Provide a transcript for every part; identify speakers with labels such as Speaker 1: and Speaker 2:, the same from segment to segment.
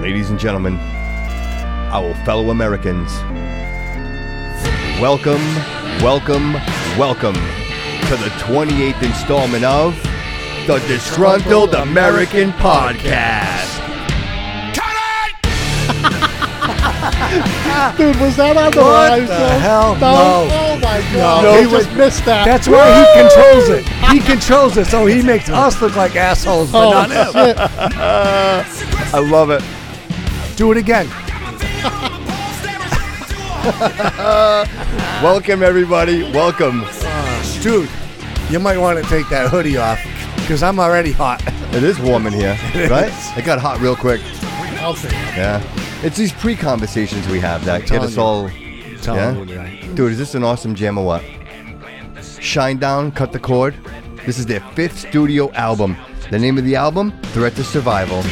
Speaker 1: Ladies and gentlemen, our fellow Americans, welcome, welcome, welcome to the 28th installment of the Disgruntled American Podcast.
Speaker 2: Dude, was that on the
Speaker 3: What
Speaker 2: live
Speaker 3: the
Speaker 2: show?
Speaker 3: hell?
Speaker 2: No.
Speaker 3: No.
Speaker 2: Oh my god.
Speaker 3: No,
Speaker 2: they
Speaker 3: he
Speaker 2: just missed that.
Speaker 3: That's why he controls it. He controls it, so he makes us look like assholes, but
Speaker 2: Oh,
Speaker 3: not him.
Speaker 2: shit.
Speaker 1: I love it.
Speaker 3: Do it again.
Speaker 1: Welcome, everybody. Welcome.
Speaker 3: Dude, you might want to take that hoodie off because I'm already hot.
Speaker 1: It is warm in here,
Speaker 3: It
Speaker 1: right?
Speaker 3: is.
Speaker 1: It got hot real quick.
Speaker 2: I'll take it.
Speaker 1: Yeah. It's these pre conversations we have that get
Speaker 3: telling
Speaker 1: us
Speaker 3: you.
Speaker 1: all.
Speaker 3: Tell
Speaker 1: Yeah?
Speaker 3: him, right?
Speaker 1: Dude, is this an awesome jam or what? Shine Down, Cut the Cord. This is their fifth studio album. The name of the album, Threat to Survival.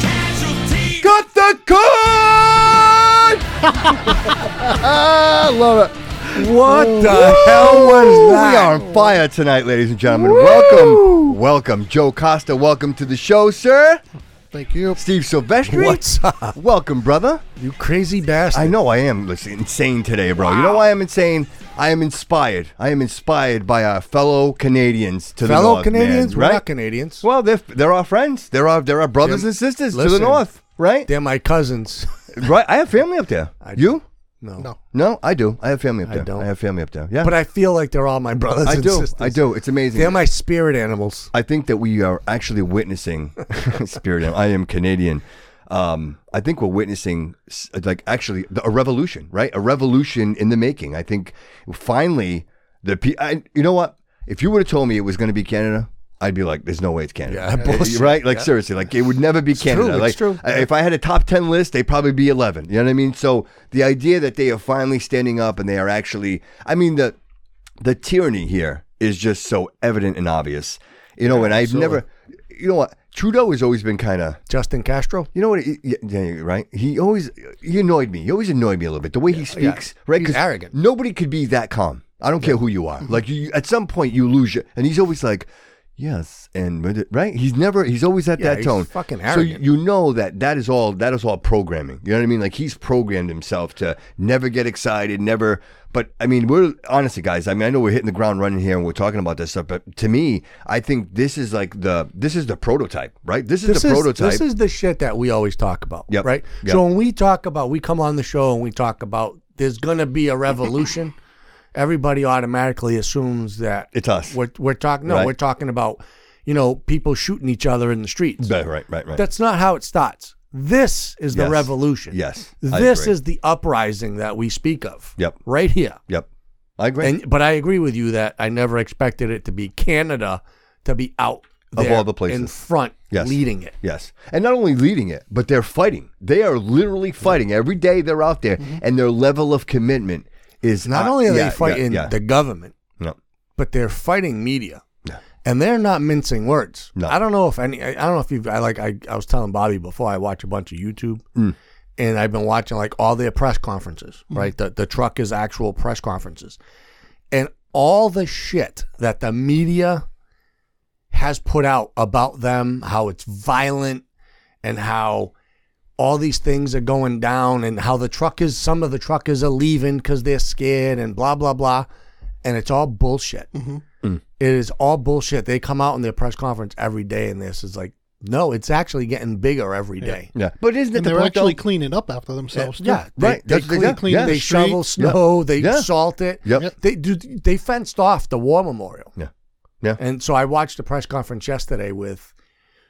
Speaker 1: Cut the Cord! I love it.
Speaker 3: What the hell was that?
Speaker 1: We are on fire tonight, ladies and gentlemen. Welcome, welcome, Joe Costa. Welcome to the show, sir.
Speaker 2: Thank you.
Speaker 1: Steve Silvestri.
Speaker 3: What's up?
Speaker 1: Welcome, brother.
Speaker 3: You crazy bastard.
Speaker 1: I know I am listen, insane today, bro. You know why I'm insane? I am inspired. I am inspired by our fellow Canadians to the
Speaker 3: Fellow
Speaker 1: north, man,
Speaker 3: Canadians? We're
Speaker 1: right?
Speaker 3: not Canadians.
Speaker 1: Well, they're they're our friends. They're our they're our brothers
Speaker 3: They're-
Speaker 1: and sisters to
Speaker 3: listen.
Speaker 1: the north, right?
Speaker 3: They're my cousins.
Speaker 1: Right. I have family up there. you?
Speaker 3: No.
Speaker 2: No.
Speaker 1: No, I do. I have family up
Speaker 3: I
Speaker 1: there.
Speaker 3: don't.
Speaker 1: have family up there. Yeah,
Speaker 3: But I feel like they're all my brothers
Speaker 1: I
Speaker 3: and
Speaker 1: do.
Speaker 3: sisters.
Speaker 1: I do. It's amazing.
Speaker 3: They're my spirit animals.
Speaker 1: I think that we are actually witnessing spirit. animal, I am Canadian. Um, I think we're witnessing s- like actually the- a revolution, right? A revolution in the making. I think finally the pe- I, you know what? If you would have told me it was going to be Canada, I'd be like, "There's no way it's Canada."
Speaker 3: Yeah, bullshit.
Speaker 1: Right? Like seriously, like it would never be Canada.
Speaker 3: true, it's
Speaker 1: like
Speaker 3: true.
Speaker 1: I- if I had a top ten list, they'd probably be eleven. You know what I mean? So the idea that they are finally standing up and they are actually, I mean the the tyranny here is just so evident and obvious. You know, and I've never, you know what, Trudeau has always been kind of,
Speaker 3: Justin Castro?
Speaker 1: you know what, he- yeah, yeah, you're right? He always, he annoyed me. He always annoyed me a little bit. The way he speaks, right?
Speaker 3: He's
Speaker 1: 'Cause
Speaker 3: arrogant. Mm-hmm.
Speaker 1: Nobody could be that calm. I don't care who you are. Like, you, at some point, you lose your, and he's always like, yes, and, with it," right? He's never, he's always at
Speaker 3: Yeah,
Speaker 1: that
Speaker 3: he's
Speaker 1: tone.
Speaker 3: fucking
Speaker 1: So
Speaker 3: arrogant.
Speaker 1: you know that that is all, that is all programming. You know what I mean? Like, he's programmed himself to never get excited, never, but I mean, we're honestly, guys. I mean, I know we're hitting the ground running here, and we're talking about this stuff. But to me, I think this is like the this is the prototype, right? This is the prototype.
Speaker 3: This is the shit that we always talk about,
Speaker 1: Yep,
Speaker 3: right?
Speaker 1: yep.
Speaker 3: So when we talk about, we come on the show and we talk about there's going to be a revolution. Everybody automatically assumes that
Speaker 1: It's us.
Speaker 3: We're, we're talking. No,
Speaker 1: Right.
Speaker 3: we're talking about you know people shooting each other in the streets.
Speaker 1: right, right, right, right.
Speaker 3: That's not how it starts. This is the
Speaker 1: Yes.
Speaker 3: revolution.
Speaker 1: Yes, I
Speaker 3: This
Speaker 1: agree.
Speaker 3: is the uprising that we speak of.
Speaker 1: Yep.
Speaker 3: Right here.
Speaker 1: Yep, I agree.
Speaker 3: And but I agree with you that I never expected it to be Canada to be out
Speaker 1: Of
Speaker 3: there
Speaker 1: all the places.
Speaker 3: in front
Speaker 1: Yes.
Speaker 3: leading it.
Speaker 1: Yes. And not only leading it, but they're fighting. They are literally
Speaker 3: Mm-hmm.
Speaker 1: fighting. Every day they're out there and their level of commitment is
Speaker 3: Not
Speaker 1: uh,
Speaker 3: only are
Speaker 1: yeah, yeah,
Speaker 3: they fighting
Speaker 1: yeah,
Speaker 3: the government,
Speaker 1: no.
Speaker 3: but they're fighting media, and they're not mincing words.
Speaker 1: No.
Speaker 3: I don't know if any. I I don't know if you. I like. I, I was telling Bobby before. I watch a bunch of YouTube, and I've been watching like all their press conferences. Right, the the truck is actual press conferences, and all the shit that the media has put out about them, how it's violent, and how all these things are going down and how the truckers some of the truckers are leaving because they're scared and blah blah blah and it's all bullshit It is all bullshit they come out in their press conference every day and this is like no it's actually getting bigger every day
Speaker 1: Yeah. But isn't it
Speaker 2: And
Speaker 1: the
Speaker 2: they're
Speaker 1: point,
Speaker 2: actually
Speaker 1: though?
Speaker 2: cleaning up after themselves. too.
Speaker 3: yeah, they,
Speaker 1: Right,
Speaker 3: They,
Speaker 1: that's-
Speaker 3: clean,
Speaker 1: yeah,
Speaker 3: clean
Speaker 1: yeah.
Speaker 3: they
Speaker 2: The street.
Speaker 3: shovel snow. They
Speaker 1: Yeah.
Speaker 3: salt it.
Speaker 1: Yep.
Speaker 2: Yep.
Speaker 3: They dude, They fenced off the war memorial.
Speaker 1: Yeah. Yeah.
Speaker 3: And so I watched a press conference yesterday with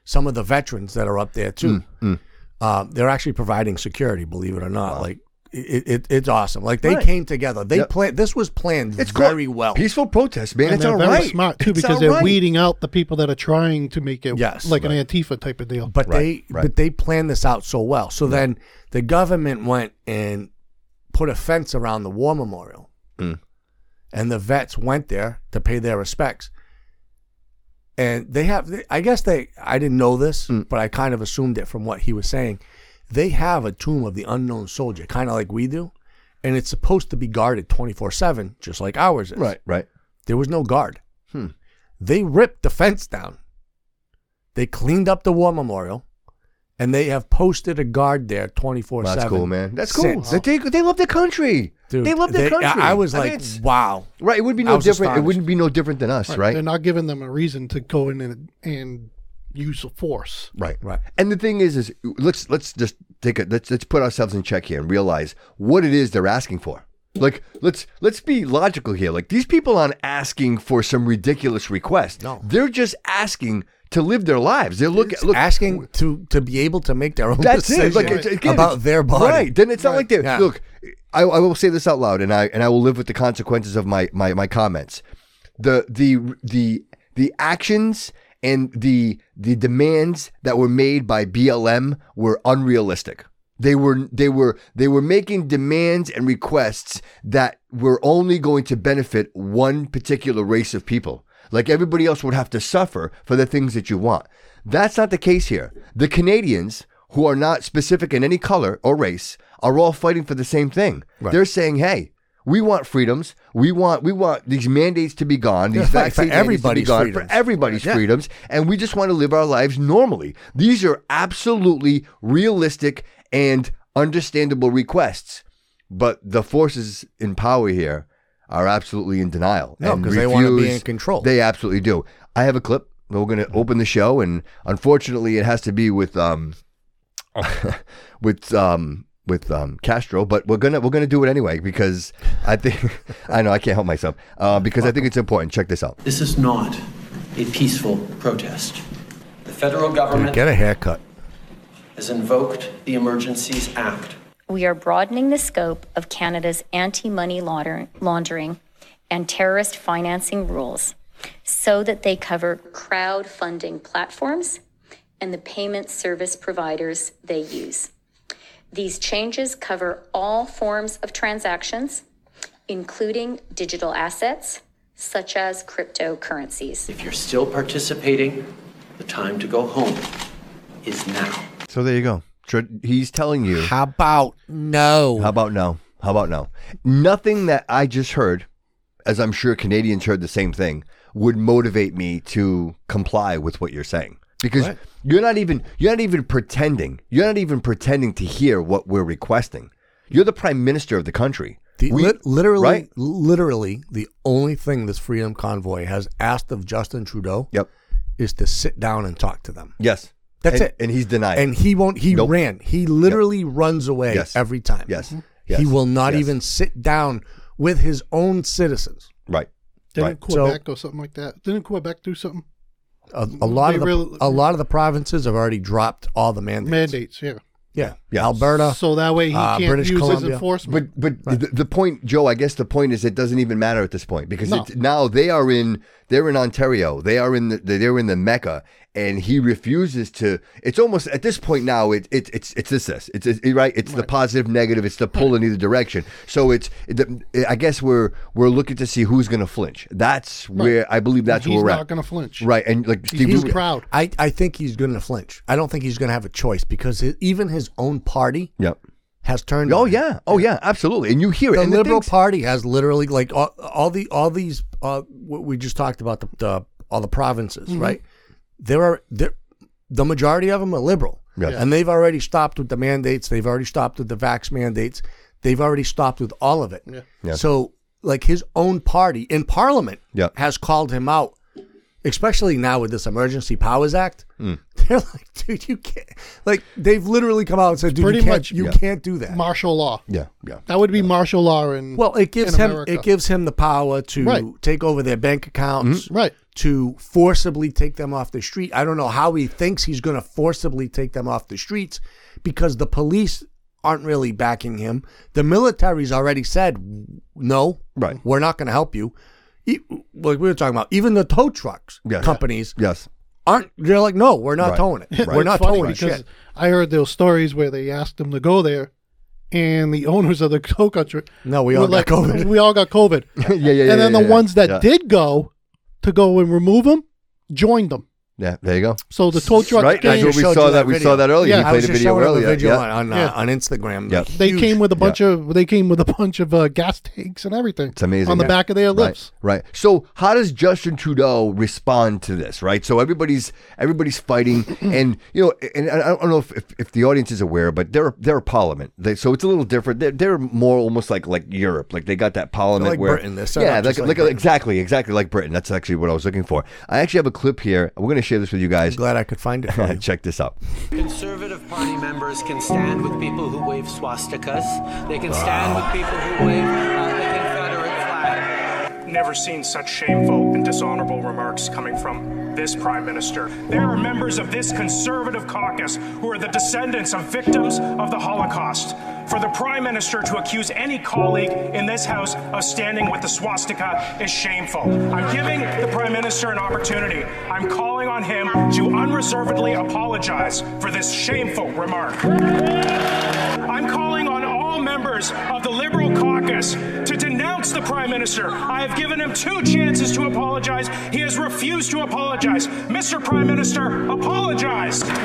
Speaker 3: some of the veterans that are up there
Speaker 1: Mm,
Speaker 3: too. Uh, they're actually providing security, believe it or not. Like it, it, it's awesome. Like they
Speaker 1: Right.
Speaker 3: came together. They
Speaker 1: Yep.
Speaker 3: planned. This was planned
Speaker 1: It's called
Speaker 3: very well.
Speaker 1: Peaceful protest, man.
Speaker 2: And
Speaker 1: it's
Speaker 2: they're
Speaker 1: all
Speaker 2: very
Speaker 1: right.
Speaker 2: smart too
Speaker 1: It's
Speaker 2: because
Speaker 1: all
Speaker 2: they're
Speaker 1: right.
Speaker 2: weeding out the people that are trying to make it
Speaker 3: Yes.
Speaker 2: like an Antifa type of deal.
Speaker 3: But
Speaker 1: Right,
Speaker 3: they
Speaker 1: right.
Speaker 3: but they planned this out so well. So then the government went and put a fence around the war memorial.
Speaker 1: Mm.
Speaker 3: And the vets went there to pay their respects. and they have. they- I guess they. I didn't know this,
Speaker 1: Mm.
Speaker 3: but I kind of assumed it from what he was saying. They have a tomb of the unknown soldier, kind of like we do, and it's supposed to be guarded twenty four seven, just like ours is.
Speaker 1: Right, right.
Speaker 3: There was no guard.
Speaker 1: Hmm.
Speaker 3: They ripped the fence down. They cleaned up the war memorial, and they have posted a guard there twenty four
Speaker 1: Well,
Speaker 3: seven.
Speaker 1: that's cool, man. That's cool.
Speaker 3: since.
Speaker 1: They, they love their country.
Speaker 3: Dude,
Speaker 1: they love their
Speaker 3: I-
Speaker 1: country.
Speaker 3: I was
Speaker 1: mean,
Speaker 3: like,
Speaker 1: it's-
Speaker 3: wow.
Speaker 1: right. It would be
Speaker 3: I
Speaker 1: no
Speaker 3: was
Speaker 1: different. It
Speaker 3: astonished.
Speaker 1: wouldn't be no different than us, right?
Speaker 2: They're not giving them a reason to go in and, and use of force.
Speaker 1: Right.
Speaker 3: Right.
Speaker 1: And the thing is, is let's let's just take a let's let's put ourselves in check here and realize what it is they're asking for. Like let's let's be logical here. Like these people aren't asking for some ridiculous request.
Speaker 3: No.
Speaker 1: They're just asking to live their lives. They're look, look
Speaker 3: asking to to be able to make their own
Speaker 1: that's
Speaker 3: decision
Speaker 1: it. Like it's, again,
Speaker 3: about
Speaker 1: it's-
Speaker 3: their body.
Speaker 1: Right. Then it's not like they
Speaker 3: Yeah.
Speaker 1: look. I, I will say this out loud, and I and I will live with the consequences of my my my comments. The the the the actions and the the demands that were made by BLM were unrealistic. They were they were they were making demands and requests that were only going to benefit one particular race of people. Like everybody else would have to suffer for the things that you want. That's not the case here. The Canadians, who are not specific in any color or race, are all fighting for the same thing. They're saying, "Hey, we want freedoms. We want we want these mandates to be gone. These
Speaker 3: Yeah, right,
Speaker 1: vaccine mandates to
Speaker 3: for
Speaker 1: be
Speaker 3: everybody's
Speaker 1: gone
Speaker 3: freedoms.
Speaker 1: for everybody's freedoms, and we just want to live our lives normally. These are absolutely realistic and understandable requests, but the forces in power here." Are absolutely in denial.
Speaker 3: No,
Speaker 1: and
Speaker 3: 'cause they wanna be
Speaker 1: refuse-
Speaker 3: in control.
Speaker 1: They absolutely do. I have a clip. that We're going to open the show, and unfortunately, it has to be with um, with um with um Castro, but we're gonna we're gonna do it anyway because I think I know I can't help myself uh, because I think it's important. Check this out.
Speaker 4: This is not a peaceful protest. The federal government
Speaker 3: Get a haircut.
Speaker 4: has invoked the Emergencies Act.
Speaker 5: we are broadening the scope of Canada's anti money laundering and terrorist financing rules so that they cover crowdfunding platforms and the payment service providers they use. These changes cover all forms of transactions, including digital assets such as cryptocurrencies.
Speaker 4: If you're still participating, the time to go home is now.
Speaker 1: So there you go. Tr- He's telling you
Speaker 3: How about no?
Speaker 1: how about no? How about no? Nothing that I just heard, as I'm sure Canadians heard the same thing, would motivate me to comply with what you're saying because you're not even you're not even pretending you're not even pretending to hear what we're requesting. You're the prime minister of the country.
Speaker 3: The,
Speaker 1: We-
Speaker 3: lit- literally,
Speaker 1: right?
Speaker 3: literally, the only thing this Freedom Convoy has asked of Justin Trudeau
Speaker 1: Yep.
Speaker 3: is to sit down and talk to them.
Speaker 1: Yes.
Speaker 3: That's
Speaker 1: And-
Speaker 3: it.
Speaker 1: And he's denied.
Speaker 3: And he won't. He
Speaker 1: Nope.
Speaker 3: ran. He literally runs away
Speaker 1: Yes.
Speaker 3: every time.
Speaker 1: Yes.
Speaker 3: Mhm.
Speaker 1: Yes.
Speaker 3: He will not
Speaker 1: Yes.
Speaker 3: even sit down with his own citizens.
Speaker 1: right.
Speaker 2: Didn't
Speaker 1: Right.
Speaker 3: So-
Speaker 2: Quebec or something like that? Didn't Quebec do something?
Speaker 3: A, a lot
Speaker 2: They
Speaker 3: of the,
Speaker 2: really-
Speaker 3: a lot of the provinces have already dropped all the mandates.
Speaker 2: Mandates, yeah.
Speaker 3: Yeah.
Speaker 1: Yeah.
Speaker 3: Alberta.
Speaker 2: So that way he
Speaker 3: uh,
Speaker 2: can't
Speaker 3: British
Speaker 2: use
Speaker 3: Columbia.
Speaker 2: his enforcement.
Speaker 1: But but the, the point, Joe. I guess the point is it doesn't even matter at this point because
Speaker 2: No.
Speaker 1: it, now they are in they're in Ontario. They are in the they're in the Mecca, and he refuses to. It's almost at this point now. It, it it's it's this this it's, it's right. It's the positive negative. It's the pull in either direction. So it's the, I guess we're we're looking to see who's going to flinch. That's where I believe that's
Speaker 2: He's
Speaker 1: where we're
Speaker 2: not
Speaker 1: at.
Speaker 2: going to flinch.
Speaker 1: Right, and like Steve,
Speaker 2: He's
Speaker 1: we-
Speaker 2: proud.
Speaker 3: I, I think he's going to flinch. I don't think he's going to have a choice because hi- even his own party
Speaker 1: Yep.
Speaker 3: has turned.
Speaker 1: Oh
Speaker 3: on him.
Speaker 1: yeah. Oh yeah. Absolutely. And you hear it.
Speaker 3: the
Speaker 1: and
Speaker 3: Liberal
Speaker 1: things-
Speaker 3: Party has literally like all, all the all these uh, what we just talked about the, the all the provinces,
Speaker 1: Mm-hmm.
Speaker 3: right? There are there, the majority of them are liberal,
Speaker 1: Yes. Yeah.
Speaker 3: and they've already stopped with the mandates. They've already stopped with the vax mandates. They've already stopped with all of it.
Speaker 1: Yeah.
Speaker 3: So like his own party in Parliament
Speaker 1: Yeah.
Speaker 3: has called him out. Especially now with this Emergency Powers Act, they're like, dude, you can't. Like, they've literally come out and said, dude,
Speaker 2: pretty
Speaker 3: you can't,
Speaker 2: much-
Speaker 3: you
Speaker 1: Yeah.
Speaker 3: can't do that.
Speaker 2: Martial law.
Speaker 1: Yeah. Yeah.
Speaker 2: That would be martial law in
Speaker 3: Well, it gives
Speaker 2: in
Speaker 3: him
Speaker 2: America.
Speaker 3: it gives him the power to
Speaker 2: Right.
Speaker 3: take over their bank accounts,
Speaker 1: Mm-hmm.
Speaker 2: right.
Speaker 3: to forcibly take them off the street. I don't know how he thinks he's going to forcibly take them off the streets because the police aren't really backing him. The military's already said no,
Speaker 1: Right.
Speaker 3: We're not going to help you. E- Like we were talking about, even the tow trucks
Speaker 1: Yes.
Speaker 3: companies
Speaker 1: Yes.
Speaker 3: aren't. They're like, no, we're not
Speaker 1: Right.
Speaker 3: towing it.
Speaker 1: Right.
Speaker 3: We're not
Speaker 2: Funny
Speaker 3: towing
Speaker 2: because
Speaker 3: shit.
Speaker 2: I heard those stories where they asked him to go there, and the owners of the tow country.
Speaker 3: No, we all
Speaker 2: were
Speaker 3: got COVID.
Speaker 2: We all got COVID.
Speaker 1: yeah. Yeah. Yeah.
Speaker 2: and then
Speaker 1: yeah,
Speaker 2: the
Speaker 1: yeah,
Speaker 2: ones that
Speaker 1: yeah.
Speaker 2: did go to go and remove them, joined them.
Speaker 1: Yeah, there you go.
Speaker 2: So the tow truck
Speaker 1: Right, that's
Speaker 2: came.
Speaker 1: what we
Speaker 3: showed
Speaker 1: saw
Speaker 3: you
Speaker 1: that.
Speaker 3: that
Speaker 1: we
Speaker 3: video.
Speaker 1: saw that earlier.
Speaker 2: Yeah.
Speaker 1: you
Speaker 2: I
Speaker 3: I
Speaker 1: played
Speaker 3: was
Speaker 1: a
Speaker 3: just
Speaker 1: video
Speaker 3: showing
Speaker 1: earlier.
Speaker 3: a video
Speaker 1: yeah.
Speaker 3: on on, uh,
Speaker 2: Yeah.
Speaker 3: on Instagram.
Speaker 1: Yep.
Speaker 2: They
Speaker 3: Huge.
Speaker 2: came with a bunch of they came with a bunch of uh, gas tanks and everything.
Speaker 1: It's amazing.
Speaker 2: on the
Speaker 1: Yeah.
Speaker 2: back of their lips.
Speaker 1: Right, right. So how does Justin Trudeau respond to this? Right. So everybody's everybody's fighting, and you know, and I I don't know if, if, if the audience is aware, but they're they're a parliament, they, so it's a little different. They're, they're more almost like like Europe, like they got that parliament
Speaker 3: like
Speaker 1: where
Speaker 3: Britain. They're set
Speaker 1: yeah,
Speaker 3: up
Speaker 1: like,
Speaker 3: just
Speaker 1: like,
Speaker 3: like Britain.
Speaker 1: exactly exactly like Britain. That's actually what I was looking for. I actually have a clip here. We're going to share this with you guys.
Speaker 3: Glad I could find it. for you.
Speaker 1: Check this out.
Speaker 6: Conservative Party members can stand with people who wave swastikas. They can stand with people who wave uh, the Confederate flag.
Speaker 7: Never seen such shameful and dishonorable remarks coming from this prime minister. There are members of this conservative caucus who are the descendants of victims of the Holocaust. For the prime minister to accuse any colleague in this house of standing with the swastika is shameful. I'm giving the prime minister an opportunity. I'm calling on him to unreservedly apologize for this shameful remark. I'm calling on all members of the Liberal caucus to denounce the Prime Minister. I have given him two chances to apologize. He has refused to apologize. Mr. Prime Minister, apologize.
Speaker 6: Even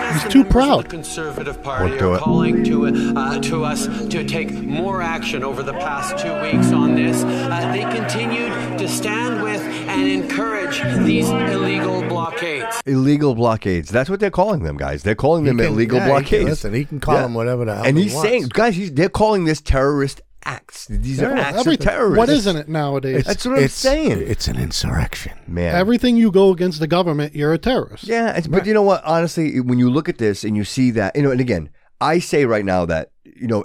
Speaker 6: as the
Speaker 2: too
Speaker 6: members of
Speaker 2: proud.
Speaker 6: The Conservative Party
Speaker 1: Won't do
Speaker 6: are
Speaker 1: it.
Speaker 6: calling to, uh, to us to take more action over the past two weeks on this. Uh, they continued to stand with and encourage these illegal blockades.
Speaker 1: Illegal blockades. That's what they're calling them, guys. They're calling them
Speaker 3: can-
Speaker 1: illegal
Speaker 3: yeah, he can-
Speaker 1: blockades.
Speaker 3: listen, he can call them whatever the hell
Speaker 1: And
Speaker 3: he
Speaker 1: he's
Speaker 3: wants.
Speaker 1: saying, guys, he's, they're calling this terrorist acts. These are acts of
Speaker 2: everything.
Speaker 1: terrorism.
Speaker 2: What isn't it nowadays?
Speaker 1: That's what I'm
Speaker 3: It's-
Speaker 1: saying.
Speaker 3: It's an insurrection.
Speaker 1: man?
Speaker 2: Everything you go against the government, you're a terrorist.
Speaker 1: yeah, it's, but you know what? Honestly, when you look at this and you see that, you know, and again, I say right now that you know,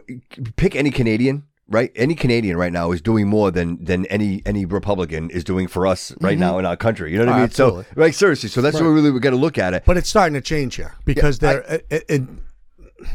Speaker 1: pick any Canadian. Right, any Canadian right now is doing more than than any any Republican is doing for us right now in our country. You know what I
Speaker 3: Oh,
Speaker 1: mean?
Speaker 3: absolutely.
Speaker 1: So, right, seriously. So that's what really we got to look at it.
Speaker 3: But it's starting to change here because
Speaker 1: Yeah, I-
Speaker 3: they're. it, it,
Speaker 1: yeah,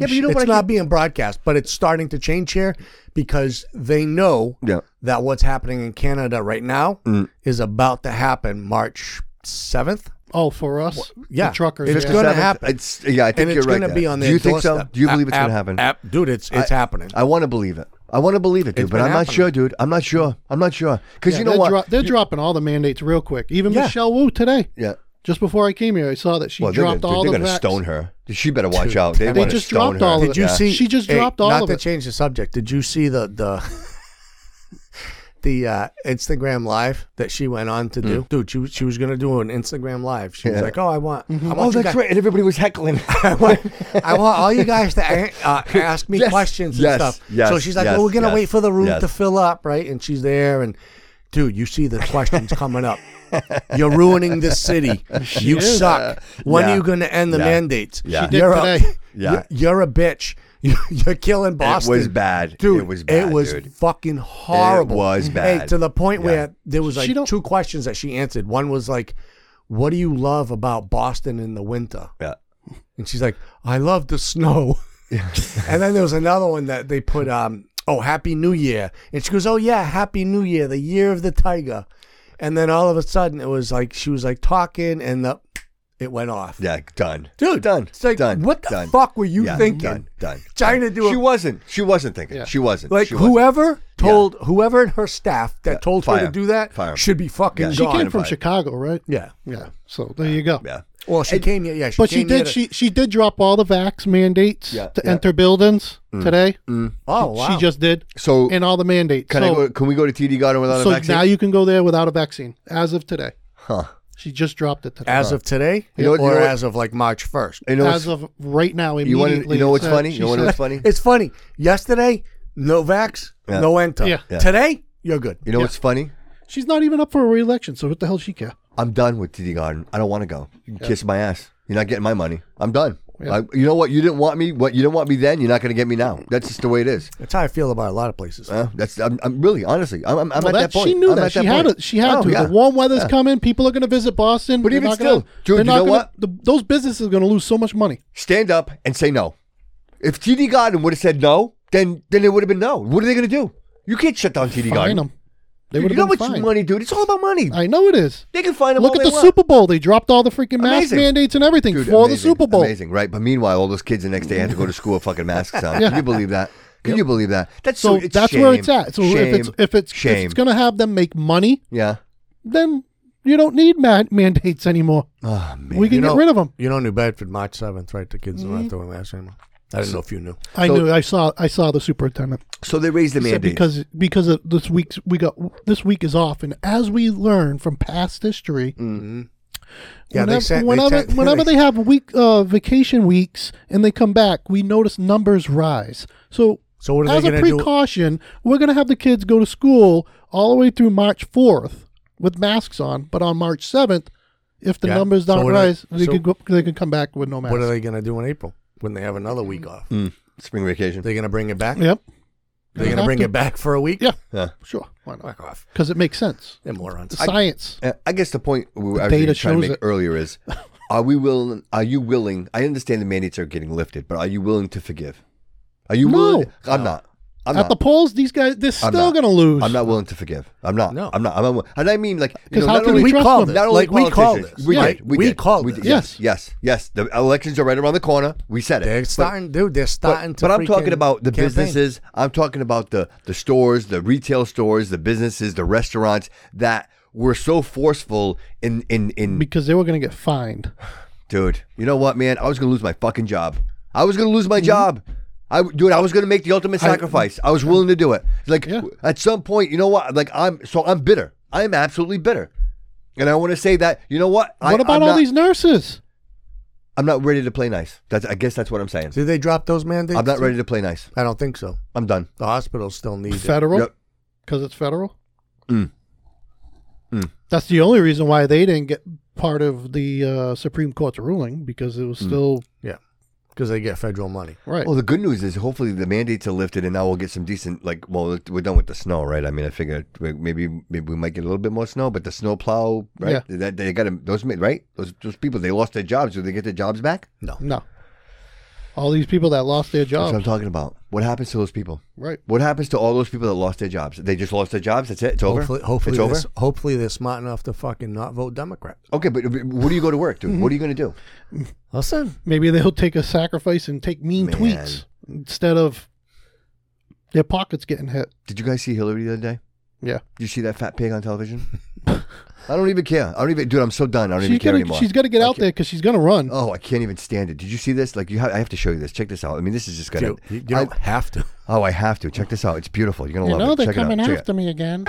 Speaker 1: but you know
Speaker 3: it's
Speaker 1: what? I
Speaker 3: not
Speaker 1: keep-
Speaker 3: being broadcast, but it's starting to change here because they know
Speaker 1: Yeah. Mm.
Speaker 3: that what's happening in Canada right now is about to happen March seventh.
Speaker 2: Oh, for us,
Speaker 3: Yeah,
Speaker 2: the truckers.
Speaker 3: it's
Speaker 2: yeah.
Speaker 3: going to
Speaker 1: 57th,
Speaker 3: happen.
Speaker 1: it's- yeah, I think
Speaker 3: and it's
Speaker 1: you're right
Speaker 3: going
Speaker 1: there.
Speaker 3: to be on
Speaker 1: Do
Speaker 3: their
Speaker 1: you think so?
Speaker 3: doorstep.
Speaker 1: Do you believe it's
Speaker 3: Ab-
Speaker 1: gonna happen?
Speaker 3: ab- dude? It's it's
Speaker 1: I-
Speaker 3: happening.
Speaker 1: I want to believe it. I want to believe it, dude.
Speaker 3: It's
Speaker 1: but
Speaker 3: been
Speaker 1: I'm not
Speaker 3: happening.
Speaker 1: sure, dude. I'm not sure. I'm not sure because
Speaker 2: Yeah,
Speaker 1: you know
Speaker 2: they're
Speaker 1: what?
Speaker 2: dro- they're dropping all the mandates real quick. Even
Speaker 3: Yeah.
Speaker 2: Michelle Wu today,
Speaker 1: yeah.
Speaker 2: just before I came here, I saw that she
Speaker 1: Well, they're gonna,
Speaker 2: dropped
Speaker 1: dude,
Speaker 2: all
Speaker 1: they're
Speaker 2: the
Speaker 1: gonna
Speaker 2: vax-
Speaker 1: stone her. She better watch out. They,
Speaker 3: they
Speaker 1: wanna
Speaker 2: just
Speaker 1: stone
Speaker 2: dropped
Speaker 1: her.
Speaker 2: all of
Speaker 3: Did you
Speaker 1: Yeah.
Speaker 3: see?
Speaker 2: She just
Speaker 3: hey,
Speaker 2: dropped all
Speaker 3: Not
Speaker 2: of
Speaker 3: to
Speaker 2: it.
Speaker 3: change the subject. Did you see the the the uh, Instagram live that she went on to
Speaker 1: Mm.
Speaker 3: do? Dude, she was- she was gonna do an Instagram live. She was like, "Oh, I want, I want
Speaker 1: Oh,
Speaker 3: you
Speaker 1: that's
Speaker 3: guys-
Speaker 1: right. And everybody was heckling.
Speaker 3: I want, I want all you guys to a- uh, ask me
Speaker 1: Yes,
Speaker 3: questions and
Speaker 1: yes,
Speaker 3: stuff."
Speaker 1: yes,
Speaker 3: so she's like,
Speaker 1: yes,
Speaker 3: "Well, we're gonna
Speaker 1: yes,
Speaker 3: wait for the room
Speaker 1: yes.
Speaker 3: to fill up, right?" And she's there, and dude, you see the questions coming up. You're ruining this city. You
Speaker 2: is.
Speaker 3: suck. When
Speaker 1: Yeah.
Speaker 3: are you going to end the
Speaker 1: Yeah.
Speaker 3: mandates?
Speaker 1: Yeah. She
Speaker 2: did
Speaker 3: you're
Speaker 2: today.
Speaker 3: A,
Speaker 1: Yeah.
Speaker 3: you're- You're a bitch. You're killing Boston.
Speaker 1: bad.
Speaker 3: dude.
Speaker 1: It was bad,
Speaker 3: It was
Speaker 1: dude.
Speaker 3: fucking horrible.
Speaker 1: was
Speaker 3: Hey,
Speaker 1: bad.
Speaker 3: to the point
Speaker 1: Yeah.
Speaker 3: where there was like
Speaker 2: She don't-
Speaker 3: two questions that she answered. One was like, "What do you love about Boston in the winter?"
Speaker 1: yeah.
Speaker 3: And she's like, I love the snow. and then there was another one that they put, um, oh, Happy New Year. And she goes, oh, yeah, Happy New Year, the year of the tiger. And then all of a sudden, it was like, she was like talking and the, it went off.
Speaker 1: Yeah, done,
Speaker 3: Dude,
Speaker 1: done,
Speaker 3: it's like,
Speaker 1: done.
Speaker 3: what the
Speaker 1: done.
Speaker 3: fuck were you
Speaker 1: Yeah,
Speaker 3: thinking?
Speaker 1: Done, done.
Speaker 3: Trying to do
Speaker 1: She
Speaker 3: a-
Speaker 1: wasn't. She wasn't thinking.
Speaker 2: Yeah.
Speaker 1: She wasn't.
Speaker 3: Like
Speaker 1: she wasn't.
Speaker 3: whoever told whoever in her staff that
Speaker 1: Yeah,
Speaker 3: told
Speaker 1: fire
Speaker 3: her
Speaker 1: him.
Speaker 3: to do that
Speaker 1: Fire him.
Speaker 3: should be fucking
Speaker 1: Yeah,
Speaker 2: She
Speaker 1: Gone
Speaker 3: gone.
Speaker 2: came
Speaker 1: if
Speaker 2: from
Speaker 1: I-
Speaker 2: Chicago, right?
Speaker 3: yeah,
Speaker 2: Yeah. So there you go.
Speaker 1: Uh, Yeah.
Speaker 3: Well, she came here. Yeah, she
Speaker 2: But she
Speaker 3: came here
Speaker 2: did.
Speaker 3: to-
Speaker 2: She she did drop all the vax mandates
Speaker 1: Yeah,
Speaker 2: to
Speaker 1: yeah. Mm.
Speaker 2: enter buildings today.
Speaker 3: oh wow.
Speaker 2: She just did.
Speaker 1: So
Speaker 2: and all the mandates.
Speaker 1: Can
Speaker 2: so
Speaker 1: I go? Can we go to TD Garden without
Speaker 2: so
Speaker 1: a vaccine?
Speaker 2: now you can go there without a vaccine as of today.
Speaker 1: huh.
Speaker 2: She just dropped it today.
Speaker 3: as of today,
Speaker 1: You know what- you
Speaker 3: or
Speaker 1: know what-
Speaker 3: as of like March first.
Speaker 1: You know
Speaker 2: as
Speaker 1: what's,
Speaker 2: of right now,
Speaker 1: you
Speaker 2: immediately.
Speaker 1: wanna- you know
Speaker 2: it
Speaker 1: what's
Speaker 2: said-
Speaker 1: funny? You
Speaker 2: she
Speaker 1: know what
Speaker 2: said-
Speaker 1: what's funny?
Speaker 3: It's funny. Yesterday, no vax,
Speaker 1: Yeah.
Speaker 3: no enter.
Speaker 2: Yeah.
Speaker 1: Yeah.
Speaker 3: Today, you're good.
Speaker 1: You know what's funny?
Speaker 2: She's not even up for a re-election, so what the hell does she care?
Speaker 1: I'm done with TD Garden. I don't want to go. You can Kiss my ass. You're not getting my money. I'm done. Like, you know what? You didn't want me. What you didn't want me then, you're not going to get me now. That's just the way it is.
Speaker 3: That's how I feel about a lot of places.
Speaker 1: Uh, that's I'm, I'm really honestly. I'm, I'm, I'm
Speaker 2: Well,
Speaker 1: at that, point.
Speaker 2: She knew
Speaker 1: I'm
Speaker 2: that.
Speaker 1: at
Speaker 2: She had
Speaker 1: point.
Speaker 2: it. She had
Speaker 1: Oh,
Speaker 2: to.
Speaker 1: yeah.
Speaker 2: The warm weather's coming. People are going to visit Boston.
Speaker 1: But
Speaker 2: They're
Speaker 1: even
Speaker 2: not
Speaker 1: still,
Speaker 2: gonna,
Speaker 1: dude, you
Speaker 2: they're not
Speaker 1: know
Speaker 2: gonna-
Speaker 1: what?
Speaker 2: the- those businesses are going to lose so much money.
Speaker 1: Stand up and say no. If TD Garden would have said no, then then it would have been no. What are they going to do? You can't shut down TD
Speaker 2: Fine
Speaker 1: Garden.
Speaker 2: them. They
Speaker 1: you
Speaker 2: would
Speaker 1: know how
Speaker 2: have
Speaker 1: much
Speaker 2: been fined.
Speaker 1: money, dude? It's all about money.
Speaker 2: I know it is.
Speaker 1: they can find them.
Speaker 2: Look
Speaker 1: all
Speaker 2: at
Speaker 1: they
Speaker 2: the
Speaker 1: want.
Speaker 2: Super Bowl. They dropped all the freaking mask
Speaker 1: Amazing.
Speaker 2: mandates and everything
Speaker 1: Dude,
Speaker 2: for the
Speaker 1: amazing,
Speaker 2: Super Bowl.
Speaker 1: Amazing, right? But meanwhile, all those kids the next day had to go to school with fucking masks on. Can you believe that? Could you believe that? That's
Speaker 2: So,
Speaker 1: it's
Speaker 2: that's where
Speaker 1: shame,
Speaker 2: it's at. So
Speaker 1: shame,
Speaker 2: if it's if it's if
Speaker 1: shame.
Speaker 2: it's gonna have them make money,
Speaker 1: yeah.
Speaker 2: then you don't need ma- mandates anymore.
Speaker 1: Oh man.
Speaker 2: we can get rid of them.
Speaker 3: You know, New Bedford, March seventh, right? The kids
Speaker 2: Mm-hmm.
Speaker 3: don't have to wear masks anymore. I didn't know if you knew.
Speaker 2: I
Speaker 1: So-
Speaker 2: knew. I saw. I saw the superintendent
Speaker 1: so they raised the
Speaker 2: He said
Speaker 1: mandate.
Speaker 2: because because of this week's we got this week is off, and as we learn from past history,
Speaker 3: Mm-hmm. Yeah, they
Speaker 2: whenever
Speaker 3: sent- they
Speaker 2: whenever,
Speaker 3: sent-
Speaker 2: whenever they have week uh, vacation weeks and they come back, we notice numbers rise. So.
Speaker 3: So what are
Speaker 2: As
Speaker 3: they
Speaker 2: a
Speaker 3: going to do?
Speaker 2: precaution, we're going to have the kids go to school all the way through March 4th with masks on. But on March 7th, if the
Speaker 3: Yeah.
Speaker 2: numbers
Speaker 3: So
Speaker 2: don't
Speaker 3: what are-
Speaker 2: rise, they,
Speaker 3: so-
Speaker 2: could go, they could come back with no
Speaker 3: What are
Speaker 2: masks.
Speaker 3: they going to do in April when they have another week off?
Speaker 1: Mm. Spring vacation.
Speaker 3: They're going to bring it back.
Speaker 2: Yep.
Speaker 3: They're going to
Speaker 2: Have
Speaker 3: bring
Speaker 2: to.
Speaker 3: it back for a week.
Speaker 2: Yeah,
Speaker 1: yeah.
Speaker 2: sure. Why not?
Speaker 3: Fuck off.
Speaker 2: Because it makes sense.
Speaker 3: They're morons.
Speaker 2: It's science.
Speaker 1: Uh, I guess the point we were
Speaker 2: The
Speaker 1: actually
Speaker 2: data
Speaker 1: trying to make
Speaker 2: shows it.
Speaker 1: earlier is: Are we willing? Are you willing? I understand the mandates are getting lifted, but are you willing to forgive? Are you
Speaker 2: No.
Speaker 1: willing? I'm not. I'm
Speaker 2: At
Speaker 1: not.
Speaker 2: the polls, these guys, they're
Speaker 1: I'm
Speaker 2: still
Speaker 1: not.
Speaker 2: going to lose.
Speaker 1: I'm not willing to forgive. I'm not.
Speaker 3: No.
Speaker 1: I'm not. I'm not. And I mean, like, you know,
Speaker 2: 'Cause how
Speaker 1: not
Speaker 2: can
Speaker 1: only,
Speaker 2: we
Speaker 3: we
Speaker 2: trust
Speaker 3: called
Speaker 2: them.
Speaker 3: it.
Speaker 1: not only
Speaker 3: like we called
Speaker 1: politicians.
Speaker 3: this.
Speaker 1: We
Speaker 3: right?
Speaker 1: did. We, did.
Speaker 3: called
Speaker 1: we
Speaker 3: this.
Speaker 1: did. Yes. Yes. Yes. The elections are right around the corner. We said it.
Speaker 3: They're
Speaker 1: But-
Speaker 3: starting, dude. They're starting
Speaker 1: But,
Speaker 3: to.
Speaker 1: but I'm talking
Speaker 3: freaking
Speaker 1: about the
Speaker 3: campaign.
Speaker 1: businesses. I'm talking about the the stores, the retail stores, the businesses, the restaurants that were so forceful in in in.
Speaker 2: because they were going to get fined.
Speaker 1: dude, you know what, man? I was gonna lose my fucking job. I was gonna lose
Speaker 2: Mm-hmm.
Speaker 1: my job. I dude, I was gonna make the ultimate sacrifice. I, was willing to do it. Like at some point, you know what? Like I'm so I'm bitter. I'm absolutely bitter. And I want to say that you know what? I,
Speaker 2: what about
Speaker 1: I'm
Speaker 2: all
Speaker 1: not-
Speaker 2: these nurses?
Speaker 1: I'm not ready to play nice. That's I guess that's what I'm saying.
Speaker 3: Did they drop those mandates?
Speaker 1: I'm not
Speaker 3: too?
Speaker 1: ready to play nice.
Speaker 3: I don't think so.
Speaker 1: I'm done.
Speaker 3: The hospitals still need it.
Speaker 2: Federal?
Speaker 1: Yep.
Speaker 2: Because it's federal?
Speaker 1: Mm.
Speaker 2: That's the only reason why they didn't get part of the uh, Supreme Court's ruling because it was still
Speaker 3: Yeah, because they get federal money.
Speaker 2: right.
Speaker 1: Mm. Well, the good news is hopefully the mandates are lifted, and now we'll get some decent. Like, well, we're done with the snow, right? I mean, I figure we- maybe maybe we might get a little bit more snow, but the snow plow, right? That they got 'em- those ma- right? Those those people they lost their jobs. Do they get their jobs back?
Speaker 2: no. All these people that lost their
Speaker 1: That's what I'm
Speaker 2: jobs.
Speaker 1: talking about. What happens to those people?
Speaker 2: Right.
Speaker 1: What happens to all those people that lost their jobs? They just lost their jobs. That's it. It's over.
Speaker 3: Hopefully, hopefully,
Speaker 1: it's over.
Speaker 3: this- hopefully they're smart enough to fucking not vote Democrat.
Speaker 1: Okay, but but what do you go to work, dude? What are you going to do?
Speaker 3: Listen,
Speaker 2: Maybe they'll take a sacrifice and take mean
Speaker 1: Man.
Speaker 2: tweets instead of their pockets getting hit.
Speaker 1: Did you guys see Hillary the other day?
Speaker 2: Yeah.
Speaker 1: Did you see that fat pig on television? I don't even care. I don't even, dude. I'm so done. I don't even
Speaker 2: She's
Speaker 1: care
Speaker 2: gonna,
Speaker 1: anymore.
Speaker 2: she's gonna get out there because she's gonna run.
Speaker 1: Oh, I can't even stand it. Did you see this? Like, you ha- I have to show you this. Check this out. I mean, this is just gonna.
Speaker 3: dude, you, you don't
Speaker 1: I-
Speaker 3: have to.
Speaker 1: oh, I have to check this out. It's beautiful. You're gonna
Speaker 2: you
Speaker 1: love
Speaker 2: know
Speaker 1: it.
Speaker 2: they're
Speaker 1: check
Speaker 2: coming
Speaker 1: it out. Check it.
Speaker 2: after me again.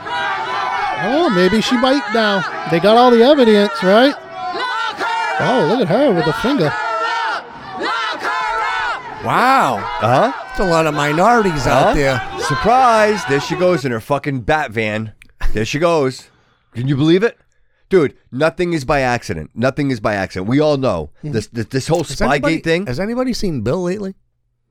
Speaker 2: Oh, maybe she might now. They got all the evidence, right? Oh, look at her with the finger.
Speaker 3: Wow,
Speaker 1: Huh?
Speaker 3: that's a lot of minorities
Speaker 1: Huh?
Speaker 3: out there.
Speaker 1: Surprise! There she goes in her fucking bat van. There she goes. Can you believe it? Dude, nothing is by accident. Nothing is by accident. We all know this. This, this whole
Speaker 3: Hmm. Has
Speaker 1: Spygate
Speaker 3: anybody-
Speaker 1: thing.
Speaker 3: Has anybody seen Bill lately?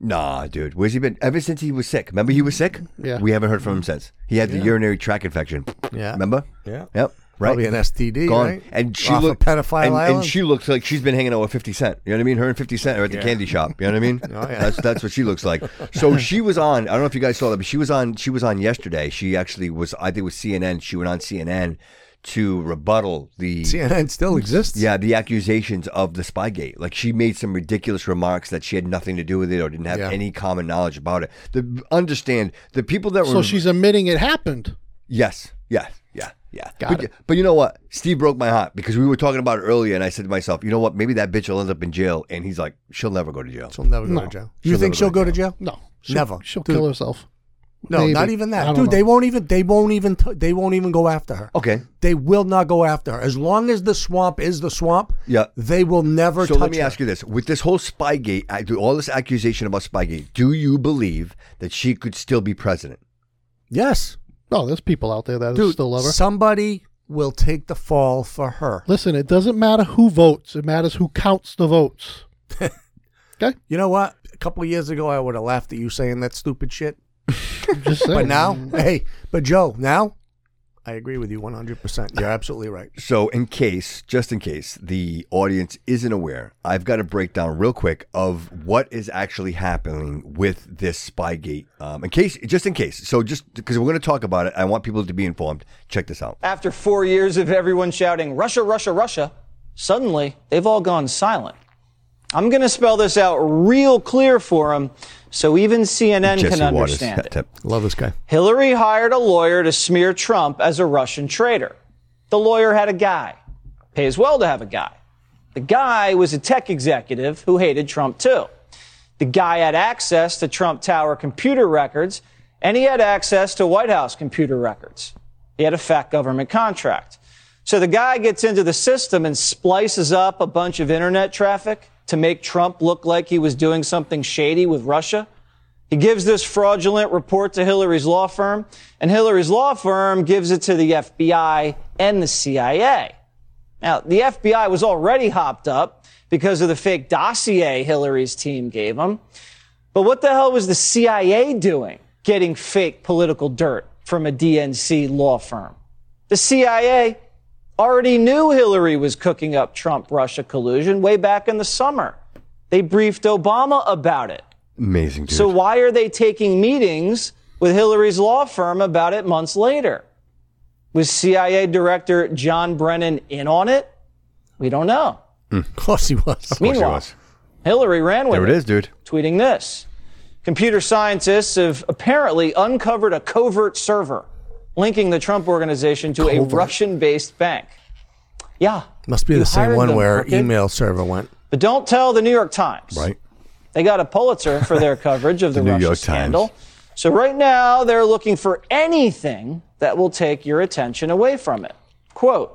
Speaker 1: Nah, dude. Where's he been? Ever since he was sick. Remember he was sick?
Speaker 2: Yeah.
Speaker 1: We haven't heard from him since. He had the urinary tract infection.
Speaker 3: Yeah.
Speaker 1: Remember?
Speaker 3: Yeah.
Speaker 1: Yep. Right.
Speaker 3: Probably an STD,
Speaker 1: Gone.
Speaker 3: right?
Speaker 1: And she
Speaker 3: Off a
Speaker 1: looked
Speaker 3: pedophile
Speaker 1: and,
Speaker 3: island.
Speaker 1: and she looks like she's been hanging out with Fifty Cent. You know what I mean? Her and Fifty Cent are at the candy shop. You know what I mean?
Speaker 3: Oh, yeah.
Speaker 1: That's that's what she looks like. So she was on. I don't know if you guys saw that, but she was on. She was on yesterday. She actually was. I think it was CNN. She went on CNN to rebuttal the
Speaker 3: CNN still exists.
Speaker 1: yeah, the accusations of the Spygate. Like she made some ridiculous remarks that she had nothing to do with it or didn't have
Speaker 3: Yeah.
Speaker 1: any common knowledge about it. The understand the people that were
Speaker 2: So she's admitting it happened.
Speaker 1: yes, yes, yeah, yeah.
Speaker 2: Got
Speaker 1: but,
Speaker 2: it.
Speaker 1: but you know what? Steve broke my heart because we were talking about it earlier, and I said to myself, you know what? Maybe that bitch will end up in jail. And he's like, she'll never go to jail.
Speaker 3: She'll never go
Speaker 2: No.
Speaker 3: to jail. You think
Speaker 1: never
Speaker 3: she'll
Speaker 1: go
Speaker 3: go
Speaker 1: to
Speaker 3: to jail?
Speaker 2: No, she'll,
Speaker 3: Never.
Speaker 2: She'll
Speaker 3: Dude,
Speaker 2: kill herself.
Speaker 3: No,
Speaker 2: Maybe.
Speaker 3: not even
Speaker 2: I
Speaker 3: that,
Speaker 2: don't
Speaker 3: dude.
Speaker 2: know.
Speaker 3: They won't even. They won't even. T- they won't even go after her.
Speaker 1: Okay.
Speaker 3: They will not go after her. As long as the swamp is the swamp,
Speaker 1: Yeah.
Speaker 3: they will never
Speaker 1: So
Speaker 3: touch
Speaker 1: let me
Speaker 3: her.
Speaker 1: ask you this: With this whole Spygate, I do all this accusation about Spygate, do you believe that she could still be president?
Speaker 3: Yes.
Speaker 2: No, there's people out there that
Speaker 3: Dude,
Speaker 2: still love her.
Speaker 3: somebody will take the fall for her.
Speaker 2: Listen, it doesn't matter who votes; it matters who counts the votes. okay,
Speaker 3: You know what? A couple of years ago, I would have laughed at you saying that stupid shit.
Speaker 8: Mm-hmm.
Speaker 2: I'm just saying.
Speaker 3: But now, hey, but Joe, now I agree with you 100%. You're absolutely right.
Speaker 1: So, in case, just in case the audience isn't aware, I've got a breakdown real quick of what is actually happening with this Spygate. Um, in case, just in case. So, just because we're going to talk about it, I want people to be informed. Check this out.
Speaker 9: After four years of everyone shouting, Russia, Russia, Russia, suddenly they've all gone silent. I'm going to spell this out real clear for them so even CNN
Speaker 1: Jesse
Speaker 9: can
Speaker 1: Waters.
Speaker 9: understand it.
Speaker 1: Tip.
Speaker 3: Love this guy.
Speaker 9: Hillary hired a lawyer to smear Trump as a Russian traitor. The lawyer had a guy. Pays well to have a guy. The guy was a tech executive who hated Trump too. The guy had access to Trump Tower computer records and he had access to White House computer records. He had a fat government contract. So the guy gets into the system and splices up a bunch of internet traffic to make Trump look like he was doing something shady with Russia. He gives this fraudulent report to Hillary's law firm, and Hillary's law firm gives it to the FBI and the CIA. Now, the FBI was already hopped up because of the fake dossier Hillary's team gave them. But what the hell was the CIA doing getting fake political dirt from a DNC law firm? The CIA already knew Hillary was cooking up Trump Russia collusion way back in the summer. They briefed Obama about it.
Speaker 1: Amazing dude.
Speaker 9: So why are they taking meetings with Hillary's law firm about it months later? Was CIA Director John Brennan in on it? We don't know.
Speaker 3: Of course he was.
Speaker 1: Of course it
Speaker 9: Meanwhile,
Speaker 1: was.
Speaker 9: Hillary ran with
Speaker 1: there it is, dude.
Speaker 9: tweeting this. Computer scientists have apparently uncovered a covert server linking the Trump organization to
Speaker 3: Covert.
Speaker 9: a Russian based bank. Yeah.
Speaker 3: Must be
Speaker 9: You
Speaker 3: the same
Speaker 9: hired
Speaker 3: one
Speaker 9: them,
Speaker 3: where
Speaker 9: crooked.
Speaker 3: email server went.
Speaker 9: But don't tell the New York Times.
Speaker 1: Right.
Speaker 9: They got a Pulitzer for their coverage of the,
Speaker 1: The New
Speaker 9: Russia
Speaker 1: York Times.
Speaker 9: scandal. So right now they're looking for anything that will take your attention away from it. Quote,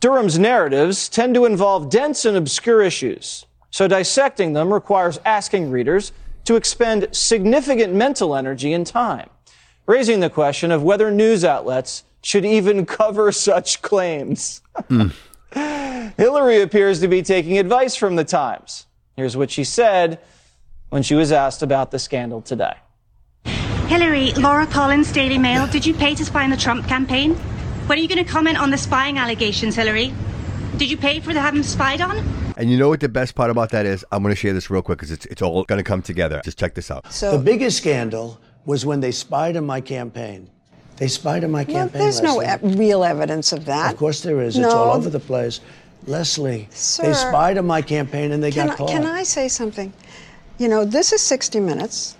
Speaker 9: Durham's narratives tend to involve dense and obscure issues. So dissecting them requires asking readers to expend significant mental energy and time, raising the question of whether news outlets should even cover such claims.
Speaker 1: Hmm.
Speaker 9: Hillary appears to be taking advice from the Times. Here's what she said when she was asked about the scandal today.
Speaker 10: Hillary, Laura Collins, Daily Mail, did you pay to spy on the Trump campaign? When are you going to comment on the spying allegations, Hillary? Did you pay for the having spied on?
Speaker 1: And you know what the best part about that is? I'm going to share this real quick because it's, it's all going to come together. Just check this out.
Speaker 8: the biggest scandal was when they spied on my campaign. They spied on my
Speaker 11: Well,
Speaker 8: campaign.
Speaker 11: there's no
Speaker 8: Leslie.
Speaker 11: e- real evidence of that.
Speaker 8: Of course there is.
Speaker 11: No.
Speaker 8: It's all over the place. Leslie,
Speaker 11: Sir,
Speaker 8: they spied on my campaign and they
Speaker 11: Can
Speaker 8: got
Speaker 11: I,
Speaker 8: caught.
Speaker 11: can I say something? You know, this is 60 Minutes,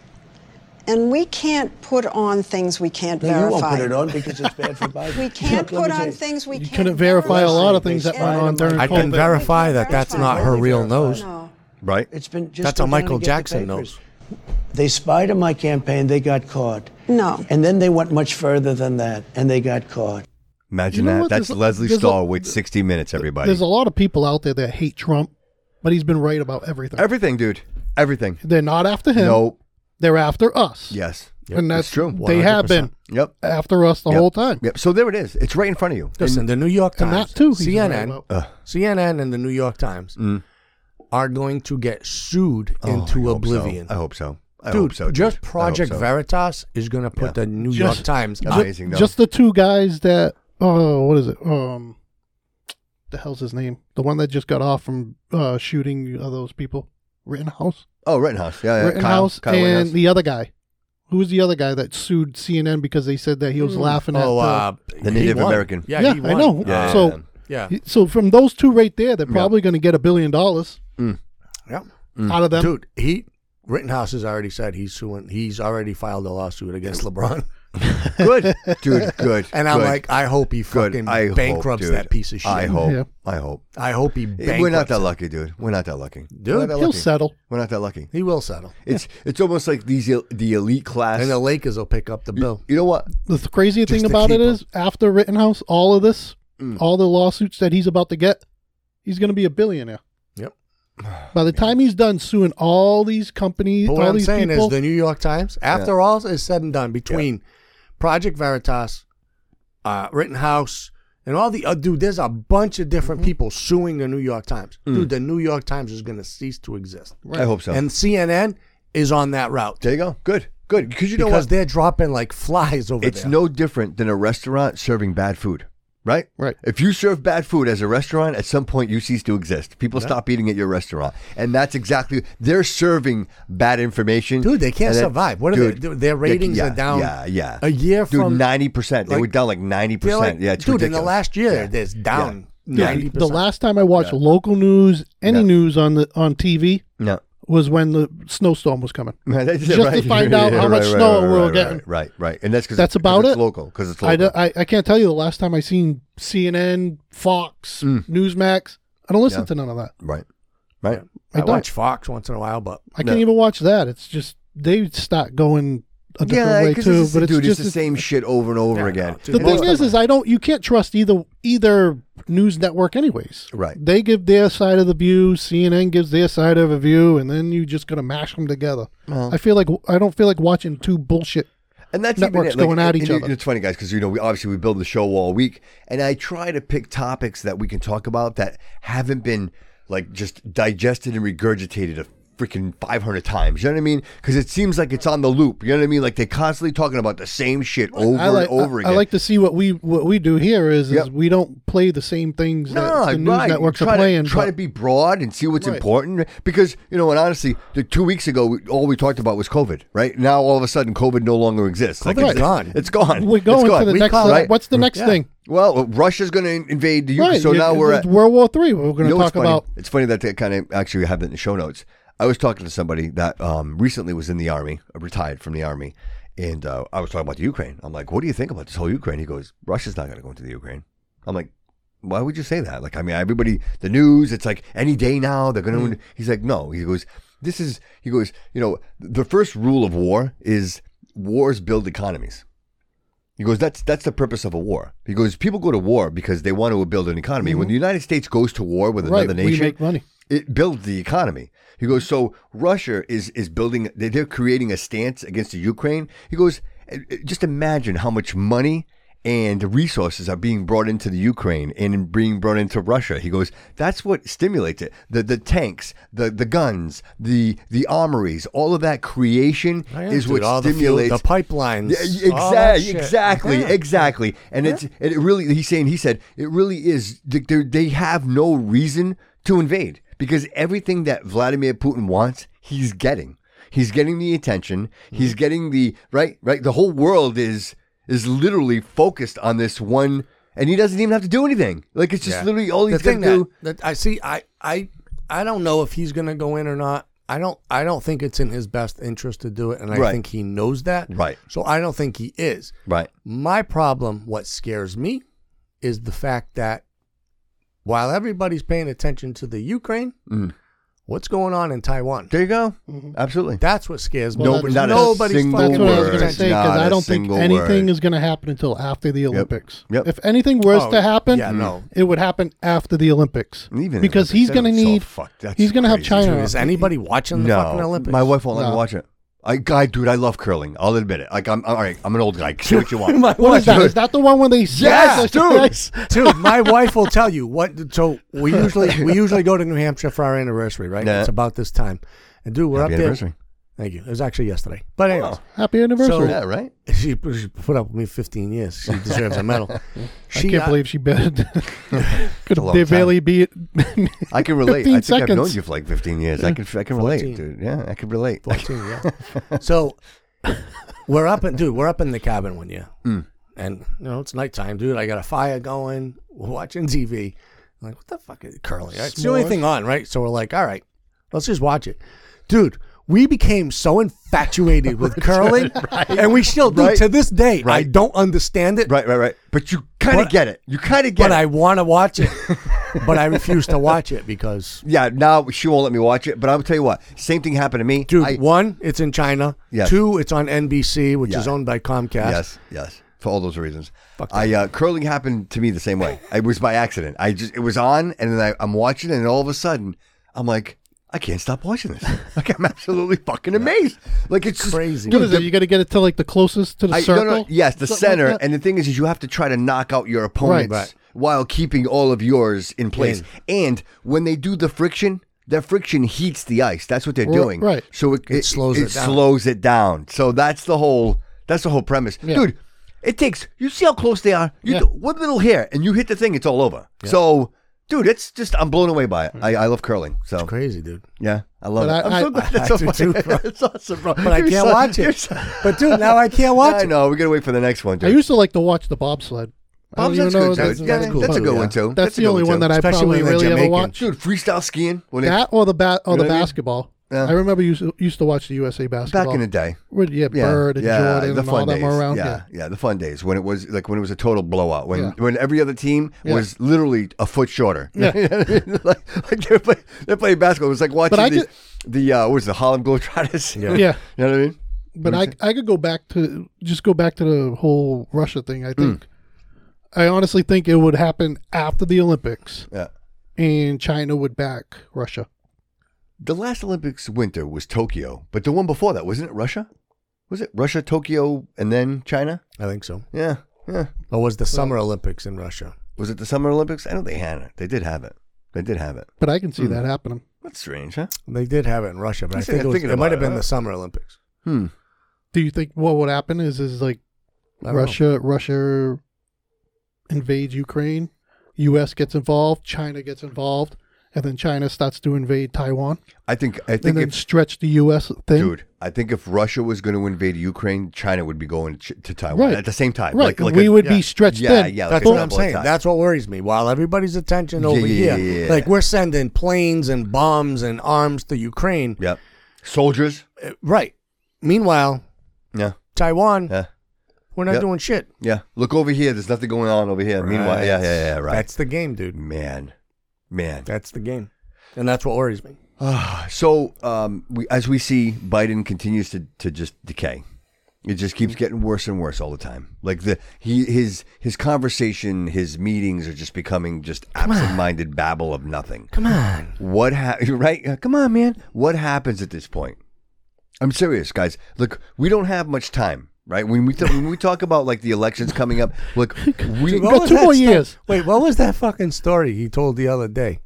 Speaker 11: and we can't put on things we can't
Speaker 8: No,
Speaker 11: verify.
Speaker 8: you won't put it on because it's bad for Biden.
Speaker 11: We can't
Speaker 8: Look, let me
Speaker 11: put
Speaker 8: tell
Speaker 11: on
Speaker 8: you.
Speaker 11: things we
Speaker 2: You
Speaker 11: can't
Speaker 2: couldn't verify a lot of things that
Speaker 11: verify.
Speaker 2: went on during
Speaker 3: I couldn't
Speaker 2: COVID.
Speaker 3: verify that that's
Speaker 11: Verify.
Speaker 3: not her real nose.
Speaker 11: No.
Speaker 1: Right?
Speaker 8: It's been just
Speaker 3: That's how
Speaker 8: go down
Speaker 3: Michael
Speaker 8: and get the
Speaker 3: Jackson
Speaker 8: papers.
Speaker 3: knows.
Speaker 8: They spied on my campaign. They got caught.
Speaker 11: No.
Speaker 8: And then they went much further than that, and they got caught.
Speaker 1: Imagine
Speaker 2: You know
Speaker 1: that.
Speaker 2: what?
Speaker 1: That's
Speaker 2: There's a-
Speaker 1: Leslie
Speaker 2: there's a-
Speaker 1: Stahl with 60 Minutes, everybody.
Speaker 2: There's a lot of people out there that hate Trump, but he's been right about everything.
Speaker 1: Everything, dude. Everything.
Speaker 2: They're not after him.
Speaker 1: No.
Speaker 2: They're after us.
Speaker 1: Yes.
Speaker 2: and that's
Speaker 1: It's true.
Speaker 2: They have been
Speaker 1: Yep.
Speaker 2: after us the
Speaker 1: Yep.
Speaker 2: whole time.
Speaker 1: Yep. So there it is. It's right in front of you.
Speaker 3: Listen, the New York
Speaker 2: And
Speaker 3: Times,
Speaker 2: that too he's right
Speaker 3: CNN,
Speaker 2: about.
Speaker 3: CNN, and the New York Times are going to get
Speaker 1: Mm.
Speaker 3: sued
Speaker 1: Oh, I
Speaker 3: into
Speaker 1: hope so.
Speaker 3: oblivion.
Speaker 1: I hope so. I
Speaker 3: dude,
Speaker 1: hope so. dude. I
Speaker 3: just
Speaker 1: hope
Speaker 3: Project
Speaker 1: so.
Speaker 3: Veritas is going to put
Speaker 1: Yeah.
Speaker 3: the New
Speaker 2: Just-
Speaker 3: York Times.
Speaker 1: Yeah.
Speaker 3: on-
Speaker 1: Amazing, though.
Speaker 2: Just the two guys that oh, what is it? Um, the hell's his name? The one that just got off from uh, shooting uh, those people, Rittenhouse,
Speaker 1: Oh, Rittenhouse.
Speaker 3: Uh,
Speaker 1: Yeah, yeah.
Speaker 2: Rittenhouse,
Speaker 1: Kyle, Kyle
Speaker 2: and
Speaker 1: Rittenhouse.
Speaker 2: the other guy. Who was the other guy that sued CNN because they said that he was laughing at
Speaker 3: Oh,
Speaker 2: the-
Speaker 3: uh,
Speaker 1: The
Speaker 3: he
Speaker 1: Native
Speaker 3: won.
Speaker 1: American.
Speaker 3: Yeah,
Speaker 2: Yeah,
Speaker 3: he
Speaker 2: I
Speaker 3: won.
Speaker 2: know.
Speaker 1: Yeah, yeah,
Speaker 2: so
Speaker 1: yeah.
Speaker 3: Yeah,
Speaker 2: So from those two right there, they're probably going to get a billion dollars
Speaker 3: yeah.
Speaker 2: out of them.
Speaker 3: Hmm. Dude, he Rittenhouse has already said he's suing. He's already filed a lawsuit against LeBron.
Speaker 1: good, dude. Good.
Speaker 3: And I'm
Speaker 1: good,
Speaker 3: like, I hope he
Speaker 1: good.
Speaker 3: fucking
Speaker 1: I hope,
Speaker 3: bankrupts
Speaker 1: dude.
Speaker 3: that piece of shit.
Speaker 1: I hope.
Speaker 2: Yeah.
Speaker 1: I hope.
Speaker 3: I hope he bankrupts.
Speaker 1: We're not that
Speaker 3: it.
Speaker 1: lucky, dude. We're not that lucky.
Speaker 3: Dude,
Speaker 1: We're not that
Speaker 2: He'll
Speaker 1: lucky.
Speaker 2: settle.
Speaker 1: We're not that lucky.
Speaker 3: He will settle,
Speaker 1: It's it's almost like these el- the elite class.
Speaker 3: and the Lakers will pick up the bill.
Speaker 1: you know what?
Speaker 2: The th- crazy
Speaker 3: Just
Speaker 2: thing
Speaker 3: to
Speaker 2: about it
Speaker 3: keep Hmm. 'em.
Speaker 2: is, after Rittenhouse, all of this, all the lawsuits that he's about to get, he's going to be a billionaire.
Speaker 3: Yep.
Speaker 2: By the time he's done suing all these companies,
Speaker 3: But
Speaker 2: all
Speaker 3: what I'm
Speaker 2: these
Speaker 3: saying
Speaker 2: people,
Speaker 3: is the New York Times, after all is said and done, between Project Veritas, uh, Rittenhouse, and all the uh, dude, there's a bunch of
Speaker 1: Mm-hmm.
Speaker 3: different people suing the New York Times. Dude, the New York Times is going to cease to exist,
Speaker 1: I hope Mm. so.
Speaker 3: and CNN is on that route.
Speaker 1: there you go. Good. Good, because you know
Speaker 3: because
Speaker 1: what?
Speaker 3: they're dropping like flies over
Speaker 1: It's
Speaker 3: there.
Speaker 1: no different than a restaurant serving bad food, right?
Speaker 2: Right.
Speaker 1: If you serve bad food as a restaurant, at some point you cease to exist. People stop eating at your restaurant, and that's exactly they're serving bad information.
Speaker 3: Dude, they can't
Speaker 1: And then-
Speaker 3: survive. What are they- their ratings
Speaker 1: yeah,
Speaker 3: are down
Speaker 1: Yeah, yeah.
Speaker 3: a year
Speaker 1: dude,
Speaker 3: from-
Speaker 1: ninety percent. They
Speaker 3: like-
Speaker 1: were down like ninety
Speaker 3: They're like,
Speaker 1: percent. Yeah, it's
Speaker 3: dude, in the
Speaker 1: ridiculous.
Speaker 3: last year, it's down
Speaker 1: Yeah.
Speaker 3: ninety
Speaker 2: The
Speaker 3: percent.
Speaker 2: last time I watched local news, any news on the on TV,
Speaker 1: no.
Speaker 2: was when the snowstorm was coming.
Speaker 1: That's it,
Speaker 2: Just
Speaker 1: right?
Speaker 2: to find out
Speaker 1: Yeah,
Speaker 2: how
Speaker 1: right,
Speaker 2: much
Speaker 1: right,
Speaker 2: snow
Speaker 1: right,
Speaker 2: we're
Speaker 1: right,
Speaker 2: getting.
Speaker 1: Right, right, right. and that's because
Speaker 2: That's about
Speaker 1: it's
Speaker 2: it.
Speaker 1: local because it's
Speaker 2: I,
Speaker 1: local.
Speaker 2: don't- I, I can't tell you the last time I seen CNN, Fox, Newsmax. I don't listen
Speaker 1: Mm. Yeah.
Speaker 2: to none of that.
Speaker 1: right, right.
Speaker 3: I,
Speaker 2: I don't.
Speaker 3: watch Fox once in a while, but
Speaker 2: I can't even watch that. It's just they start going a different way
Speaker 1: 'cause
Speaker 2: too.
Speaker 1: the-
Speaker 2: but it's
Speaker 1: dude,
Speaker 2: just
Speaker 1: it's the same shit over and over
Speaker 3: Yeah,
Speaker 1: again.
Speaker 3: no,
Speaker 2: The
Speaker 3: dude.
Speaker 1: And
Speaker 2: thing is, is I don't. You can't trust either either news network, anyways.
Speaker 1: Right.
Speaker 2: They give their side of the view. CNN gives their side of a view, and then you just gonna mash them together. I feel like I don't feel like watching two bullshit.
Speaker 1: and that's
Speaker 2: networks
Speaker 1: even it.
Speaker 2: going at
Speaker 1: and
Speaker 2: each
Speaker 1: you-
Speaker 2: other.
Speaker 1: It's funny, guys, because you know we obviously we build the show all week, and I try to pick topics that we can talk about that haven't been like just digested and regurgitated a freaking 500 times. You know what I mean? Because it seems like it's on the loop. You know what I mean? Like they're constantly talking about the same shit over
Speaker 2: I like
Speaker 1: and over
Speaker 2: I-
Speaker 1: again.
Speaker 2: I, like to see what we what we do here is
Speaker 1: Yep.
Speaker 2: is we don't play the same things
Speaker 1: No,
Speaker 2: that the news
Speaker 1: right.
Speaker 2: networks
Speaker 1: try
Speaker 2: are playing.
Speaker 1: To, try to
Speaker 2: but-
Speaker 1: be broad and see what's
Speaker 2: Right.
Speaker 1: important because you know, and honestly, the two weeks ago, we, all we talked about was COVID. Right now, all of a sudden, COVID no longer exists. Like,
Speaker 3: COVID's
Speaker 1: it's-
Speaker 3: gone.
Speaker 1: It's gone.
Speaker 2: we're
Speaker 1: It's
Speaker 2: going
Speaker 1: gone.
Speaker 2: to the
Speaker 1: We
Speaker 2: next.
Speaker 1: call-
Speaker 2: uh,
Speaker 1: right?
Speaker 2: What's the next thing?
Speaker 1: Well, Russia's going to invade the Ukraine, so
Speaker 2: you-
Speaker 1: now we're
Speaker 2: it's
Speaker 1: at.
Speaker 2: World War Three. We're
Speaker 1: You
Speaker 2: going to
Speaker 1: know what's
Speaker 2: talk
Speaker 1: funny?
Speaker 2: about.
Speaker 1: It's funny that they kind of actually have that in the show notes. I was talking to somebody that um, recently was in the army, retired from the army, and uh, I was talking about the Ukraine. I'm like, "What do you think about this whole Ukraine?" He goes, "Russia's not going to go into the Ukraine." I'm like, "Why would you say that?" Like, I mean, everybody, the news, it's like any day now they're
Speaker 2: Mm.
Speaker 1: going to. He's like, "No." He goes, "This is." He goes, "You know, the first rule of war is wars build economies." He goes, that's that's the purpose of a war. He goes, people go to war because they want to build an economy. When the United States goes to war with
Speaker 2: Mm-hmm. Right,
Speaker 1: another
Speaker 2: we
Speaker 1: nation,
Speaker 2: make money.
Speaker 1: It builds the economy. He goes, so Russia is is building. they- They're creating a stance against the Ukraine. He goes, "Eh, eh, just imagine how much money and resources are being brought into the Ukraine and being brought into Russia. He goes, that's what stimulates it. The the tanks, the the guns, the the armories, all of that creation
Speaker 3: Yeah,
Speaker 1: is
Speaker 3: dude,
Speaker 1: what
Speaker 3: all the fuel-
Speaker 1: stimulates
Speaker 3: the pipelines,
Speaker 1: yeah,
Speaker 3: all that
Speaker 1: exactly,
Speaker 3: shit.
Speaker 1: exactly,
Speaker 3: Yeah.
Speaker 1: exactly. And it's and it really. He's saying he said it really is. th- they're- They have no reason to invade because everything that Vladimir Putin wants, he's getting. He's getting the attention.
Speaker 3: Mm.
Speaker 1: He's getting the right, right. The whole world is is literally focused on this one, and he doesn't even have to do anything. Like it's just
Speaker 3: Yeah.
Speaker 1: literally all
Speaker 3: the
Speaker 1: he's
Speaker 3: thing
Speaker 1: gonna
Speaker 3: that,
Speaker 1: do.
Speaker 3: that I see, I, I, I don't know if he's gonna go in or not. I don't, I don't think it's in his best interest to do it, and I
Speaker 1: Right.
Speaker 3: think he knows that.
Speaker 1: Right.
Speaker 3: So I don't think he is.
Speaker 1: Right.
Speaker 3: My problem, what scares me, is the fact that while everybody's paying attention to the Ukraine,
Speaker 1: Mm.
Speaker 3: what's going on in Taiwan?
Speaker 1: There you go.
Speaker 3: Mm-hmm.
Speaker 1: Absolutely.
Speaker 3: That's what scares me.
Speaker 2: Well,
Speaker 1: Nobody-
Speaker 2: that's-
Speaker 1: not a
Speaker 3: nobody's
Speaker 1: single
Speaker 2: That's what I was
Speaker 1: word.
Speaker 2: going to say because
Speaker 1: Not
Speaker 2: I
Speaker 1: a
Speaker 2: don't think
Speaker 1: single
Speaker 2: anything
Speaker 1: word.
Speaker 2: is going to happen until after the Olympics.
Speaker 1: Yep.
Speaker 2: If anything was
Speaker 3: Oh,
Speaker 2: to happen,
Speaker 3: yeah, no.
Speaker 2: it would happen after the Olympics.
Speaker 1: And even the
Speaker 2: because
Speaker 1: Olympics,
Speaker 2: he's
Speaker 1: that
Speaker 2: going to
Speaker 1: is so
Speaker 2: need
Speaker 1: fucked. That's
Speaker 2: he's going to have
Speaker 1: crazy.
Speaker 2: China.
Speaker 3: Dude, is anybody watching the fucking Olympics?
Speaker 1: My wife won't let me
Speaker 2: No.
Speaker 1: watch it. I, guy, dude, I love curling. I'll admit it. Like, I'm all right. I'm an old guy. See what you want.
Speaker 3: My
Speaker 2: What is that?
Speaker 1: Dude.
Speaker 2: Is that the one where they
Speaker 1: Yes, dude.
Speaker 3: Dude, my wife will tell you what. So we usually we usually go to New Hampshire for our anniversary, right?
Speaker 1: Yeah.
Speaker 3: It's about this time, and dude, we're
Speaker 1: Happy
Speaker 3: up there.
Speaker 1: anniversary.
Speaker 3: Thank you. It was actually yesterday, but anyways,
Speaker 2: Happy anniversary!
Speaker 1: Yeah, right.
Speaker 3: she, she put up with me 15 years. She deserves a medal. She,
Speaker 2: I can't believe she bet. Could
Speaker 1: long
Speaker 2: they
Speaker 1: time.
Speaker 2: barely beat?
Speaker 1: I can relate. I
Speaker 2: 15
Speaker 1: think I've known
Speaker 2: seconds.
Speaker 1: you for like 15 years. I can, I can relate,
Speaker 3: 14.
Speaker 1: dude. Yeah, I can relate.
Speaker 3: 14, yeah. So we're up in, dude, we're up in the cabin one year.
Speaker 1: Mm.
Speaker 3: And, you know, it's nighttime, dude. I got a fire going. We're watching TV. I'm like, what the fuck is curling? Right? It's the only
Speaker 2: S'mores.
Speaker 3: thing on, right? So we're like, all right, let's just watch it. Dude, we became so infatuated with curling. And we still do
Speaker 1: Right.
Speaker 3: to this day. I
Speaker 1: Right.
Speaker 3: don't understand it.
Speaker 1: Right, right, right. But you kind of
Speaker 3: But-
Speaker 1: get it. You kind of get
Speaker 3: But
Speaker 1: it.
Speaker 3: I want to watch it. but I refuse to watch it because,
Speaker 1: yeah, now she won't let me watch it. But I'll tell you what. Same thing happened to me.
Speaker 3: dude,
Speaker 1: I-
Speaker 3: one, it's in China.
Speaker 1: Yes.
Speaker 3: Two, it's on NBC, which is
Speaker 1: Yeah.
Speaker 3: owned by Comcast.
Speaker 1: Yes, yes. For all those reasons, I uh, curling happened to me the same way. It was by accident. I just it was on, and then I, I'm watching, it, and all of a sudden, I'm like, I can't stop watching this. like I'm absolutely fucking amazed. Like it's just-
Speaker 3: Crazy.
Speaker 1: dude,
Speaker 2: what is
Speaker 1: the-
Speaker 2: it? You got to get it to like the closest to the
Speaker 1: I- no,
Speaker 2: circle.
Speaker 1: no, yes, the
Speaker 2: Something like
Speaker 1: center.
Speaker 2: that?
Speaker 1: and the thing is, is you have to try to knock out your opponents
Speaker 3: Right.
Speaker 1: while keeping all of yours in place. And when they do the friction, that friction heats the ice. That's what they're
Speaker 2: Right,
Speaker 1: doing.
Speaker 2: right.
Speaker 1: So it,
Speaker 3: It slows it down.
Speaker 1: slows it down. So that's the whole that's the whole premise,
Speaker 2: Yeah.
Speaker 1: dude. It takes you see how close they are. You
Speaker 2: Yeah.
Speaker 1: do one little hair and you hit the thing. It's all over. So. Dude, it's just I'm blown away by it. I, I love curling, so
Speaker 3: Crazy, dude.
Speaker 1: yeah, I love it.
Speaker 2: But I-
Speaker 1: am so
Speaker 2: I-
Speaker 1: glad that's so
Speaker 3: I do
Speaker 1: funny.
Speaker 3: too, bro.
Speaker 1: It's awesome, bro.
Speaker 3: But I
Speaker 1: You're
Speaker 3: can't
Speaker 1: so-
Speaker 3: watch
Speaker 1: you're
Speaker 3: it.
Speaker 1: so-
Speaker 3: But dude, now I can't watch
Speaker 1: I
Speaker 3: it.
Speaker 1: know. We're gonna wait for the next one,
Speaker 2: I
Speaker 1: dude.
Speaker 2: used to like to watch the bobsled. I don't
Speaker 1: Bob's
Speaker 2: even
Speaker 1: that's
Speaker 2: know
Speaker 1: good,
Speaker 2: that's-
Speaker 1: dude.
Speaker 2: that's
Speaker 1: Yeah,
Speaker 2: cool. Oh,
Speaker 1: That's a good
Speaker 3: Yeah.
Speaker 1: one too.
Speaker 2: That's
Speaker 1: a
Speaker 2: the
Speaker 1: good
Speaker 2: only one
Speaker 1: too.
Speaker 2: that I
Speaker 3: Especially
Speaker 2: probably
Speaker 3: when they're
Speaker 2: really ever
Speaker 3: Jamaican.
Speaker 2: watched.
Speaker 1: Dude, freestyle skiing. When they,
Speaker 2: That or the bat or
Speaker 1: know
Speaker 2: the
Speaker 1: what I mean?
Speaker 2: basketball.
Speaker 1: Yeah.
Speaker 2: I remember used to, used to watch the USA
Speaker 1: back
Speaker 2: basketball
Speaker 1: in the day.
Speaker 2: With, yeah,
Speaker 1: Yeah,
Speaker 2: Bird and
Speaker 1: yeah,
Speaker 2: Jordan
Speaker 1: the
Speaker 2: and
Speaker 1: fun
Speaker 2: all
Speaker 1: days.
Speaker 2: them around.
Speaker 1: Yeah,
Speaker 2: Yeah,
Speaker 1: yeah, the fun days when it was like when it was a total blowout. When
Speaker 2: Yeah.
Speaker 1: when every other team
Speaker 2: Yeah.
Speaker 1: was literally a foot shorter.
Speaker 2: Yeah.
Speaker 1: like, like they're, play, they're playing basketball. It was like watching
Speaker 2: I
Speaker 1: the
Speaker 2: could-
Speaker 1: the uh, what was it, the Harlem Globetrotters.
Speaker 3: Yeah.
Speaker 2: Yeah.
Speaker 1: you know what I mean.
Speaker 2: but I I could go back to just go back to the whole Russia thing.
Speaker 1: Hmm.
Speaker 2: I think I honestly think it would happen after the Olympics
Speaker 1: Yeah.
Speaker 2: and China would back Russia.
Speaker 1: The last Olympics winter was Tokyo, but the one before that wasn't it Russia? Was it Russia, Tokyo, and then China?
Speaker 3: I think so.
Speaker 1: Yeah, yeah.
Speaker 3: Or was the Summer Olympics in Russia?
Speaker 1: Was it the Summer Olympics? I know they had it. They did have it. They did have it.
Speaker 2: But I can see
Speaker 1: Hmm.
Speaker 2: that happening.
Speaker 1: That's strange, huh?
Speaker 3: They did have it in Russia, but
Speaker 1: I
Speaker 3: I
Speaker 1: see, I'm
Speaker 3: think it, was,
Speaker 1: thinking
Speaker 3: it
Speaker 1: about
Speaker 3: might have
Speaker 1: it,
Speaker 3: been
Speaker 1: huh?
Speaker 3: the Summer Olympics.
Speaker 1: Hmm.
Speaker 2: Do you think what would happen is is like
Speaker 3: I don't know.
Speaker 2: Russia Russia invades Ukraine, U.S. gets involved, China gets involved, and then China starts to invade Taiwan
Speaker 1: I think I
Speaker 2: and
Speaker 1: think
Speaker 2: then
Speaker 1: if
Speaker 2: stretch the U.S. thing.
Speaker 1: Dude, I think if Russia was going to invade Ukraine, China would be going to, to Taiwan
Speaker 2: Right.
Speaker 1: at the same time.
Speaker 2: Right,
Speaker 1: Like, like
Speaker 2: we
Speaker 1: a-
Speaker 2: would
Speaker 3: yeah.
Speaker 2: be stretched
Speaker 1: Yeah,
Speaker 2: thin.
Speaker 1: yeah. like
Speaker 3: That's
Speaker 1: a
Speaker 3: what I'm
Speaker 1: double
Speaker 3: saying.
Speaker 1: attack.
Speaker 3: That's what worries me. While everybody's attention
Speaker 1: Yeah,
Speaker 3: over
Speaker 1: yeah,
Speaker 3: here,
Speaker 1: yeah, yeah.
Speaker 3: like we're sending planes and bombs and arms to Ukraine.
Speaker 1: Yep. Soldiers.
Speaker 3: Uh, Right. Meanwhile,
Speaker 1: Yeah.
Speaker 3: Taiwan,
Speaker 1: Yeah.
Speaker 3: we're not
Speaker 1: Yep.
Speaker 3: doing shit.
Speaker 1: Yeah. Look over here. There's nothing going on over here. Meanwhile,
Speaker 3: Right.
Speaker 1: yeah, yeah, yeah. Right.
Speaker 3: That's the game, dude.
Speaker 1: man, man.
Speaker 3: That's the game, and that's what worries me.
Speaker 1: So, um, we, as we see, Biden continues to, to just decay. It just keeps getting worse and worse all the time. Like the he his his conversation, his meetings are just becoming just absent-minded babble of nothing.
Speaker 3: Come on.
Speaker 1: What ha- right? Uh, Come on, man. What happens at this point? I'm serious, guys. Look, we don't have much time, right? When we when we talk about like the elections coming up, look, we
Speaker 2: got two more years.
Speaker 3: Wait, what was that fucking story he told the other day?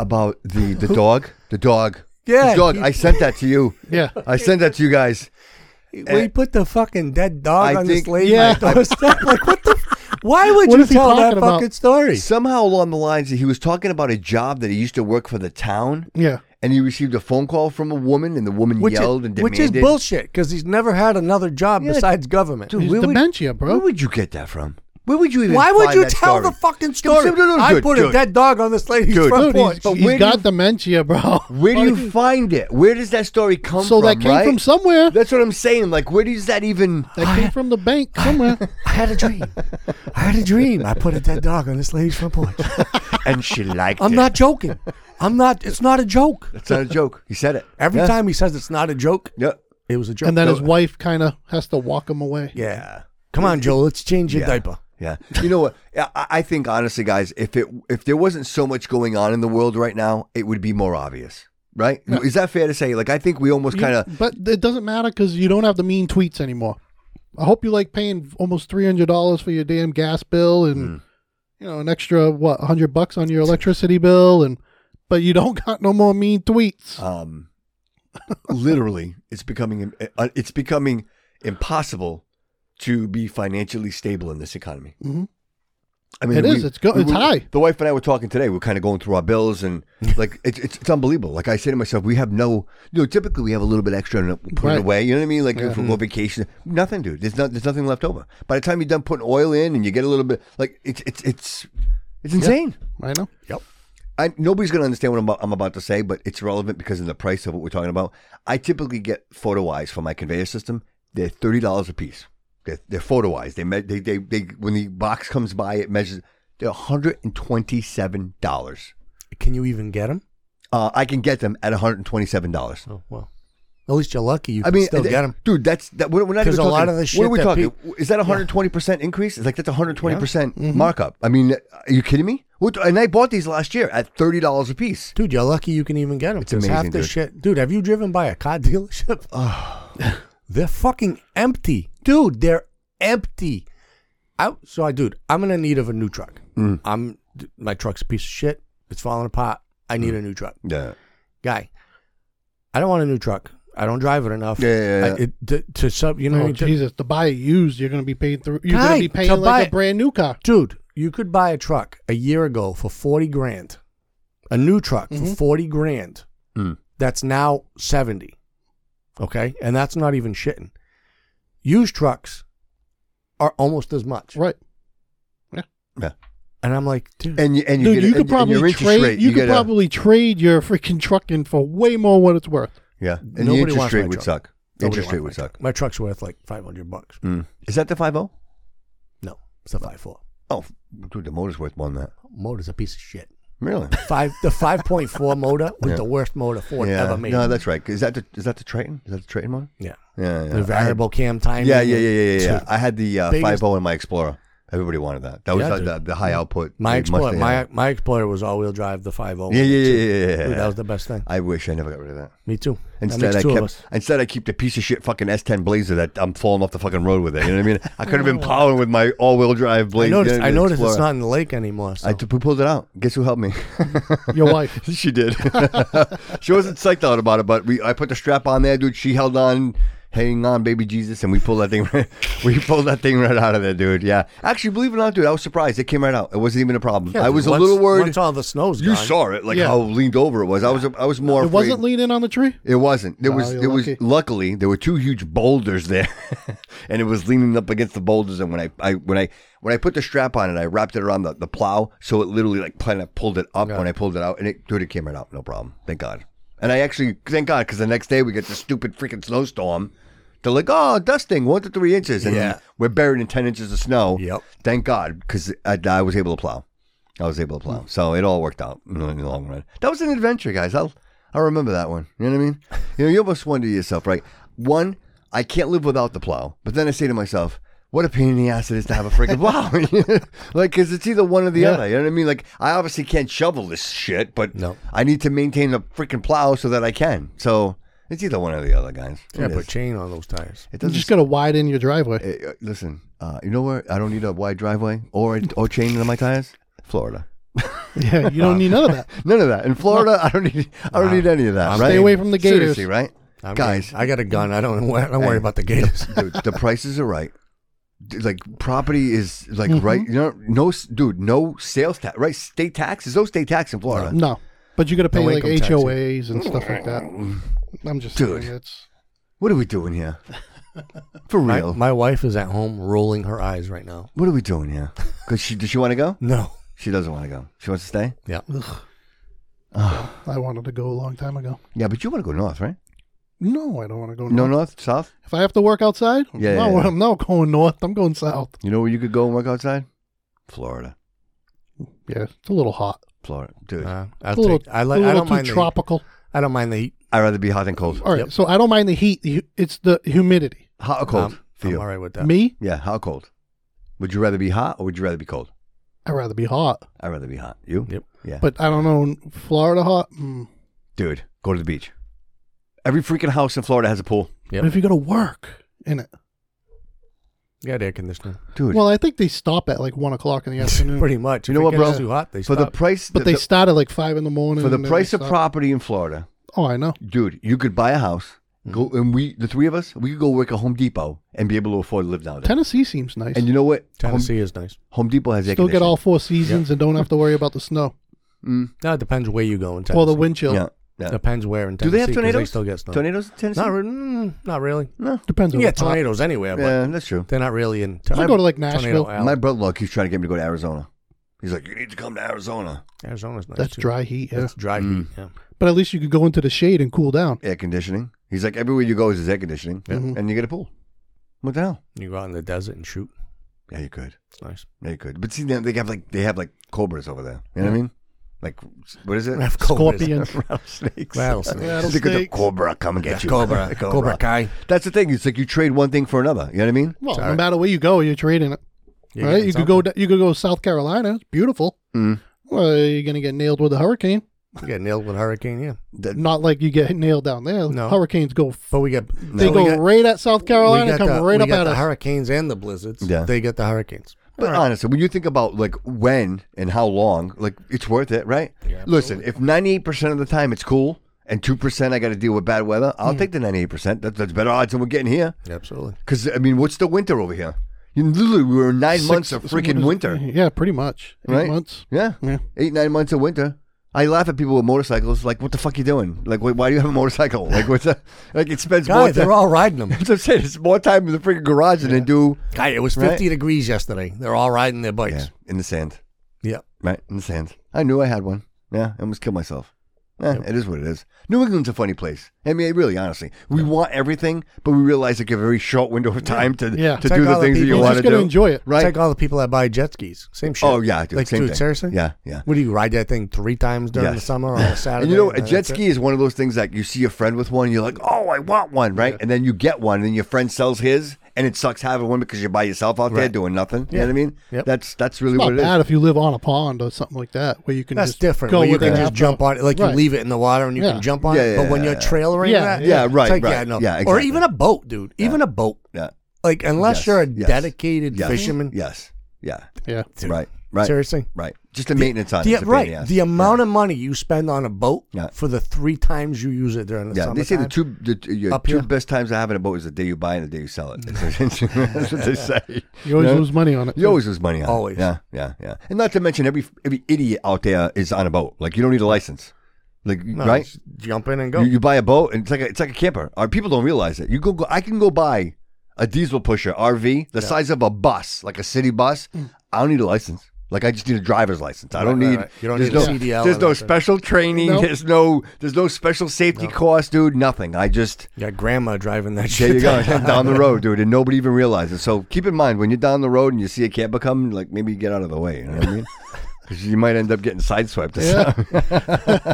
Speaker 1: about the the dog, the dog.
Speaker 3: Yeah,
Speaker 1: the dog.
Speaker 3: he-
Speaker 1: I sent that to you.
Speaker 2: Yeah.
Speaker 1: I sent that to you guys.
Speaker 3: He- Where he put the fucking dead dog
Speaker 1: I
Speaker 3: on
Speaker 1: think-
Speaker 3: this lady.
Speaker 1: Yeah.
Speaker 3: Yeah. like what the? f- Why would
Speaker 2: What
Speaker 3: you
Speaker 2: is he
Speaker 3: tell that
Speaker 2: talking about?
Speaker 3: fucking story?
Speaker 1: Somehow along the lines, he was talking about a job that he used to work for the town,
Speaker 2: Yeah.
Speaker 1: and he received a phone call from a woman, and the woman
Speaker 3: Which
Speaker 1: yelled
Speaker 3: is,
Speaker 1: and
Speaker 3: which
Speaker 1: demanded.
Speaker 3: is bullshit because he's never had another job
Speaker 1: Yeah.
Speaker 3: besides government.
Speaker 1: Dude,
Speaker 2: He's
Speaker 1: where would-
Speaker 2: dementia, bro.
Speaker 1: Where would you get that from? Where would you even?
Speaker 3: Why would
Speaker 1: find
Speaker 3: you
Speaker 1: that
Speaker 3: tell the
Speaker 1: story?
Speaker 3: fucking story?
Speaker 1: No, no, no,
Speaker 3: I
Speaker 1: dude,
Speaker 3: put
Speaker 1: dude.
Speaker 3: a dead dog on this lady's
Speaker 1: Dude.
Speaker 3: front
Speaker 2: Dude,
Speaker 3: porch.
Speaker 2: he's,
Speaker 3: But
Speaker 2: he's
Speaker 3: where do
Speaker 2: got
Speaker 3: you-
Speaker 2: dementia, bro.
Speaker 1: Where do you find it? Where does that story come
Speaker 2: So
Speaker 1: from?
Speaker 2: that came
Speaker 1: right?
Speaker 2: from somewhere.
Speaker 1: That's what I'm saying. Like, where does that even?
Speaker 2: That came from the bank somewhere.
Speaker 3: I had a dream. I had a dream. I put a dead dog on this lady's front porch.
Speaker 1: and she liked
Speaker 3: I'm not joking. I'm not. It's not a joke.
Speaker 1: It's not a joke. He said it
Speaker 3: Every
Speaker 1: Yeah.
Speaker 3: time he says it's not a joke,
Speaker 1: Yeah.
Speaker 3: it was a joke.
Speaker 2: and then his wife kind of has to walk him away.
Speaker 3: yeah. Come on, Joe. Let's change your
Speaker 1: Yeah.
Speaker 3: diaper.
Speaker 1: Yeah. You know what? I, I think honestly, guys, if it if there wasn't so much going on in the world right now, it would be more obvious, right? Is that fair to say? Like, I think we almost
Speaker 2: You-
Speaker 1: kind of
Speaker 2: But it doesn't matter because you don't have the mean tweets anymore. I hope you like paying almost three hundred dollars for your damn gas bill
Speaker 1: Mm.
Speaker 2: and you know an extra what hundred bucks on your electricity bill and but you don't got no more mean tweets.
Speaker 1: um, literally, it's becoming uh, it's becoming impossible to be financially stable in this economy.
Speaker 2: Mhm.
Speaker 1: I mean,
Speaker 2: It is. It's go- it's
Speaker 1: were-
Speaker 2: high.
Speaker 1: The wife and I were talking today. We are kind of going through our bills and like it's, it's it's unbelievable. Like I say to myself, we have no. You know, typically we have a little bit extra and we put
Speaker 2: Right. Mm-hmm.
Speaker 1: it away. You know what I mean? Like
Speaker 2: Yeah.
Speaker 1: if we go vacation, nothing, dude. There's not there's nothing left over. By the time you're done putting oil in and you get a little bit, like it's it's it's it's insane.
Speaker 2: I know.
Speaker 1: I, nobody's going to understand what I'm about, I'm about to say, but it's relevant because of the price of what we're talking about. I typically get photo eyes for my conveyor system. They're thirty dollars a piece. They're, they're photo eyes. They, me- they they they when the box comes by, it measures. They're one hundred and twenty seven dollars.
Speaker 3: Can you even get him?
Speaker 1: Uh, I can get them at one hundred and twenty seven dollars.
Speaker 3: Oh well. At least you're lucky. You
Speaker 1: I
Speaker 3: can
Speaker 1: mean,
Speaker 3: still
Speaker 1: th-
Speaker 3: get him.
Speaker 1: dude. That's that. We're, we're not
Speaker 3: 'Cause
Speaker 1: even
Speaker 3: a
Speaker 1: talking.
Speaker 3: lot of the
Speaker 1: what are
Speaker 3: shit
Speaker 1: we
Speaker 3: that
Speaker 1: talking?
Speaker 3: peop- Mm-hmm.
Speaker 1: is that a hundred twenty percent increase? It's like that's a hundred twenty percent markup. I mean, are you kidding me? What, and I bought these last year at thirty dollars a piece.
Speaker 3: Dude, you're lucky you can even get them.
Speaker 1: It's amazing,
Speaker 3: half the
Speaker 1: dude.
Speaker 3: shit. Dude, have you driven by a car dealership? Oh, they're fucking empty, dude. They're empty. I, so I, dude, I'm in need of a new
Speaker 1: Mm. Mm.
Speaker 3: truck. I'm my truck's a piece of shit. It's falling apart. I need a new truck.
Speaker 1: Yeah.
Speaker 3: guy, I don't want a new truck. I don't drive it enough.
Speaker 1: Yeah, yeah, yeah.
Speaker 3: I, it, to, to sub, you know, what I
Speaker 2: Oh,
Speaker 3: mean? To-
Speaker 2: Jesus, to buy it used, you're going to be paid through. You're going
Speaker 3: Guy,
Speaker 2: to be paying
Speaker 3: to buy
Speaker 2: like a
Speaker 3: it.
Speaker 2: brand new car.
Speaker 3: dude, you could buy a truck a year ago for forty grand, a new truck for forty grand.
Speaker 1: Mm-hmm. Mm.
Speaker 3: That's now seventy. Okay, and that's not even shitting. Used trucks are almost as much,
Speaker 2: Right.
Speaker 1: Yeah.
Speaker 3: and I'm like, dude,
Speaker 1: And you and you
Speaker 2: Dude,
Speaker 1: get
Speaker 2: you
Speaker 1: it- and-
Speaker 2: could
Speaker 1: and your
Speaker 2: probably
Speaker 1: interest
Speaker 2: trade.
Speaker 1: rate,
Speaker 2: you, could
Speaker 1: get a-
Speaker 2: probably trade your freaking truck in for way more what it's worth.
Speaker 1: yeah. And
Speaker 3: Nobody
Speaker 1: the interest
Speaker 3: wants my
Speaker 1: rate would
Speaker 3: truck.
Speaker 1: suck. The
Speaker 3: nobody
Speaker 1: interest
Speaker 3: wants
Speaker 1: rate
Speaker 3: my
Speaker 1: would
Speaker 3: truck.
Speaker 1: suck.
Speaker 3: My truck's worth like five hundred bucks.
Speaker 1: Mm. Is that the five zero?
Speaker 3: No, it's a five four.
Speaker 1: Oh, dude, the motor's worth more than that.
Speaker 3: Motor's a piece of shit.
Speaker 1: Really?
Speaker 3: Five the five point four motor with
Speaker 1: Yeah.
Speaker 3: the worst motor Ford
Speaker 1: yeah.
Speaker 3: ever made.
Speaker 1: No, that's right. Is that the is that the Triton? Is that the Triton motor?
Speaker 3: yeah.
Speaker 1: Yeah, yeah.
Speaker 3: The variable cam
Speaker 1: I
Speaker 3: timing.
Speaker 1: had, yeah, yeah, yeah, yeah, yeah, yeah.
Speaker 3: Dude.
Speaker 1: I had the uh,
Speaker 3: Biggest-
Speaker 1: five zero in my Explorer. Everybody wanted that. That was
Speaker 3: Yeah,
Speaker 1: the,
Speaker 3: dude.
Speaker 1: the, the high output.
Speaker 3: My
Speaker 1: uh,
Speaker 3: Explorer,
Speaker 1: Mustang.
Speaker 3: my my Explorer was all wheel drive, the five oh.
Speaker 1: yeah, yeah, yeah, yeah, yeah, yeah.
Speaker 3: Dude, that was the best thing.
Speaker 1: I wish I never got rid of that.
Speaker 3: Me too. That
Speaker 1: Instead,
Speaker 3: makes
Speaker 1: I
Speaker 3: two of
Speaker 1: kept.
Speaker 3: us.
Speaker 1: Instead, I keep the piece of shit fucking S10 Blazer that I'm falling off the fucking road with it. You know what I mean? I could have been plowing with my all-wheel drive
Speaker 3: Oh. I
Speaker 1: Blazer.
Speaker 3: noticed. I noticed it's not in the lake anymore. So.
Speaker 1: I t- pulled it out. Guess who helped me?
Speaker 2: Your wife.
Speaker 1: she did. she wasn't psyched out about it, but we. I put the strap on there, dude. She held on, hanging on, baby Jesus, and we pulled that thing. Right, we pulled that thing right out of there, dude. Yeah. Actually, believe it or not, dude, I was surprised. It came right out. It wasn't even a problem.
Speaker 3: Yeah,
Speaker 1: I
Speaker 3: dude,
Speaker 1: was
Speaker 3: once-
Speaker 1: a little worried.
Speaker 3: Once all the snow's
Speaker 1: you
Speaker 3: gone,
Speaker 1: saw it, like
Speaker 2: Yeah.
Speaker 1: how leaned over it was. I was. I was more.
Speaker 2: It
Speaker 1: afraid.
Speaker 2: wasn't leaning on the tree.
Speaker 1: It wasn't. There was.
Speaker 2: you're
Speaker 1: There was.
Speaker 2: lucky.
Speaker 1: Luckily, there were two huge boulders there, and it was leaning up against the boulders. And when I, I, when I, when I put the strap on it, I wrapped it around the, the plow, so it literally like kind of pulled it up when I pulled it out, and it dude, it came right out, no problem. Thank God. And I actually thank God because the next day we get the stupid freaking snowstorm. They're like, oh, dusting one to three inches, and
Speaker 3: Yeah.
Speaker 1: we're buried in ten inches of snow.
Speaker 3: Yep.
Speaker 1: Thank God because I, I was able to plow. I was able to plow, so it all worked out in the in the long run. That was an adventure, guys. I'll I remember that one. You know what I mean? You know, you almost wonder to yourself, right? One, I can't live without the plow, but then I say to myself. What a pain in the ass it is to have a freaking plow, like because it's either one or the
Speaker 2: Yeah.
Speaker 1: other. You know what I mean? Like I obviously can't shovel this shit, but
Speaker 3: No.
Speaker 1: I need to maintain the freaking plow so that I can. So it's either one or the other, guys.
Speaker 3: yeah,
Speaker 1: It
Speaker 3: put
Speaker 1: is.
Speaker 3: chain on those tires.
Speaker 1: it
Speaker 2: You
Speaker 1: doesn't
Speaker 2: just got to widen your driveway.
Speaker 1: Hey, uh, listen, uh, you know where I don't need a wide driveway or or chain on my tires? Florida.
Speaker 2: yeah, you don't need none of that.
Speaker 1: None of that. In Florida, I don't need I don't need any of that.
Speaker 3: I'm
Speaker 1: right?
Speaker 2: Stay away from the gators.
Speaker 1: Seriously, right?
Speaker 3: I'm
Speaker 1: Guys,
Speaker 3: I got a gun. I don't. I don't worry about the gators.
Speaker 1: dude, the prices are right. D- Like property is like
Speaker 2: Mm-hmm.
Speaker 1: right. You know, no, s- dude, no sales tax, right? State taxes, no state tax in Florida.
Speaker 2: No, but you got to pay
Speaker 3: No
Speaker 2: like
Speaker 3: income tax.
Speaker 2: HOAs and stuff like that. I'm just
Speaker 1: Mm. Dude.
Speaker 2: saying it's
Speaker 1: What are we doing here? For
Speaker 3: My,
Speaker 1: real,
Speaker 3: my wife is at home rolling her eyes right now.
Speaker 1: what are we doing here? Cause she does she want to go?
Speaker 3: No.
Speaker 1: She doesn't want to go. She wants to stay.
Speaker 3: Yeah.
Speaker 2: I wanted to go a long time ago.
Speaker 1: Yeah, but you want to go north, right?
Speaker 2: No, I don't want to go north.
Speaker 1: No, north, south.
Speaker 2: If I have to work outside,
Speaker 1: Yeah,
Speaker 2: no,
Speaker 1: yeah, yeah.
Speaker 2: I'm not going north. I'm going south.
Speaker 1: You know where you could go and work outside? Florida,
Speaker 2: Yeah, it's a little hot.
Speaker 1: Florida, dude.
Speaker 3: Uh,
Speaker 2: It's
Speaker 3: I'll
Speaker 2: a little,
Speaker 3: take, I
Speaker 2: a
Speaker 3: like. I
Speaker 2: little
Speaker 3: don't
Speaker 2: too
Speaker 3: mind. The,
Speaker 2: tropical.
Speaker 3: I don't mind the heat.
Speaker 1: I'd rather be hot than cold.
Speaker 2: All right, so I don't mind the heat. The hu- It's the humidity.
Speaker 1: Hot or cold
Speaker 2: Um,
Speaker 3: I'm,
Speaker 1: for
Speaker 3: I'm
Speaker 1: you?
Speaker 3: all right with that.
Speaker 2: Me,
Speaker 1: Yeah, hot or cold? Would you rather be hot or would you rather be cold?
Speaker 2: I'd rather be hot,
Speaker 1: I'd rather be hot. You?
Speaker 3: Yep.
Speaker 1: Yeah.
Speaker 2: but I don't know Florida hot. Mm.
Speaker 1: Dude, go to the beach. Every freaking house in Florida has a pool.
Speaker 3: Yep.
Speaker 2: But if you go to work in it,
Speaker 3: You got air conditioning.
Speaker 1: Dude,
Speaker 2: well, I think they stop at like one o'clock in the afternoon.
Speaker 3: Pretty much.
Speaker 1: You
Speaker 3: If
Speaker 1: know
Speaker 3: it
Speaker 1: what, bro?
Speaker 3: gets Too hot. They
Speaker 1: for the
Speaker 3: stop.
Speaker 1: price,
Speaker 2: but
Speaker 1: the-
Speaker 2: they
Speaker 1: the-
Speaker 2: start at like five in the morning.
Speaker 1: for the
Speaker 2: and then
Speaker 1: price
Speaker 2: they
Speaker 1: of
Speaker 2: stop.
Speaker 1: property in Florida,
Speaker 2: Oh, I know.
Speaker 1: dude, you could buy a house.
Speaker 3: Mm-hmm.
Speaker 1: Go and we, the three of us, we could go work at Home Depot and be able to afford to live down there.
Speaker 2: Tennessee seems nice.
Speaker 1: And you know what? Home,
Speaker 3: Tennessee is nice.
Speaker 1: Home Depot has air
Speaker 2: Still get all
Speaker 1: conditioning.
Speaker 2: four seasons and don't have to worry about the snow
Speaker 3: No, it depends where you go in Tennessee.
Speaker 2: or the wind chill.
Speaker 1: Yeah, yeah.
Speaker 3: Depends where in
Speaker 1: Do
Speaker 3: Tennessee.
Speaker 1: they have
Speaker 3: 'cause
Speaker 1: tornadoes?
Speaker 3: They still get snow.
Speaker 1: Tornadoes in Tennessee?
Speaker 3: Not, re- mm, not really.
Speaker 1: no.
Speaker 2: Depends
Speaker 3: You
Speaker 2: on
Speaker 3: get
Speaker 2: the top.
Speaker 3: tornadoes anywhere, but
Speaker 1: Yeah, that's true.
Speaker 3: they're not really in.
Speaker 2: I go to, like, Nashville.
Speaker 1: My brother-in-law keeps trying to get me to go to Arizona. He's like, you need to come to Arizona.
Speaker 3: Arizona's nice.
Speaker 2: That's
Speaker 3: too.
Speaker 2: dry heat, yeah.
Speaker 3: That's dry
Speaker 1: Mm.
Speaker 3: heat. Yeah.
Speaker 2: But at least you could go into the shade and cool down.
Speaker 1: Air conditioning. He's like, everywhere you go is air conditioning,
Speaker 3: Mm-hmm.
Speaker 1: and you get a pool. What the hell?
Speaker 3: You go out in the desert and shoot.
Speaker 1: Yeah, you could.
Speaker 3: It's nice.
Speaker 1: Yeah, you could. But see, now they have like they have like cobras over there. You know what I mean? Like, what is it?
Speaker 2: Scorpions.
Speaker 1: Rattlesnakes.
Speaker 3: Rattlesnakes.
Speaker 1: They could-
Speaker 2: Rattlesnakes.
Speaker 1: cobra, come and get you.
Speaker 3: Cobra. Cobra Kai.
Speaker 1: That's the thing. It's like you trade one thing for another. You know what I mean?
Speaker 2: Well,
Speaker 3: It's all
Speaker 2: no
Speaker 3: right.
Speaker 2: matter where you go, you're trading it.
Speaker 3: You're
Speaker 2: right?
Speaker 3: getting
Speaker 2: You could go. da- You could go to South Carolina. It's beautiful.
Speaker 1: Mm.
Speaker 2: Well, you're gonna get nailed with a hurricane.
Speaker 3: something. You get nailed with a hurricane, yeah.
Speaker 1: That-
Speaker 2: Not like you get nailed down there.
Speaker 3: No.
Speaker 2: Hurricanes go. f-
Speaker 3: But we get.
Speaker 2: They
Speaker 3: we
Speaker 2: go
Speaker 3: get-
Speaker 2: right at South
Speaker 3: we
Speaker 2: Carolina.
Speaker 3: get
Speaker 2: Come
Speaker 3: the,
Speaker 2: right
Speaker 3: we
Speaker 2: up
Speaker 3: get
Speaker 2: at
Speaker 3: the
Speaker 2: us.
Speaker 3: hurricanes and the blizzards.
Speaker 1: Yeah.
Speaker 3: They get the hurricanes.
Speaker 1: But honestly, when you think about like when and how long, like it's worth it, right? Listen, if ninety eight percent of the time it's cool and two percent I got to deal with bad weather, I'll
Speaker 3: Mm-hmm.
Speaker 1: take the ninety eight percent. That's better odds than we're getting here.
Speaker 3: Absolutely.
Speaker 1: Because I mean, what's the winter over here? You literally we were nine
Speaker 2: Six-
Speaker 1: months of
Speaker 2: so what
Speaker 1: freaking
Speaker 2: is-
Speaker 1: winter,
Speaker 2: Yeah, pretty much. Eight
Speaker 1: right?
Speaker 2: months.
Speaker 1: Yeah.
Speaker 2: Yeah.
Speaker 1: eight nine months of winter. I laugh at people with motorcycles. Like, what the fuck you doing? Like, why, why do you have a motorcycle? Like, what's that? Like, it spends more.
Speaker 3: Guy, they're
Speaker 1: time-
Speaker 3: all riding them.
Speaker 1: That's what I'm saying. It's more time in the freaking garage than they do
Speaker 3: Guy, it was 50
Speaker 1: Right.
Speaker 3: degrees yesterday. They're all riding their
Speaker 1: yeah,
Speaker 3: bikes.
Speaker 1: in the sand.
Speaker 3: Yeah.
Speaker 1: Right in the sand. I knew I had one. Yeah, I almost killed myself. Eh, It is what it is. New England's a funny place. I mean, really, honestly, we want everything, but we realize like a very short window of time to
Speaker 2: Yeah.
Speaker 1: to
Speaker 3: Take
Speaker 1: do the
Speaker 3: all the
Speaker 1: things that
Speaker 3: people-
Speaker 1: you
Speaker 3: You're
Speaker 1: want to
Speaker 2: just gonna
Speaker 1: do.
Speaker 2: enjoy it.
Speaker 1: right?
Speaker 3: It's like all the people that buy jet skis. Same shit.
Speaker 1: Oh, yeah, dude,
Speaker 3: Like,
Speaker 1: same
Speaker 3: dude,
Speaker 1: thing.
Speaker 3: seriously?
Speaker 1: Yeah, yeah.
Speaker 3: What do you ride that thing three times during the
Speaker 1: Yes.
Speaker 3: summer on a Saturday?
Speaker 1: and you know, a
Speaker 3: that's
Speaker 1: jet
Speaker 3: it?
Speaker 1: ski is one of those things like you see a friend with one, you're like, oh, I want one, right? And then you get one, and then your friend sells his, and it sucks having one because you're by yourself out there
Speaker 3: Right.
Speaker 1: doing nothing. You know what I mean?
Speaker 3: Yep.
Speaker 1: That's that's really what
Speaker 2: Not
Speaker 1: it is.
Speaker 2: bad if you live on a pond or something like that where you can
Speaker 3: That's
Speaker 2: just
Speaker 3: different.
Speaker 2: go
Speaker 3: where you
Speaker 2: with
Speaker 3: can
Speaker 2: it
Speaker 3: just
Speaker 2: after-
Speaker 3: jump on it, like
Speaker 2: Right.
Speaker 3: you leave it in the water and you
Speaker 2: Yeah.
Speaker 3: can jump on
Speaker 1: Yeah,
Speaker 3: it.
Speaker 1: yeah,
Speaker 3: But when
Speaker 1: yeah,
Speaker 3: you're
Speaker 1: yeah.
Speaker 3: trailering
Speaker 2: Yeah,
Speaker 3: that,
Speaker 2: yeah. Yeah,
Speaker 3: it's
Speaker 1: right,
Speaker 3: like,
Speaker 1: right.
Speaker 3: Yeah, no.
Speaker 1: Yeah,
Speaker 3: Or
Speaker 1: exactly.
Speaker 3: even a boat, dude. Even a boat.
Speaker 1: Yeah.
Speaker 3: Like unless
Speaker 1: Yes,
Speaker 3: you're a
Speaker 1: yes,
Speaker 3: dedicated
Speaker 1: yes,
Speaker 3: fisherman,
Speaker 1: Yes. Yeah.
Speaker 2: Yeah.
Speaker 3: dude,
Speaker 1: Right. Right.
Speaker 3: Seriously.
Speaker 1: Right. Just the maintenance on it.
Speaker 3: The,
Speaker 1: is a pain in
Speaker 3: right.
Speaker 1: the ass.
Speaker 3: the amount of money you spend on a boat
Speaker 1: Yeah.
Speaker 3: for the three times you use it during the
Speaker 1: Yeah,
Speaker 3: summer.
Speaker 1: they say the two the t- your
Speaker 3: Up
Speaker 1: two
Speaker 3: here.
Speaker 1: best times of having a boat is the day you buy and the day you sell it. That's what they say.
Speaker 2: You always
Speaker 1: Yeah.
Speaker 2: lose money on it.
Speaker 1: You always lose money on it.
Speaker 3: Always.
Speaker 1: Yeah, yeah, yeah. And not to mention every every idiot out there is on a boat. Like you don't need a license. Like right?
Speaker 3: Jump in and go.
Speaker 1: You, you buy a boat and it's like a, it's like a camper. Our people don't realize it. You go, go I can go buy a diesel pusher RV the size of a bus, like a city bus. I don't need a license. Like I just need a driver's license. I don't
Speaker 3: Hmm. right,
Speaker 1: need.
Speaker 3: right. You don't
Speaker 1: there's
Speaker 3: need a
Speaker 1: no,
Speaker 3: CDL
Speaker 1: There's
Speaker 3: or
Speaker 1: no
Speaker 3: nothing.
Speaker 1: special training.
Speaker 2: Nope.
Speaker 1: There's no. There's no special safety course, dude. Nothing. I just.
Speaker 3: Yeah, grandma driving that shit.
Speaker 1: There you go. down the road, dude, and nobody even realizes. So keep in mind when you're down the road and you see a camper come, like maybe get out of the way. You know what I mean? 'Cause you might end up getting sideswiped. Or something.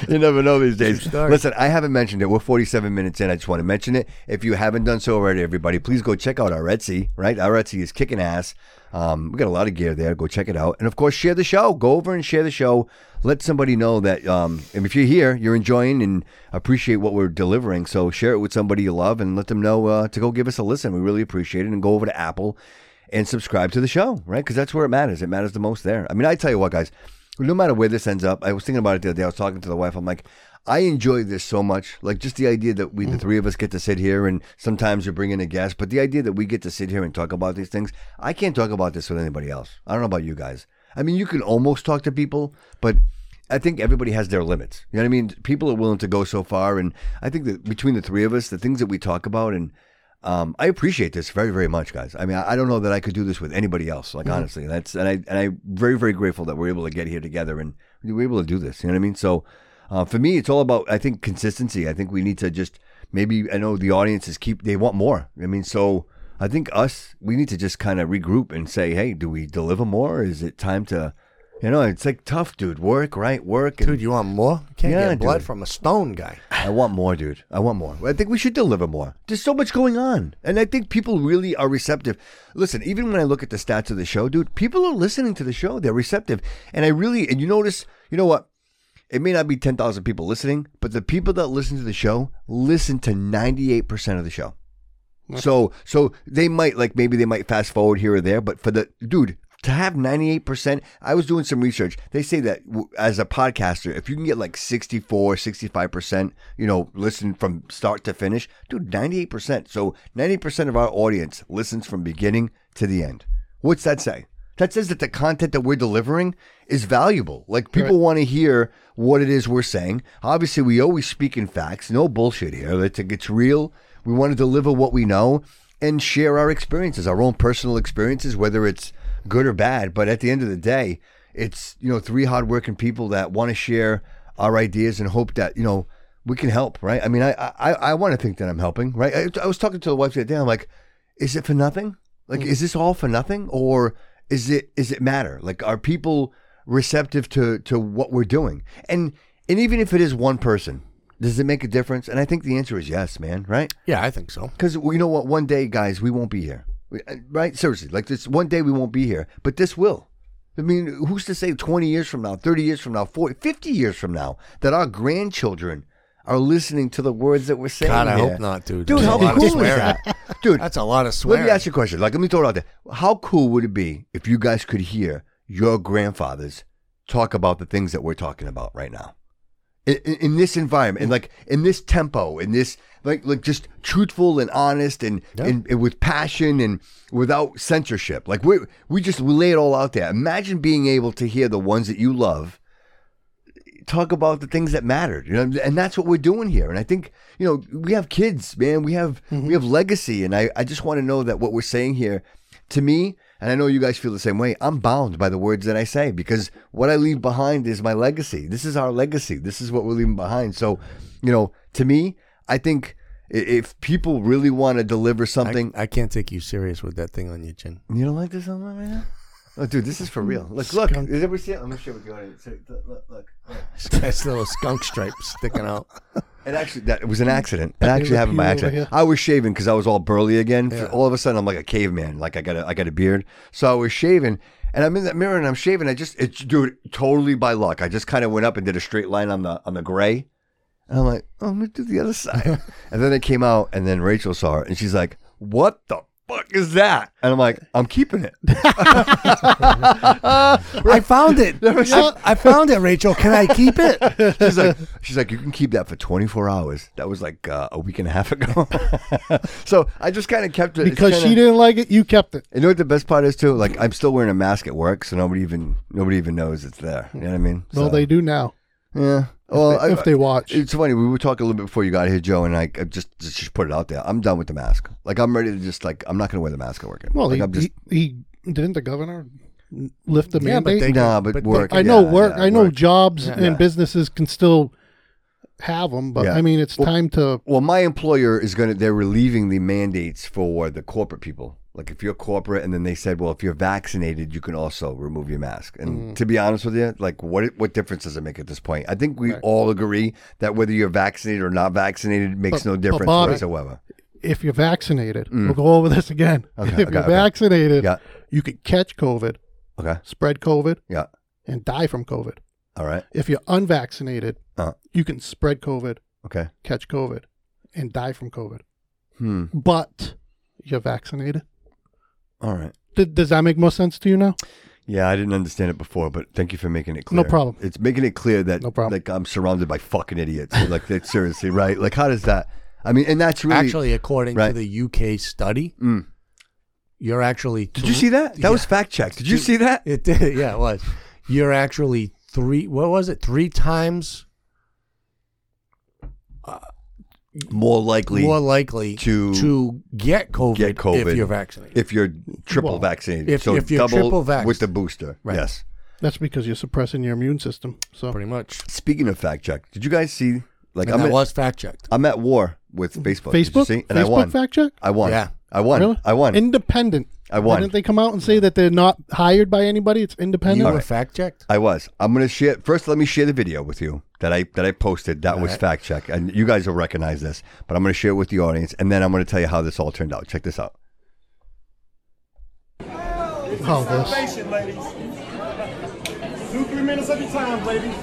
Speaker 1: you never know these days. Listen, I haven't mentioned it. We're 47 minutes in. I just want to mention it. If you haven't done so already, everybody, please go check out our Etsy. Right, our Etsy is kicking ass. Um, we got a lot of gear there. Go check it out, and of course, share the show. Go over and share the show. Let somebody know that um, and if you're here, you're enjoying and appreciate what we're delivering. So share it with somebody you love, and let them know uh, to go give us a listen. We really appreciate it. And go over to Apple and subscribe to the show, right? Because that's where it matters. It matters the most there. I mean, I tell you what, guys, no matter where this ends up, I was thinking about it the other day. I was talking to the wife. I'm like, I enjoy this so much. Like, just the idea that we, the three of us, get to sit here and sometimes you bring in a guest, but the idea that we get to sit here and talk about these things, I can't talk about this with anybody else. I don't know about you guys. I mean, you can almost talk to people, but I think everybody has their limits. You know what I mean? People are willing to go so far. And I think that between the three of us, the things that we talk about and um, I appreciate this very, very much, guys. I mean, I, I don't know that I could do this with anybody else. Like honestly, that's and I and I'm very, very grateful that we're able to get here together and we were able to do this. You know what I mean? So, uh, for me, it's all about I think consistency. I think we need to just maybe I know the audiences keep they want more. I mean, so I think us we need to just kind of regroup and say, hey, do we deliver more? Is it time to, you know, it's like tough, dude. Work, right? Work, and
Speaker 3: Dude, you want more? You can't
Speaker 1: Yeah,
Speaker 3: get blood
Speaker 1: dude.
Speaker 3: from a stone guy.
Speaker 1: I want more, dude. I want more. I think we should deliver more. There's so much going on. And I think people really are receptive. Listen, even when I look at the stats of the show, dude, people are listening to the show. They're receptive. And I really, and you notice, you know what? It may not be 10,000 people listening, but the people that listen to the show listen to 98% of the show. So so they might like maybe they might fast forward here or there, but for the dude to have 98%, I was doing some research. They say that w- as a podcaster, if you can get like 64, 65%, you know, listen from start to finish, dude, 98%. So 90% of our audience listens from beginning to the end. What's that say? That says that the content that we're delivering is valuable. Like people want to hear what it is we're saying. Obviously, we always speak in facts, no bullshit here. It's, it's real. We want to deliver what we know and share our experiences, our own personal experiences, whether it's good or bad. But at the end of the day, it's you know three hardworking people that want to share our ideas and hope that you know we can help. Right? I mean, I I, I want to think that I'm helping. Right? I, I was talking to the wife the other day. I'm like, is it for nothing? Like,
Speaker 3: Hmm.
Speaker 1: is this all for nothing, or is it is it matter? Like, are people receptive to to what we're doing? And and even if it is one person, does it make a difference? And I think the answer is yes, man. Right?
Speaker 3: Yeah, I think so.
Speaker 1: Because you know what? One day, guys, we won't be here. We- uh, Right? Seriously, like this. One day we won't be here, but this will. I mean, who's to say 20 years from now, 30 years from now, 40, 50 years from now that our grandchildren are listening to the words that we're saying?
Speaker 3: God, I
Speaker 1: here?
Speaker 3: hope not, dude.
Speaker 1: Dude,
Speaker 3: There's
Speaker 1: how
Speaker 3: a lot of
Speaker 1: cool is
Speaker 3: swearing.
Speaker 1: that? Dude,
Speaker 3: That's a lot of
Speaker 1: let
Speaker 3: swearing.
Speaker 1: me ask you a question. Like, let me throw it out there. How cool would it be if you guys could hear your grandfathers talk about the things that we're talking about right now? in, in- in this environment and like in this tempo in this like like just truthful and honest and, and, and with passion and without censorship like we we just we lay it all out there imagine being able to hear the ones that you love talk about the things that mattered you know and that's what we're doing here and i think you know we have kids man we have we have legacy and i i just want to know that what we're saying here to me and i know you guys feel the same way i'm bound by the words that i say because what i leave behind is my legacy this is our legacy this is what we're leaving behind so you know to me i think i- if people really want to deliver something
Speaker 3: I can't take you serious with that thing on your chin.
Speaker 1: you don't like this on right now Oh, dude, this is for real. Look, look. Did everybody see it? I'm gonna show with the audience. Look, look, look.
Speaker 3: That's little skunk stripe sticking out.
Speaker 1: It actually that it was an accident. It
Speaker 2: There's
Speaker 1: actually
Speaker 2: a
Speaker 1: happened by
Speaker 2: pew over
Speaker 1: accident.
Speaker 2: here.
Speaker 1: I was shaving because I was all burly again.
Speaker 3: Yeah.
Speaker 1: All of a sudden, I'm like a caveman. Like I got a I got a beard. So I was shaving, and I'm in that mirror and I'm shaving. I just it, dude, totally by luck. I just kind of went up and did a straight line on the on the gray, and I'm like, oh, I'm gonna do the other side. and then it came out, and then Rachel saw it, and she's like, what the. Fuck is that? And I'm like, I'm keeping it.
Speaker 3: I found it. I, I found it, Rachel. Can I keep it?
Speaker 1: She's like, she's like, you can keep that for 24 hours. That was like uh, a week and a half ago. so I just kind of kept it It's
Speaker 2: because she
Speaker 1: kinda-
Speaker 2: didn't like it, you kept it.
Speaker 1: You know what the best part is too? Like I'm still wearing a mask at work, so nobody even nobody even knows it's there. You know what I mean?
Speaker 2: Well,
Speaker 1: So,
Speaker 2: they do now.
Speaker 1: yeah. Well,
Speaker 2: they-
Speaker 1: I-
Speaker 2: if they watch.
Speaker 1: it's funny. We were talking a little bit before you got here, Joe, and I, I just, just just put it out there. I'm done with the mask. Like I'm ready to just like I'm not gonna wear the mask at work.
Speaker 2: Well,
Speaker 1: like,
Speaker 2: he,
Speaker 1: I'm just
Speaker 2: he, he didn't the governor lift the
Speaker 3: Yeah, but
Speaker 2: mandate.
Speaker 3: they-
Speaker 1: nah, but,
Speaker 3: but- but
Speaker 1: work.
Speaker 2: I know
Speaker 1: yeah,
Speaker 2: work.
Speaker 1: yeah,
Speaker 2: I know
Speaker 1: work.
Speaker 2: jobs and
Speaker 1: Yeah.
Speaker 2: businesses can still have them, but
Speaker 1: Yeah.
Speaker 2: I mean, it's time to.
Speaker 1: Well, my employer is gonna they're relieving the mandates for the corporate people. Like if you're corporate, and then they said, well, if you're vaccinated, you can also remove your mask.
Speaker 2: Mm.
Speaker 1: And to be honest with you, like what what difference does it make at this point? I think we all agree that whether you're vaccinated or not vaccinated makes
Speaker 2: But-
Speaker 1: no
Speaker 2: but
Speaker 1: difference
Speaker 2: Bobby-
Speaker 1: whatsoever.
Speaker 2: If you're vaccinated, we'll go over this again.
Speaker 1: Mm. Okay,
Speaker 2: if
Speaker 1: okay,
Speaker 2: you're
Speaker 1: okay.
Speaker 2: vaccinated,
Speaker 1: Yeah.
Speaker 2: you could catch COVID,
Speaker 1: Okay.
Speaker 2: spread COVID,
Speaker 1: Yeah.
Speaker 2: and die from COVID.
Speaker 1: All right.
Speaker 2: If you're unvaccinated,
Speaker 1: Uh,
Speaker 2: you can spread COVID,
Speaker 1: okay.
Speaker 2: catch COVID, and die from COVID.
Speaker 1: Hmm.
Speaker 2: But you're vaccinated.
Speaker 1: All right.
Speaker 2: Did, does that make more sense to you now?
Speaker 1: Yeah, I didn't understand it before, but thank you for making it clear.
Speaker 2: No problem.
Speaker 1: It's making it clear that
Speaker 2: No problem.
Speaker 1: like I'm surrounded by fucking idiots. like that seriously, right? Like how does that I mean, and that's really
Speaker 3: Actually, according
Speaker 1: Right.
Speaker 3: to the UK study,
Speaker 1: Mm.
Speaker 3: you're actually.
Speaker 1: Did you see that? That was
Speaker 3: Yeah.
Speaker 1: fact checked. Did you see that?
Speaker 3: It did. Yeah, it was. You're actually three. What was it? Three times
Speaker 1: More likely
Speaker 3: more likely
Speaker 1: to-
Speaker 3: to get COVID,
Speaker 1: get COVID
Speaker 3: if you're vaccinated.
Speaker 1: If you're triple
Speaker 2: Well,
Speaker 1: vaccinated,
Speaker 3: if-
Speaker 1: so
Speaker 3: if you're
Speaker 1: double
Speaker 3: triple vaxxed.
Speaker 1: with the booster.
Speaker 3: Right.
Speaker 1: Yes.
Speaker 2: That's because you're suppressing your immune system. So
Speaker 3: Pretty much.
Speaker 1: Speaking of fact check, did you guys see? Like
Speaker 3: and
Speaker 1: I'm
Speaker 3: that
Speaker 1: at,
Speaker 3: was fact checked.
Speaker 1: I'm at war with Facebook. Did you
Speaker 2: Facebook,
Speaker 1: see? and I
Speaker 2: Facebook
Speaker 1: won.
Speaker 2: fact check.
Speaker 1: I won.
Speaker 3: Yeah.
Speaker 1: I won.
Speaker 2: Really?
Speaker 1: I won.
Speaker 2: Independent.
Speaker 1: I won.
Speaker 2: Didn't they come out and say that they're not hired by anybody? It's
Speaker 3: You
Speaker 2: independent.
Speaker 3: were fact checked.
Speaker 1: I was. I'm gonna share. First, let me share the video with you that I that I posted. That was fact check, and you guys will recognize this. But I'm gonna share it with the audience, and then I'm gonna tell you how this all turned out. Check this out.
Speaker 2: Oh, this.
Speaker 12: ladies. Two, three minutes of your time, ladies.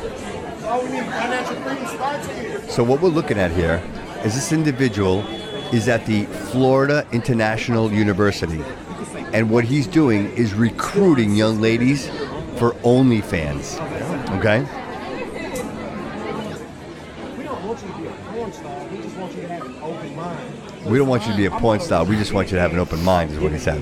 Speaker 12: All we need financial freedom starts here.
Speaker 1: So what we're looking at here is this individual is at the Florida International University, and what he's doing is recruiting young ladies for OnlyFans. Okay.
Speaker 12: We don't want you to be a porn star. We just want you to have an open mind.
Speaker 1: We don't want you to be a porn star. We just want you to have an open mind, is what he says.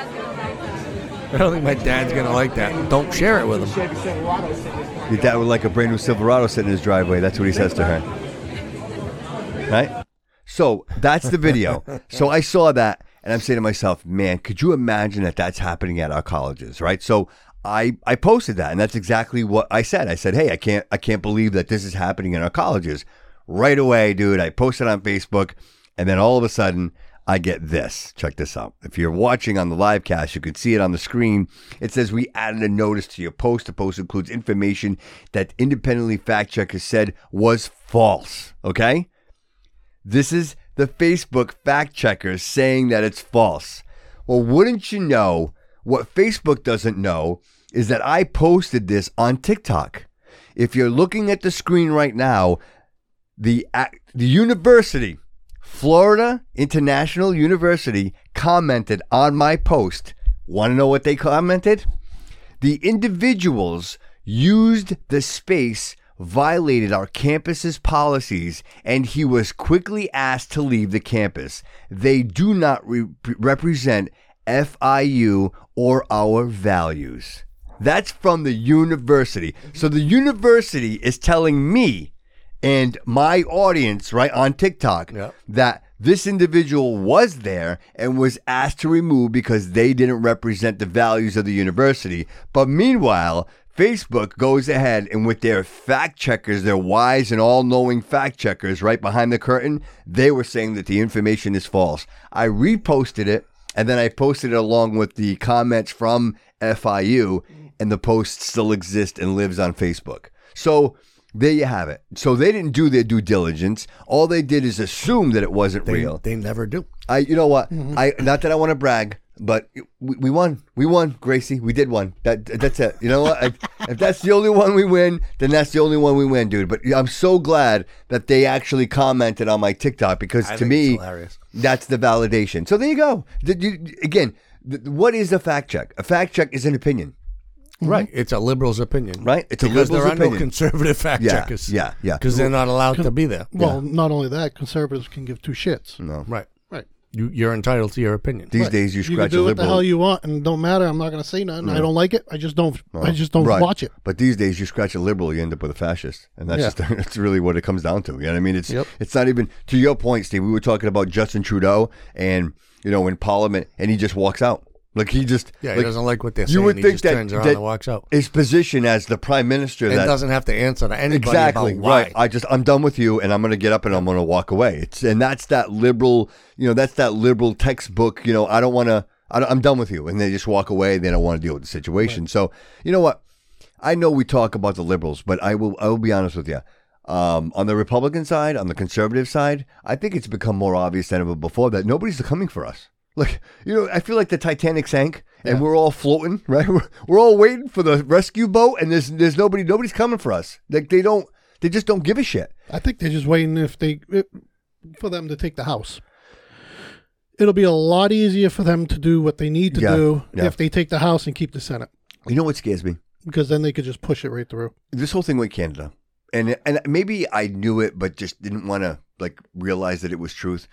Speaker 3: I don't think my dad's gonna like that. Don't share it with him.
Speaker 12: Chevy Silverado sitting in front.
Speaker 1: Your dad would like a brand new Silverado sitting in his driveway. That's what he says to her. Right? So that's the video. So I saw that and I'm saying to myself, man, could you imagine that that's happening at our colleges, right? So I, I posted that and that's exactly what I said. I said, hey, I can't I can't believe that this is happening in our colleges. Right away, dude, I posted on Facebook and then all of a sudden I get this. Check this out. If you're watching on the live cast, you can see it on the screen. It says we added a notice to your post. The post includes information that independently fact checkers said was false. Okay? This is the Facebook fact checkers saying that it's false. Well, wouldn't you know what Facebook doesn't know is that I posted this on TikTok. If you're looking at the screen right now, the ac- the university, Florida International University commented on my post. Want to know what they commented? The individuals used the space violated our campus's policies and he was quickly asked to leave the campus. They do not re- represent FIU or our values. That's from the university. So the university is telling me and my audience, right, on TikTok, that this individual was there and was asked to remove because they didn't represent the values of the university. But meanwhile, Facebook goes ahead and with their fact checkers, their wise and all knowing fact checkers right behind the curtain, they were saying that the information is false. I reposted it and then I posted it along with the comments from FIU, and the post still exists and lives on Facebook. So there you have it. So they didn't do their due diligence. All they did is assume that it wasn't
Speaker 3: They-
Speaker 1: real.
Speaker 3: They never do.
Speaker 1: I, you know what? I not that I want to brag, but we, we won. We won, Gracie. We did one. That that's it. You know what? I, if that's the only one we win, then that's the only one we win, dude. But I'm so glad that they actually commented on my TikTok because
Speaker 3: I
Speaker 1: to
Speaker 3: think
Speaker 1: me,
Speaker 3: it's hilarious.
Speaker 1: that's the validation. So there you go. Did you, again, th- what is a fact check? A fact check is an opinion.
Speaker 3: Right. It's a liberal's opinion.
Speaker 1: Right? It's a
Speaker 3: because there are
Speaker 1: liberal's
Speaker 3: no
Speaker 1: opinion.
Speaker 3: conservative fact
Speaker 1: Yeah,
Speaker 3: checkers.
Speaker 1: yeah, yeah.
Speaker 3: Because they're not allowed to be there.
Speaker 2: Well, not only that, conservatives can give two shits.
Speaker 1: No.
Speaker 3: Right.
Speaker 2: Right.
Speaker 3: You, you're entitled to your opinion.
Speaker 1: These days you
Speaker 2: You
Speaker 1: scratch
Speaker 2: can do
Speaker 1: a
Speaker 2: what the
Speaker 1: liberal.
Speaker 2: hell you want, and it don't matter. I'm not going to say nothing. I
Speaker 1: No.
Speaker 2: don't like it. I just don't. I
Speaker 1: Well,
Speaker 2: just don't
Speaker 1: right.
Speaker 2: watch it.
Speaker 1: But these days, you scratch a liberal, you end up with a fascist, and that's
Speaker 2: Yeah.
Speaker 1: just that's really what it comes down to. You know what I mean? It's it's not even to your point, Steve. We were talking about Justin Trudeau, and you know, in Parliament, and he just walks out. Like he just
Speaker 3: Yeah, he
Speaker 1: like,
Speaker 3: doesn't like what they're
Speaker 1: you
Speaker 3: saying,
Speaker 1: Would
Speaker 3: he
Speaker 1: think
Speaker 3: just
Speaker 1: that,
Speaker 3: turns around
Speaker 1: that
Speaker 3: and walks out.
Speaker 1: His position as the prime minister
Speaker 3: And
Speaker 1: that
Speaker 3: doesn't have to answer to anybody
Speaker 1: exactly
Speaker 3: about why.
Speaker 1: right. I just I'm done with you, and I'm going to get up and I'm going to walk away. It's and that's that liberal, you know, that's that liberal textbook. You know, I don't want to. I'm done with you, and they just walk away. They don't want to deal with the situation. So you know what? I know we talk about the liberals, but I will I will be honest with you. Um, on the Republican side, on the conservative side, I think it's become more obvious than ever before that nobody's coming for us. Like you know, I feel like the Titanic sank, and we're all floating, right? We're, we're all waiting for the rescue boat, and there's there's nobody nobody's coming for us. Like they don't they just don't give a shit.
Speaker 2: I think they're just waiting if they it, for them to take the house. It'll be a lot easier for them to do what they need to
Speaker 1: Yeah,
Speaker 2: do
Speaker 1: yeah.
Speaker 2: if they take the house and keep the Senate,
Speaker 1: You know what scares me?
Speaker 2: because then they could just push it right through.
Speaker 1: This whole thing with Canada, and and maybe I knew it, but just didn't want to like realize that it was truth.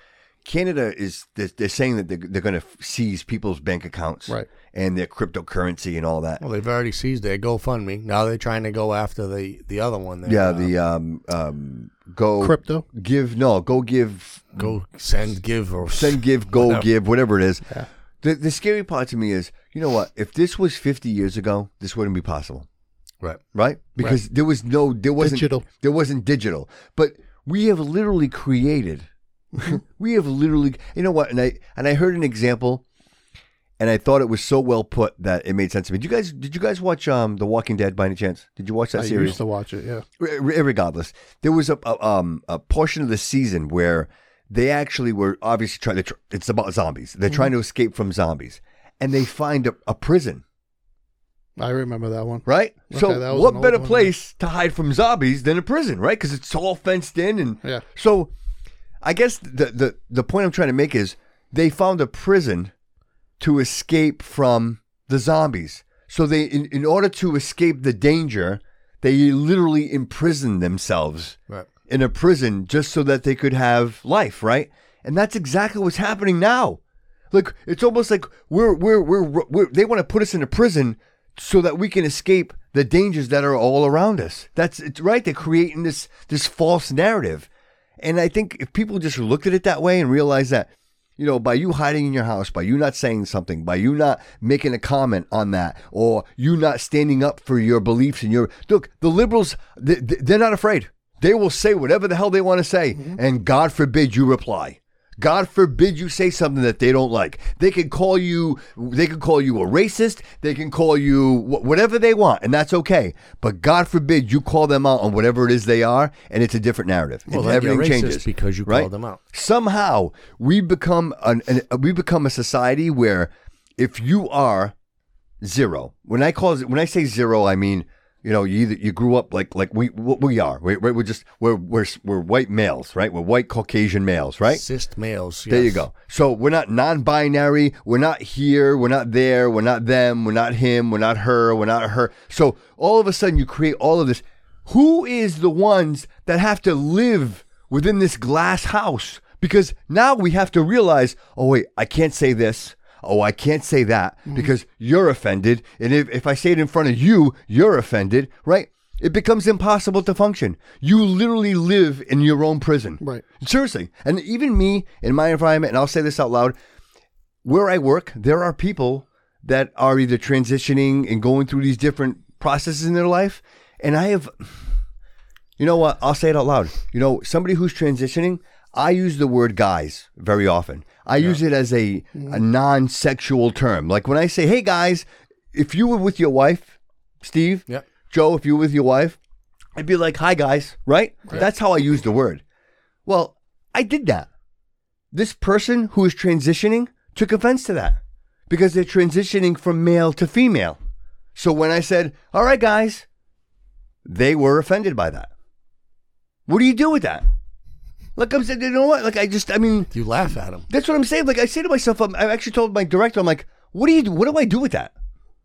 Speaker 1: Canada is they're, they're saying that they're, they're going to seize people's bank accounts,
Speaker 3: Right.
Speaker 1: and their cryptocurrency and all that.
Speaker 3: Well, they've already seized their GoFundMe. Now they're trying to go after the, the other one. There.
Speaker 1: yeah, the um um go
Speaker 2: Crypto?
Speaker 1: give no go give
Speaker 3: go
Speaker 2: Mm.
Speaker 3: send give or
Speaker 1: send give go
Speaker 3: whatever.
Speaker 1: give whatever it is. The the scary part to me is you know what if this was fifty years ago this wouldn't be possible.
Speaker 3: Right.
Speaker 1: right? Because there was no, there wasn't
Speaker 2: Digital.
Speaker 1: There wasn't digital, but we have literally created. we have literally, you know what? And I and I heard an example, and I thought it was so well put that it made sense to me. Did you guys, did you guys watch um The Walking Dead by any chance? Did you watch that
Speaker 2: I
Speaker 1: series?
Speaker 2: used to watch it. Yeah.
Speaker 1: re- re- regardless, there was a, a um a portion of the season where they actually were obviously trying to. Tr- it's about zombies. They're trying to
Speaker 2: Mm-hmm.
Speaker 1: escape from zombies, and they find a, a prison.
Speaker 2: I remember that one.
Speaker 1: Right?
Speaker 2: Okay, that
Speaker 1: so,
Speaker 2: was an
Speaker 1: what
Speaker 2: old
Speaker 1: better
Speaker 2: one, yeah.
Speaker 1: place to hide from zombies than a prison, right? Because it's all fenced in, and
Speaker 2: Yeah.
Speaker 1: so I guess the, the the point I'm trying to make is they found a prison to escape from the zombies. So they, in, in order to escape the danger, they literally imprisoned themselves
Speaker 3: Right.
Speaker 1: in a prison just so that they could have life, right? And that's exactly what's happening now. Like it's almost like we're we're we're, we're they want to put us in a prison so that we can escape the dangers that are all around us. That's it's right. They're creating this this false narrative, and I think if people just looked at it that way and realized that. You know, by you hiding in your house, by you not saying something, by you not making a comment on that, or you not standing up for your beliefs and your look, the liberals, they, they- they're not afraid. They will say whatever the hell they want to say, and God forbid you reply. God forbid you say something that they don't like. They can call you they can call you a racist, they can call you wh- whatever they want and that's okay. But God forbid you call them out on whatever it is they are and it's a different narrative.
Speaker 3: Well,
Speaker 1: And
Speaker 3: then you're
Speaker 1: everything
Speaker 3: racist
Speaker 1: changes
Speaker 3: because you
Speaker 1: right?
Speaker 3: called them out.
Speaker 1: Somehow we become an, an we become a society where if you are zero. When I call when I say zero, I mean you know you either you grew up like like we what we are we we're just we're we're we're white males right we're white Caucasian males right
Speaker 3: Cyst males.
Speaker 1: there you
Speaker 3: yes.
Speaker 1: go. So we're not non-binary. We're not here. We're not there. We're not them. We're not him. We're not her. We're not her. So all of a sudden, you create all of this. who is the ones that have to live within this glass house? Because now we have to realize, oh wait, I can't say this. Oh, I can't say that because you're offended. And if, if I say it in front of you, you're offended, right? It becomes impossible to function. You literally live in your own prison.
Speaker 2: Right.
Speaker 1: Seriously. And even me in my environment, and I'll say this out loud, where I work, there are people that are either transitioning and going through these different processes in their life. And I have, you know what? I'll say it out loud. You know, somebody who's transitioning, I use the word guys very often. I use it as a, a non sexual term. Like when I say, hey guys, if you were with your wife, Steve, Joe, if you were with your wife, I'd be like, hi guys, right? That's how I use the word. Well, I did that this person who is transitioning took offense to that because they're transitioning from male to female. So when I said, all right, guys, they were offended by that. What do you do with that? Like I'm saying, you know what? Like I just, I mean,
Speaker 3: you laugh at them.
Speaker 1: That's what I'm saying. Like I say to myself, I'm, I actually told my director, I'm like, what do you, what do I do with that?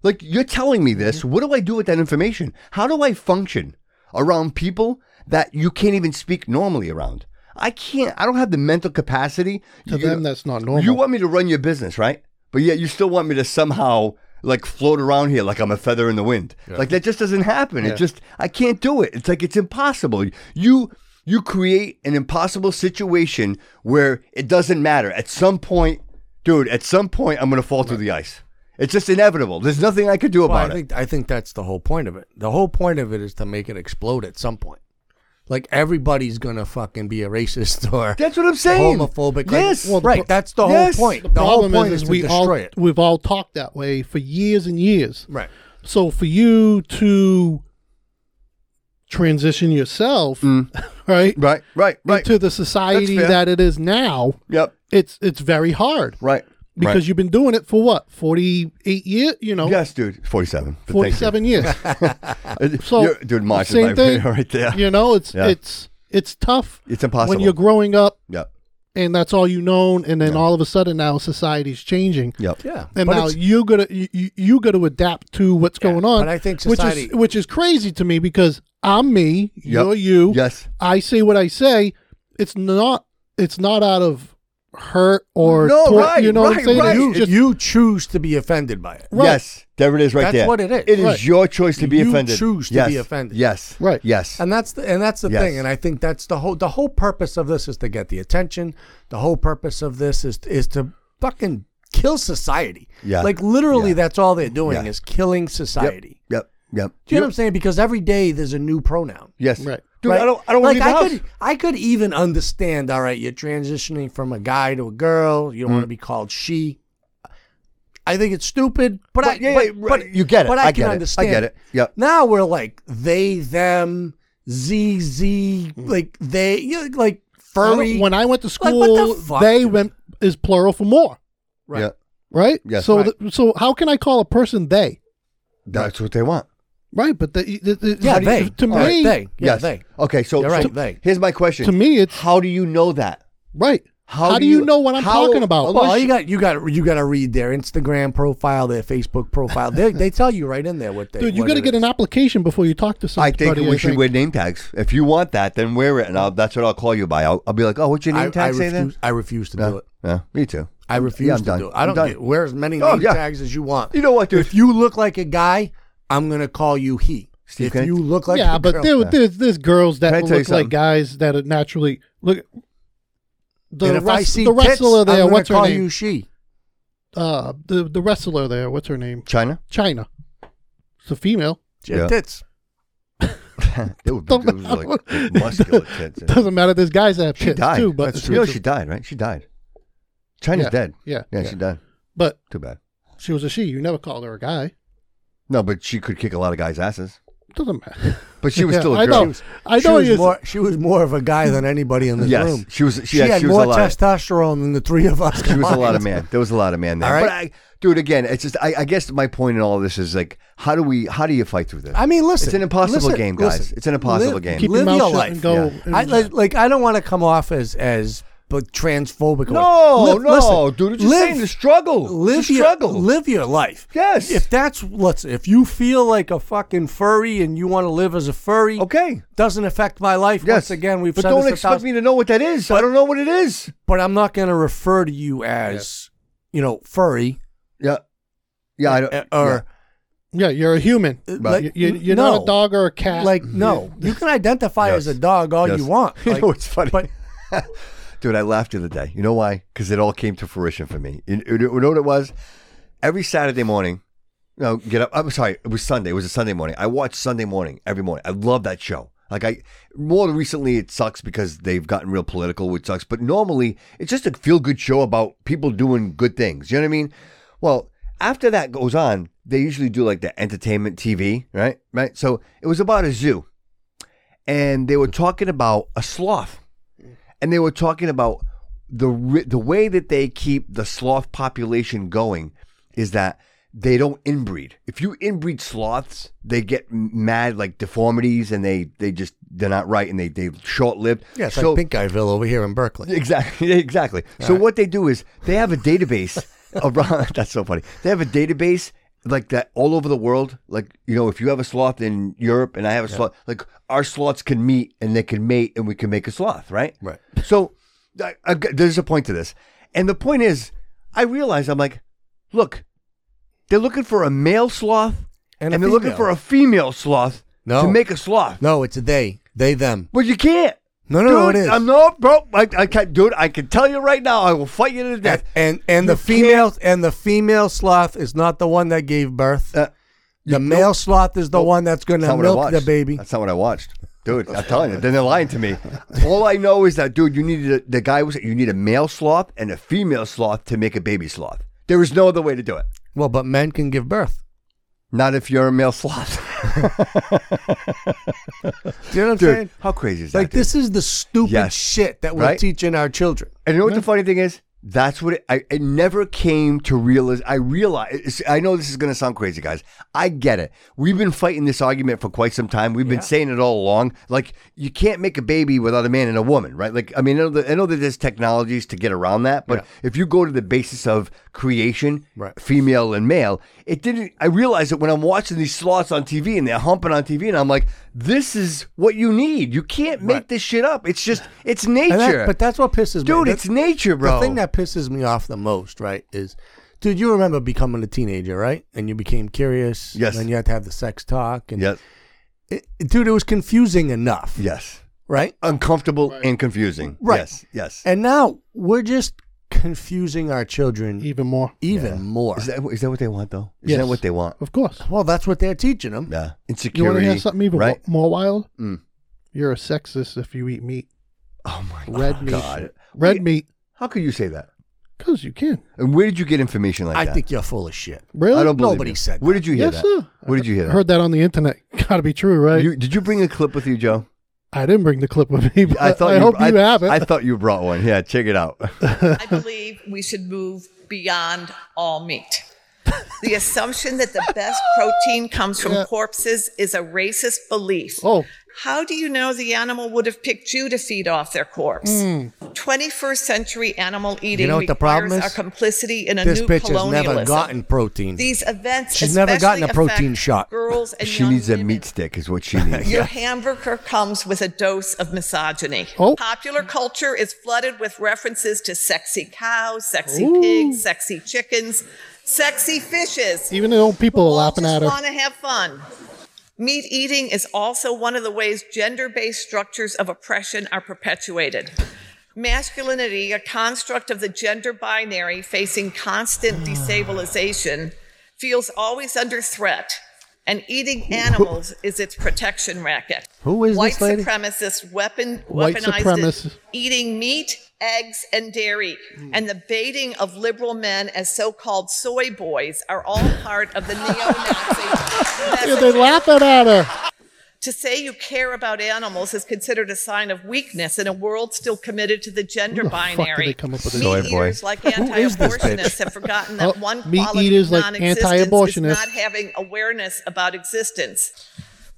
Speaker 1: Like you're telling me this.
Speaker 2: Mm-hmm.
Speaker 1: What do I do with that information? How do I function around people that you can't even speak normally around? I can't. I don't have the mental capacity.
Speaker 2: To them, that's not normal.
Speaker 1: You want me to run your business, right? But yet you still want me to somehow like float around here like I'm a feather in the wind. Like that just doesn't happen.
Speaker 2: Yeah.
Speaker 1: It just I can't do it. It's like it's impossible. You you create an impossible situation where it doesn't matter. At some point, dude, at some point I'm gonna fall through the ice. It's just inevitable. There's nothing I could do
Speaker 3: Well,
Speaker 1: about it.
Speaker 3: I think I think that's the whole point of it. The whole point of it is to make it explode at some point. Like everybody's gonna fucking be a racist or
Speaker 1: That's what I'm saying.
Speaker 3: homophobic. like-
Speaker 1: Yes.
Speaker 3: well, right. That's the
Speaker 1: Yes.
Speaker 3: whole point. The,
Speaker 1: The
Speaker 3: whole
Speaker 2: problem
Speaker 3: point
Speaker 2: is,
Speaker 3: is,
Speaker 2: is
Speaker 3: to
Speaker 2: we all
Speaker 3: destroy it.
Speaker 2: we've all talked that way for years and years.
Speaker 3: Right.
Speaker 2: So for you to transition yourself, right,
Speaker 1: right, right, Mm. right,
Speaker 2: into the society
Speaker 1: That's fair.
Speaker 2: that it is now,
Speaker 1: Yep.
Speaker 2: it's it's very hard,
Speaker 1: Right.
Speaker 2: Because
Speaker 1: Right.
Speaker 2: you've been doing it for what forty eight years, you know,
Speaker 1: Yes, dude. Forty-seven. But thank you.
Speaker 2: 47 years. so
Speaker 1: You're- dude, Marsh is my
Speaker 2: same thing
Speaker 1: right there.
Speaker 2: You know, it's
Speaker 1: Yeah.
Speaker 2: it's it's tough.
Speaker 1: It's impossible.
Speaker 2: when you're growing up
Speaker 1: Yep.
Speaker 2: and that's all you known, and then all of a sudden now society's changing.
Speaker 1: Yep.
Speaker 3: Yeah.
Speaker 2: And
Speaker 3: But
Speaker 2: now
Speaker 3: it's-
Speaker 2: you gotta you, you- you gotta adapt to what's going on.
Speaker 3: but I think society-
Speaker 2: which is which is crazy to me because I'm me, you're you.
Speaker 1: Yes.
Speaker 2: I say what I say. It's not it's not out of hurt or
Speaker 1: No,
Speaker 2: tor-
Speaker 1: right,
Speaker 2: you know what I'm
Speaker 1: right,
Speaker 2: saying?
Speaker 1: right.
Speaker 2: It's
Speaker 3: You,
Speaker 1: Just-
Speaker 3: you choose to be offended by it.
Speaker 2: Right.
Speaker 1: Yes, there it is, right
Speaker 3: That's
Speaker 1: there.
Speaker 3: what it is.
Speaker 1: It is
Speaker 3: Right.
Speaker 1: your choice to be
Speaker 3: You
Speaker 1: offended.
Speaker 3: choose to
Speaker 1: yes.
Speaker 3: be offended.
Speaker 1: Yes,
Speaker 2: Right.
Speaker 1: Yes,
Speaker 3: And that's the and that's the
Speaker 1: Yes.
Speaker 3: thing. And I think that's the whole the whole purpose of this is to get the attention. The whole purpose of this is is to fucking kill society.
Speaker 1: Yeah.
Speaker 3: Like literally,
Speaker 1: Yeah.
Speaker 3: that's all they're doing
Speaker 1: Yeah.
Speaker 3: is killing society.
Speaker 1: Yep. Yep.
Speaker 3: Do you know what I'm saying? Because every day there's a new pronoun.
Speaker 1: Yes.
Speaker 2: Right.
Speaker 1: Dude,
Speaker 3: right?
Speaker 1: I don't. I don't want
Speaker 3: like,
Speaker 1: to leave the
Speaker 3: I
Speaker 1: house.
Speaker 3: could, I could even understand. All right, you're transitioning from a guy to a girl. You don't
Speaker 1: Mm.
Speaker 3: want to be called she. I think it's stupid, but, I,
Speaker 1: But, yeah,
Speaker 3: but,
Speaker 1: yeah,
Speaker 3: but-
Speaker 1: right, you get it.
Speaker 3: But I,
Speaker 1: I
Speaker 3: can
Speaker 1: get it. I
Speaker 3: understand.
Speaker 1: get it. Yep.
Speaker 3: Now we're like they, them, Z, Z, like they, you know, like
Speaker 2: Hmm. I don't-
Speaker 3: furry.
Speaker 2: when I went to
Speaker 3: Like, what the
Speaker 2: school,
Speaker 3: fuck,
Speaker 2: they
Speaker 3: dude?
Speaker 2: went is plural for more.
Speaker 3: Right.
Speaker 1: Yeah,
Speaker 2: right?
Speaker 1: Yes.
Speaker 2: So,
Speaker 1: Right.
Speaker 2: th- so how can I call a person they?
Speaker 1: that's what they want.
Speaker 2: Right, but the, the, the,
Speaker 3: yeah,
Speaker 2: how do you-
Speaker 3: they.
Speaker 2: to me,
Speaker 3: All right, they. Yeah,
Speaker 1: yes.
Speaker 3: they.
Speaker 1: Okay. So,
Speaker 3: You're right,
Speaker 1: so
Speaker 3: they.
Speaker 1: Here's my question.
Speaker 2: to me, it's
Speaker 1: how do you know that?
Speaker 2: right. How, do you, know what I'm
Speaker 1: how-
Speaker 2: talking about?
Speaker 3: Well,
Speaker 1: Unless
Speaker 3: you got you got you got to read their Instagram profile, their Facebook profile. They, they tell you right in there what they.
Speaker 2: Dude, you
Speaker 3: what
Speaker 2: got to
Speaker 3: it
Speaker 2: get
Speaker 3: is.
Speaker 2: an application before you talk to
Speaker 1: I
Speaker 2: somebody.
Speaker 1: think we should
Speaker 2: think.
Speaker 1: wear name tags. If you want that, then wear it, and I'll, that's what I'll call you by. I'll, I'll be like, "Oh, what's your
Speaker 3: I,
Speaker 1: name
Speaker 3: I
Speaker 1: tag say then?"
Speaker 3: refuse, I refuse to do
Speaker 1: Yeah,
Speaker 3: it.
Speaker 1: yeah, me too.
Speaker 3: I refuse
Speaker 1: I'm
Speaker 3: to
Speaker 1: done.
Speaker 3: do it. I
Speaker 1: I'm
Speaker 3: don't
Speaker 1: done.
Speaker 3: get, wear as many name
Speaker 1: Oh, yeah.
Speaker 3: tags as you want.
Speaker 1: You know what, dude?
Speaker 3: If you look like a guy, I'm gonna call you he.
Speaker 1: Steve,
Speaker 3: if
Speaker 1: can I-
Speaker 3: you look like
Speaker 2: yeah,
Speaker 3: a
Speaker 2: but
Speaker 3: girl-
Speaker 2: there, there's there's girls
Speaker 1: Can I tell
Speaker 2: that look
Speaker 1: you
Speaker 2: like
Speaker 1: something?
Speaker 2: guys that are naturally look. The,
Speaker 3: and if I
Speaker 2: wrest-
Speaker 3: see
Speaker 2: the
Speaker 3: tits,
Speaker 2: wrestler
Speaker 3: I'm
Speaker 2: there,
Speaker 3: gonna
Speaker 2: what's her
Speaker 3: call
Speaker 2: name?
Speaker 3: you she.
Speaker 2: uh, the the wrestler there, what's her name?
Speaker 1: China.
Speaker 2: China. It's a female.
Speaker 3: She had
Speaker 1: Yeah.
Speaker 3: Tits.
Speaker 1: It was, it was like big muscular tits.
Speaker 2: Doesn't matter. There's guys that have
Speaker 1: She
Speaker 2: tits
Speaker 1: died.
Speaker 2: too, but
Speaker 1: you know she died, right? She died. China's
Speaker 2: Yeah,
Speaker 1: dead.
Speaker 2: yeah,
Speaker 1: yeah,
Speaker 2: yeah.
Speaker 1: she died.
Speaker 2: But
Speaker 1: Too bad.
Speaker 2: she was a she. You never called her a guy.
Speaker 1: No, but she could kick a lot of guys' asses.
Speaker 2: Doesn't matter.
Speaker 1: But she was
Speaker 2: Yeah,
Speaker 1: still a
Speaker 2: I
Speaker 1: girl.
Speaker 2: know. I
Speaker 3: she
Speaker 2: know
Speaker 3: was
Speaker 2: you-
Speaker 3: more. She was more of a guy than anybody in this
Speaker 1: Yes,
Speaker 3: room.
Speaker 1: she was- she-
Speaker 3: She
Speaker 1: yeah,
Speaker 3: had
Speaker 1: she was
Speaker 3: more
Speaker 1: a lot of-
Speaker 3: testosterone than the three of us.
Speaker 1: She was a lot of
Speaker 3: combined.
Speaker 1: man. There was a lot of man there.
Speaker 3: All
Speaker 1: But
Speaker 3: right.
Speaker 1: I, dude, again, it's just I, I guess my point in all this is like, how do we? How do you fight through this?
Speaker 3: I mean, listen.
Speaker 1: It's an impossible
Speaker 3: listen,
Speaker 1: game, guys.
Speaker 3: listen.
Speaker 1: It's an impossible
Speaker 3: Live-
Speaker 1: game.
Speaker 2: Keep your
Speaker 3: live
Speaker 2: mouth
Speaker 3: your
Speaker 2: shut
Speaker 3: life.
Speaker 2: and go-
Speaker 3: I, like, like, I don't want to come off as as but transphobic. away.
Speaker 1: No, no, dude, it's just saying the struggle.
Speaker 3: Live
Speaker 1: It's a
Speaker 3: your
Speaker 1: struggle.
Speaker 3: Live your life.
Speaker 1: Yes.
Speaker 3: If that's let's if you feel like a fucking furry and you want to live as a furry,
Speaker 1: okay,
Speaker 3: doesn't affect my life. Once again, we've
Speaker 1: But
Speaker 3: said
Speaker 1: don't
Speaker 3: this a
Speaker 1: expect
Speaker 3: thousand-
Speaker 1: me to know what that is. I don't know what it is.
Speaker 3: But I'm not going to refer to you as you know furry.
Speaker 1: Yeah. Yeah. I don't,
Speaker 3: Eh, or
Speaker 2: yeah, you're a human.
Speaker 3: Uh, Like,
Speaker 2: You- you- you're not
Speaker 3: no.
Speaker 2: a dog or a cat.
Speaker 3: Like no, you can identify as a dog all
Speaker 1: Yes.
Speaker 3: you want.
Speaker 1: You
Speaker 3: Like,
Speaker 1: know what's funny?
Speaker 3: But
Speaker 1: Dude, I laughed the other day. You know why? Because it all came to fruition for me. You you know what it was? Every Saturday morning, you know, get up. I'm sorry, it was Sunday. It was a Sunday morning. I watch Sunday morning every morning. I love that show. Like I, more recently, it sucks because they've gotten real political, which sucks. But normally, it's just a feel good show about people doing good things. You know what I mean? Well, after that goes on, they usually do like the entertainment TV, right? Right. So it was about a zoo and they were talking about a sloth, and they were talking about the ri- the way that they keep the sloth population going is that they don't inbreed. If you inbreed sloths, they get m- mad like deformities, and they they just they're not right, and they they short lived.
Speaker 3: yeah, it's like Pink Eyeville over here in Berkeley.
Speaker 1: Exactly. Exactly. so what they do is they have a database around. That's so funny. They have a database like that all over the world. Like you know, if you have a sloth in Europe and I have a sloth, like our sloths can meet and they can mate and we can make a sloth, right?
Speaker 3: Right.
Speaker 1: So I, I, there's a point to this, and the point is, I realize I'm like, look, they're looking for a male sloth and,
Speaker 3: And a
Speaker 1: they're looking
Speaker 3: female.
Speaker 1: for a female sloth
Speaker 3: No.
Speaker 1: to make a sloth.
Speaker 3: No, it's a they, they, them.
Speaker 1: Well, you can't.
Speaker 3: No, no, no,
Speaker 1: Dude,
Speaker 3: it is.
Speaker 1: I'm no, bro. I, I can't, dude. I can tell you right now. I will fight you to the death.
Speaker 3: and and the female and the female sloth is not the one that gave birth.
Speaker 1: Uh,
Speaker 3: the male sloth is the one that's going
Speaker 1: That's
Speaker 3: to
Speaker 1: not what I
Speaker 3: milk
Speaker 1: watched.
Speaker 3: the baby.
Speaker 1: That's not what I watched, dude. I'm telling you, then they're lying to me. All I know is that, dude, you need a, the guy was you need a male sloth and a female sloth to make a baby sloth. There is no other way to do it.
Speaker 3: Well, but men can give birth.
Speaker 1: Not if you're a male sloth,
Speaker 3: Do you know what I'm
Speaker 1: dude.
Speaker 3: saying?
Speaker 1: How crazy is that?
Speaker 3: Like
Speaker 1: dude?
Speaker 3: this is the stupid
Speaker 1: Yes.
Speaker 3: shit that we're
Speaker 1: Right?
Speaker 3: teaching our children.
Speaker 1: And you know what the funny thing is? That's what it, I it never came to realize. I realize. I know this is going to sound crazy, guys. I get it. We've been fighting this argument for quite some time. We've been saying it all along. Like you can't make a baby without a man and a woman, right? Like I mean, I know that, I know that there's technologies to get around that, but if you go to the basis of creation,
Speaker 3: Right.
Speaker 1: female and male, it didn't. I realized that when I'm watching these slots on TV and they're humping on TV, and I'm like, this is what you need. You can't make this shit up. It's just it's nature.
Speaker 3: And that- but that's what pisses me.
Speaker 1: Dude,
Speaker 3: that-
Speaker 1: it's nature, bro.
Speaker 3: The thing that pisses me off the most, right, is, dude, you remember becoming a teenager, right? And you became curious.
Speaker 1: Yes.
Speaker 3: And then you had to have the sex talk. And
Speaker 1: yes,
Speaker 3: it, dude, it was confusing enough,
Speaker 1: yes,
Speaker 3: right?
Speaker 1: uncomfortable and confusing.
Speaker 3: Right.
Speaker 1: Yes, yes.
Speaker 3: And now we're just confusing our children
Speaker 2: even more.
Speaker 3: even more.
Speaker 1: Is that is that what they want though? Is
Speaker 2: Yes.
Speaker 1: that what they want?
Speaker 2: Of course.
Speaker 3: well, that's what they're teaching them.
Speaker 1: Yeah,
Speaker 2: You want to
Speaker 1: insecurity.
Speaker 2: hear something even
Speaker 1: right?
Speaker 2: wa- more wild?
Speaker 1: Mm.
Speaker 2: You're a sexist if you eat meat.
Speaker 1: Oh my
Speaker 2: Red
Speaker 1: God.
Speaker 2: meat.
Speaker 1: God.
Speaker 2: Red
Speaker 1: Wait,
Speaker 2: meat.
Speaker 1: How could you say that?
Speaker 2: Because you can.
Speaker 1: And where did you get information like
Speaker 3: I
Speaker 1: that?
Speaker 3: think you're full of shit.
Speaker 2: Really?
Speaker 1: I don't believe
Speaker 3: Nobody
Speaker 1: you.
Speaker 3: said
Speaker 1: Where did you hear
Speaker 2: yes,
Speaker 1: that?
Speaker 2: sir.
Speaker 1: Where did you hear
Speaker 2: I
Speaker 1: that?
Speaker 2: heard that on the internet. Gotta be true, right?
Speaker 1: You- did you bring a clip with you, Joe?
Speaker 2: I didn't bring the clip with me, but I, hope you have it.
Speaker 1: I thought you brought one. Yeah, check it out.
Speaker 13: I believe we should move beyond all meat. The assumption that the best protein comes from
Speaker 2: Yeah.
Speaker 13: corpses is a racist belief.
Speaker 2: oh,
Speaker 13: How do you know the animal would have picked you to feed off their corpse?
Speaker 1: Hmm.
Speaker 13: 21st century animal eating
Speaker 3: know what the problem
Speaker 13: requires
Speaker 3: is?
Speaker 13: our complicity in a
Speaker 3: This
Speaker 13: new
Speaker 3: bitch has
Speaker 13: colonialism.
Speaker 3: never gotten protein.
Speaker 13: These events,
Speaker 3: She's never gotten
Speaker 13: especially
Speaker 3: a protein
Speaker 13: affect
Speaker 3: shot.
Speaker 13: Girls and
Speaker 1: she
Speaker 13: young
Speaker 1: needs a
Speaker 13: women.
Speaker 1: meat stick, is what she needs.
Speaker 13: Your hamburger comes with a dose of misogyny.
Speaker 2: Oh.
Speaker 13: Popular culture is flooded with references to sexy cows, sexy
Speaker 2: Ooh.
Speaker 13: pigs, sexy chickens, sexy fishes.
Speaker 2: even the old people are
Speaker 13: All
Speaker 2: laughing
Speaker 13: just
Speaker 2: at her.
Speaker 13: want to have fun. Meat eating is also one of the ways gender-based structures of oppression are perpetuated. Masculinity, a construct of the gender binary facing
Speaker 3: Hmm.
Speaker 13: constant destabilization, feels always under threat, and eating animals is its protection racket.
Speaker 3: Who is
Speaker 13: White
Speaker 3: this lady?
Speaker 13: supremacists weapon
Speaker 2: White
Speaker 13: weaponized
Speaker 2: supremacists.
Speaker 13: it, eating meat, eggs, and dairy,
Speaker 2: Hmm.
Speaker 13: and the baiting of liberal men as so-called soy boys are all part of the neo-Nazi.
Speaker 2: Yeah, they're
Speaker 13: message.
Speaker 2: laughing at her.
Speaker 13: To say you care about animals is considered a sign of weakness in a world still committed to the gender
Speaker 2: Who the fuck did
Speaker 13: binary.
Speaker 2: they come up with this?
Speaker 13: meat
Speaker 1: Soy boy.
Speaker 13: eaters like
Speaker 3: is this bitch?
Speaker 13: anti-abortionists have forgotten that
Speaker 2: Oh,
Speaker 13: one
Speaker 2: meat
Speaker 13: quality
Speaker 2: eaters
Speaker 13: of
Speaker 2: like
Speaker 13: non-existence
Speaker 2: anti-abortionists.
Speaker 13: is not having awareness about existence.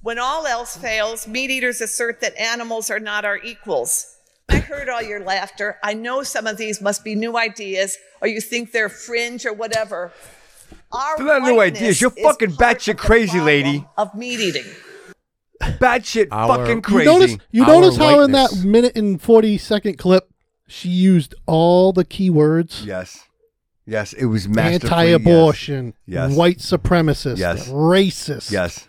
Speaker 13: When all else fails, meat eaters assert that animals are not our equals. I heard all your laughter. I know some of these must be new ideas, or you think they're fringe or whatever. Our
Speaker 1: They're not new
Speaker 13: whiteness
Speaker 1: ideas. You're
Speaker 13: is
Speaker 1: fucking batshit crazy, lady.
Speaker 13: of meat eating.
Speaker 1: Batshit fucking
Speaker 2: You
Speaker 1: crazy.
Speaker 2: notice, you notice how in that minute and 40 second clip, she used all the key words
Speaker 1: Yes. Yes, it was masterfully.
Speaker 2: anti abortion,
Speaker 1: Yes. yes.
Speaker 2: white supremacist,
Speaker 1: Yes.
Speaker 2: racist.
Speaker 1: Yes.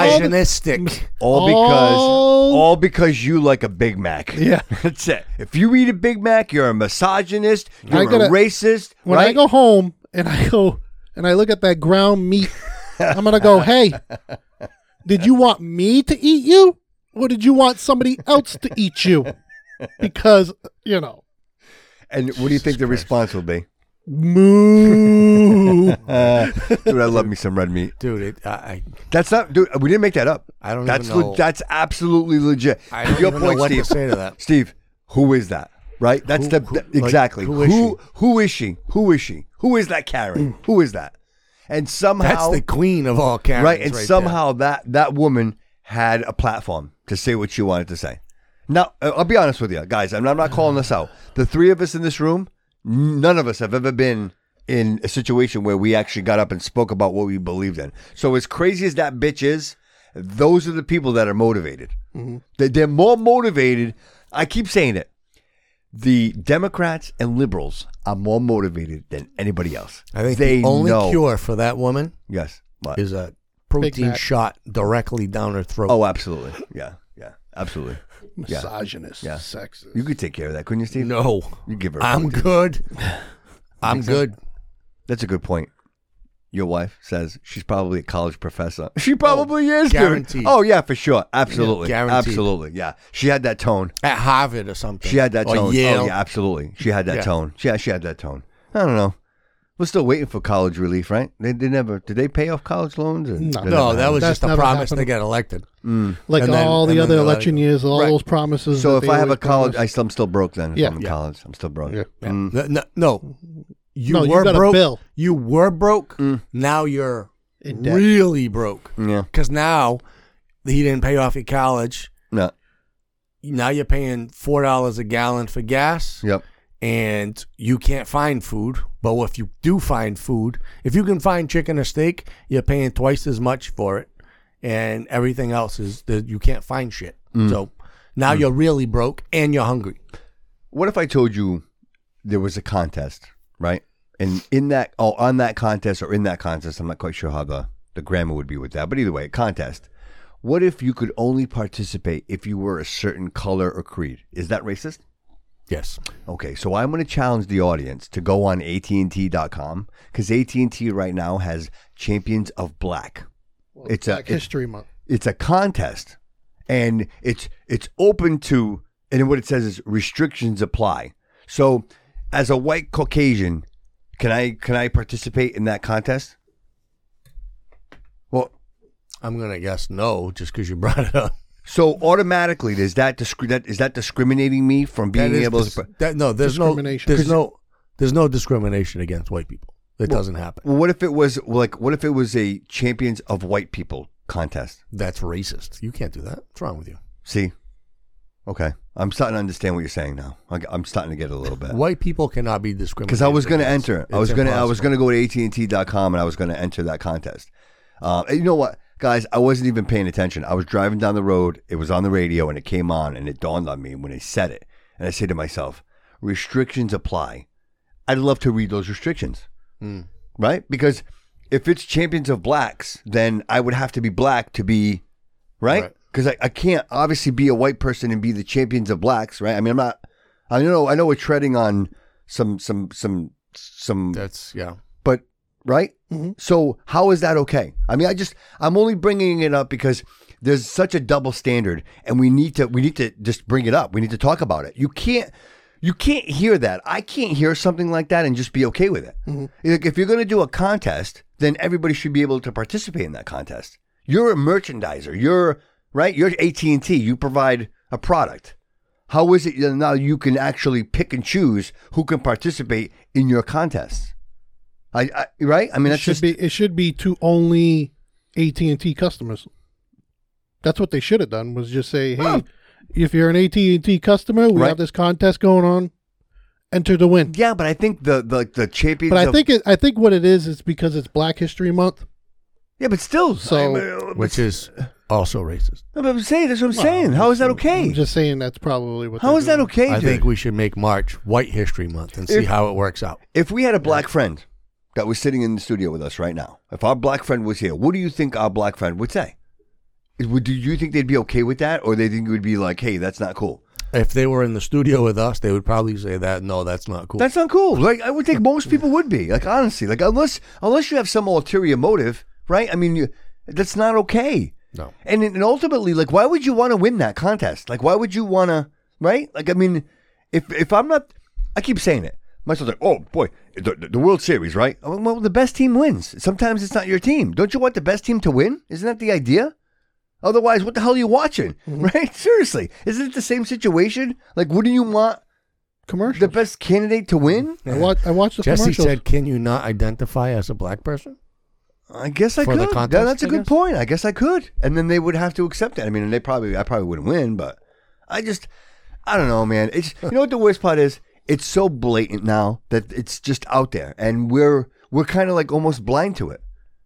Speaker 3: Misogynistic.
Speaker 1: All because
Speaker 2: All-
Speaker 1: all because you like a Big Mac.
Speaker 2: Oh. Yeah.
Speaker 1: That's it. If you eat a Big Mac, you're a misogynist, you're
Speaker 2: gotta-
Speaker 1: a racist,
Speaker 2: When
Speaker 1: right?
Speaker 2: I go home and I go and I look at that ground meat, I'm going to go, hey, did you want me to eat you? Or did you want somebody else to eat you? Because, you know,
Speaker 1: and what do you think the response will be?
Speaker 2: moo.
Speaker 1: Uh, dude, I love me some red meat.
Speaker 3: Dude, it, I, I,
Speaker 1: That's not, dude. We didn't make that up.
Speaker 3: I don't
Speaker 1: That's
Speaker 3: even know-
Speaker 1: that's absolutely legit.
Speaker 3: I don't
Speaker 1: Your
Speaker 3: even know
Speaker 1: point,
Speaker 3: what to
Speaker 1: Steve.
Speaker 3: say to that.
Speaker 1: Steve, who is that? Right. That's
Speaker 3: Who-
Speaker 1: the
Speaker 3: who- like,
Speaker 1: exactly.
Speaker 3: who is Mm.
Speaker 1: who who is she? Who is she? Who is that Karen? Who is that? And somehow
Speaker 3: that's the queen of all Karens.
Speaker 1: right. And
Speaker 3: there.
Speaker 1: somehow that that woman had a platform to say what she wanted to say. Now, I- I'll be honest with you, guys. I'm not, I'm not calling this out. The three of us in this room, none of us have ever been in a situation where we actually got up and spoke about what we believed in. So, as crazy as that bitch is, those are the people that are motivated.
Speaker 3: Mm-hmm.
Speaker 1: They, they're more motivated. I keep saying it. The Democrats and liberals are more motivated than anybody else.
Speaker 3: I think
Speaker 1: they
Speaker 3: the only
Speaker 1: know.
Speaker 3: cure for that woman
Speaker 1: Yes. What?
Speaker 3: is a protein
Speaker 2: Mac.
Speaker 3: shot directly down her throat.
Speaker 1: Oh, absolutely. Yeah. Yeah. Absolutely. Yeah.
Speaker 2: misogynist,
Speaker 1: Yeah.
Speaker 2: sexist.
Speaker 1: You could take care of that, couldn't you, Steve?
Speaker 3: No,
Speaker 1: You give her. a
Speaker 3: I'm
Speaker 1: fucking-
Speaker 3: good. I'm
Speaker 1: Think so?
Speaker 3: good.
Speaker 1: That's a good point. Your wife says she's probably a college professor. She probably is, dude.
Speaker 3: Oh, guaranteed.
Speaker 1: Oh yeah, for sure. Absolutely.
Speaker 3: Yeah, guaranteed.
Speaker 1: absolutely. Yeah. She had that tone.
Speaker 3: At Harvard or something.
Speaker 1: She had that
Speaker 3: Or
Speaker 1: tone. Oh
Speaker 3: Yale.
Speaker 1: yeah, absolutely. She had that
Speaker 3: Yeah.
Speaker 1: tone. Yeah, she had that tone. I don't know. We're still waiting for college relief, right? They, they never did they pay off college loans? Or
Speaker 2: No.
Speaker 1: They
Speaker 3: No,
Speaker 1: never
Speaker 3: that was
Speaker 1: had it?
Speaker 2: That's
Speaker 3: just a
Speaker 2: never
Speaker 3: promise
Speaker 2: happened.
Speaker 3: they got elected.
Speaker 2: Like
Speaker 3: And then-
Speaker 2: all the
Speaker 3: and then
Speaker 2: other
Speaker 3: they're
Speaker 2: election
Speaker 3: like-
Speaker 2: years, all
Speaker 3: Right.
Speaker 2: those promises.
Speaker 1: So
Speaker 2: that
Speaker 1: if
Speaker 2: they
Speaker 1: I have a
Speaker 2: always
Speaker 1: college, I,
Speaker 2: promised.
Speaker 1: am still broke. Then if
Speaker 2: Yeah.
Speaker 1: I'm in
Speaker 2: Yeah.
Speaker 1: college, I'm still broke. Mm,
Speaker 2: Yeah.
Speaker 3: Yeah. No, no, no. you
Speaker 2: No, you
Speaker 3: were
Speaker 2: got a
Speaker 3: broke.
Speaker 2: bill.
Speaker 3: You were broke.
Speaker 1: Mm.
Speaker 3: Now you're
Speaker 2: In debt.
Speaker 3: really broke.
Speaker 1: Yeah.
Speaker 3: Because now he didn't pay off your college.
Speaker 1: No.
Speaker 3: Now you're paying four dollars a gallon for gas,
Speaker 1: Yep.
Speaker 3: and you can't find food. But if you do find food, if you can find chicken or steak, you're paying twice as much for it, and everything else is that you can't find shit.
Speaker 1: Mm.
Speaker 3: So now you're really broke and you're hungry.
Speaker 1: What if I told you there was a contest, right? And in that, oh, on that contest or in that contest, I'm not quite sure how the, the grammar would be with that, but either way, a contest. What if you could only participate if you were a certain color or creed? Is that racist?
Speaker 3: Yes.
Speaker 1: Okay, so I'm going to challenge the audience to go on AT&T.com because AT&T right now has Champions of Black. it's
Speaker 2: Black
Speaker 1: a it's-
Speaker 2: History Month.
Speaker 1: it's a contest and it's it's open to and what it says is restrictions apply so as a white caucasian can i can i participate in that contest well
Speaker 3: I'm gonna guess no, just because you brought it up.
Speaker 1: so automatically does that discri- that is that discriminating me from being
Speaker 3: That is
Speaker 1: able
Speaker 3: dis-
Speaker 1: to par-
Speaker 3: that, no, there's
Speaker 2: Discrimination.
Speaker 3: no, there's
Speaker 2: 'Cause-
Speaker 3: no, there's no discrimination against white people. It doesn't happen.
Speaker 1: well, what if it was like what if it was a champions of white people contest
Speaker 3: That's racist. You can't do that. What's wrong with you?
Speaker 1: see okay i'm starting to understand what you're saying now Like, i'm starting to get a little bit
Speaker 3: White people cannot be discriminated.
Speaker 1: because I was going to
Speaker 3: against.
Speaker 1: enter. I
Speaker 3: It's
Speaker 1: was going to I was
Speaker 3: impossible.
Speaker 1: going to go to AT&T.com and I was going to enter that contest. Uh, and you know what, guys? I wasn't even paying attention. I was driving down the road. It was on the radio and it came on and it dawned on me when they said it. And I said to myself, restrictions apply. I'd love to read those restrictions, right? Because if it's champions of blacks, then I would have to be black to be right?
Speaker 3: Right.
Speaker 1: Because I, I can't obviously be a white person and be the champions of blacks, right? I mean, I'm not. I know I know we're treading on some some some some,
Speaker 3: That's yeah.
Speaker 1: but right. So how is that okay? I mean, I just I'm only bringing it up because there's such a double standard, and we need to we need to just bring it up. We need to talk about it. You can't. You can't hear that. I can't hear something like that and just be okay with it. Like if you're going to do a contest, then everybody should be able to participate in that contest. You're a merchandiser. You're right. You're AT and T. You provide a product. How is it that now you can actually pick and choose who can participate in your contests? I, I right. I mean,
Speaker 2: it
Speaker 1: that's
Speaker 2: should
Speaker 1: just
Speaker 2: be it should be to only AT and T customers. That's what they should have done was just say, hey,
Speaker 1: Well,
Speaker 2: if you're an AT&T customer, we
Speaker 1: Right.
Speaker 2: have this contest going on. Enter to win.
Speaker 1: Yeah, but I think the the the champions.
Speaker 2: But I
Speaker 1: of-
Speaker 2: think it, I think what it is is because it's Black History Month.
Speaker 1: Yeah, but still, uh,
Speaker 2: so
Speaker 3: which is also racist.
Speaker 1: No, but I'm saying that's what I'm saying. How is that okay?
Speaker 2: I'm just saying that's probably what.
Speaker 1: How
Speaker 2: they're
Speaker 1: is that
Speaker 2: doing.
Speaker 1: okay?
Speaker 3: I
Speaker 1: dude?
Speaker 3: think we should make March White History Month and see
Speaker 1: If-
Speaker 3: how it works out.
Speaker 1: If we had a black friend that was sitting in the studio with us right now, if our black friend was here, what do you think our black friend would say? Would do you think they'd be okay with that, or they think it would be like, "Hey, that's not cool."
Speaker 3: If they were in the studio with us, they would probably say that. No, that's not cool.
Speaker 1: That's not cool. Like I would think most people would be like, honestly, like unless unless you have some ulterior motive, right? I mean, you, that's not okay.
Speaker 3: No.
Speaker 1: And and ultimately, like, why would you want to win that contest? Like, why would you want to, right? Like, I mean, if if I'm not, I keep saying it. My son's like, oh boy, the, the- the World Series, right? I'm like, Well, the best team wins. Sometimes it's not your team. Don't you want the best team to win? Isn't that the idea? Otherwise, what the hell are you watching? Right? Seriously, isn't it the same situation? Like, wouldn't you want
Speaker 2: commercial
Speaker 1: the best candidate to win?
Speaker 2: I watch. I watched the
Speaker 3: Jesse
Speaker 2: commercials.
Speaker 3: said, "Can you not identify as a black person?"
Speaker 1: I guess I
Speaker 3: For
Speaker 1: could.
Speaker 3: the
Speaker 1: Yeah,
Speaker 3: contest,
Speaker 1: that's a
Speaker 3: I
Speaker 1: good
Speaker 3: guess.
Speaker 1: point. I guess I could, and then they would have to accept it. I mean, and they probably, I probably wouldn't win, but I just, I don't know, man. It's you know what the worst part is? It's so blatant now that it's just out there, and we're we're kind of like almost blind to it.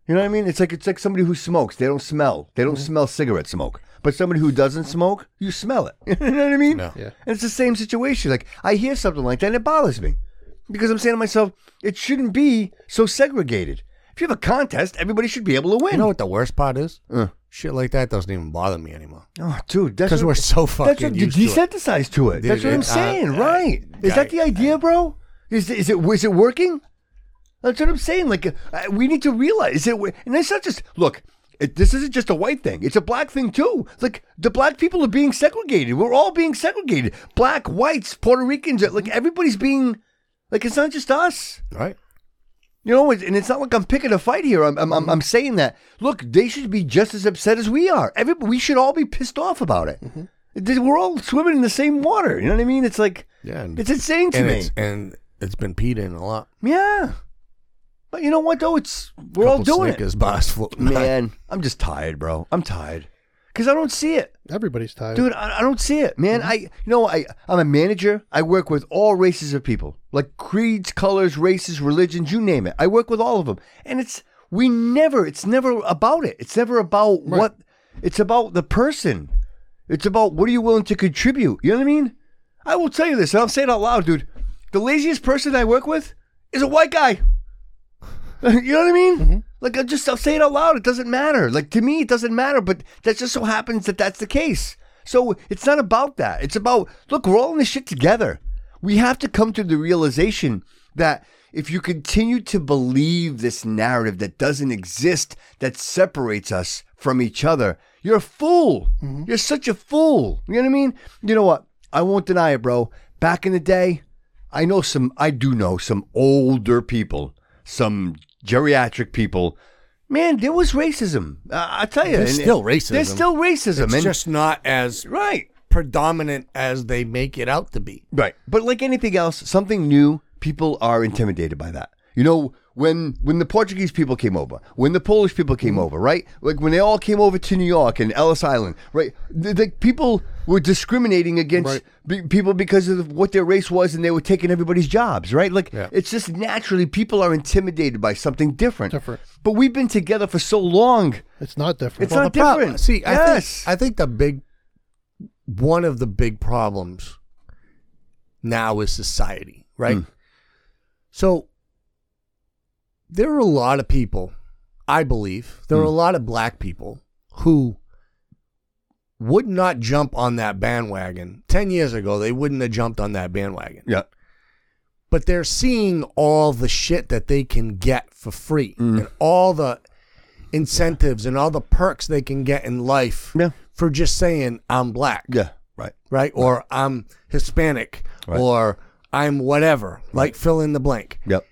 Speaker 1: You know what I mean? It's like it's like somebody who smokes. They don't smell. They don't
Speaker 3: Mm-hmm.
Speaker 1: smell cigarette smoke. But somebody who doesn't smoke, you smell it. you know what I mean?
Speaker 3: Yeah.
Speaker 1: And it's the same situation. Like I hear something like that, and it bothers me because I'm saying to myself, it shouldn't be so segregated. If you have a contest, everybody should be able to win.
Speaker 3: You know what the worst part is?
Speaker 1: Uh.
Speaker 3: Shit like that doesn't even bother me anymore.
Speaker 1: Oh, dude, that's
Speaker 3: because
Speaker 1: what-
Speaker 3: we're so
Speaker 1: that's
Speaker 3: fucking
Speaker 1: what-
Speaker 3: used
Speaker 1: de-
Speaker 3: to it.
Speaker 1: desensitized to it.
Speaker 3: Dude,
Speaker 1: that's what I'm
Speaker 3: it- uh,
Speaker 1: saying,
Speaker 3: I-
Speaker 1: right? is
Speaker 3: I-
Speaker 1: that the idea,
Speaker 3: uh,
Speaker 1: bro? Is is it is it working? That's what I'm saying. Like I, we need to realize it, and it's not just look. It, this isn't just a white thing; it's a black thing too. Like the black people are being segregated. We're all being segregated. Black, whites, Puerto Ricans. Like everybody's being. Like it's not just us.
Speaker 3: Right.
Speaker 1: You know, it's- and it's not like I'm picking a fight here. I'm, I'm, I'm, I'm saying that. Look, they should be just as upset as we are. Every, we should all be pissed off about it.
Speaker 3: Mm-hmm.
Speaker 1: Th- We're all swimming in the same water. You know what I mean? It's like,
Speaker 3: Yeah, and-
Speaker 1: it's insane to
Speaker 3: and
Speaker 1: me.
Speaker 3: It's, and it's been peed in a lot.
Speaker 1: yeah. But you know what, though? It's, we're all doing
Speaker 3: Snickers bars
Speaker 1: it.
Speaker 3: floating.
Speaker 1: Man, I'm just tired, bro. I'm tired. Because I don't see it.
Speaker 2: Everybody's tired.
Speaker 1: Dude, I, I don't see it, man. I you know I I'm a manager. I work with all races of people, like creeds, colors, races, religions, you name it. I work with all of them, and it's we never. It's never about it. It's never about what. It's about the person. It's about what are you willing to contribute. You know what I mean? I will tell you this, and I'll say it out loud, dude. The laziest person I work with is a white guy. you know what I mean? Like, I just I'll say it out loud. It doesn't matter. Like to me, it doesn't matter. But that just so happens that that's the case. So it's not about that. It's about look, we're all in this shit together. We have to come to the realization that if you continue to believe this narrative that doesn't exist, that separates us from each other, you're a fool. You're such a fool. You know what I mean? You know what? I won't deny it, bro. Back in the day, I know some, I do know some older people, some geriatric people. Man, there was racism. Uh, I tell you,
Speaker 3: There's
Speaker 1: and-
Speaker 3: still racism.
Speaker 1: There's still racism.
Speaker 3: It's
Speaker 1: and,
Speaker 3: just not as
Speaker 1: right
Speaker 3: predominant as they make it out to be.
Speaker 1: Right. But like anything else, something new, people are intimidated by that. You know, when when the Portuguese people came over, when the Polish people
Speaker 3: Mm-hmm.
Speaker 1: came over, right? Like when they all came over to New York and Ellis Island, right? The, the people were discriminating against be- people because of what their race was, and they were taking everybody's jobs, right? Like it's just naturally people are intimidated by something different. Different. But we've been together for so long.
Speaker 2: It's not different.
Speaker 1: It's
Speaker 3: Well,
Speaker 1: not
Speaker 3: the prob-
Speaker 1: different.
Speaker 3: See, I
Speaker 1: yes.
Speaker 3: think I think the big one of the big problems now is society, right? So there are a lot of people, I believe, there are a lot of black people who would not jump on that bandwagon. 10 years ago, they wouldn't have jumped on that bandwagon.
Speaker 1: Yeah.
Speaker 3: But they're seeing all the shit that they can get for free
Speaker 1: Mm.
Speaker 3: and all the incentives and all the perks they can get in life for just saying I'm black.
Speaker 1: Yeah, right.
Speaker 3: Right? Or I'm Hispanic
Speaker 1: Right.
Speaker 3: or I'm whatever. Like fill in the blank.
Speaker 1: Yep.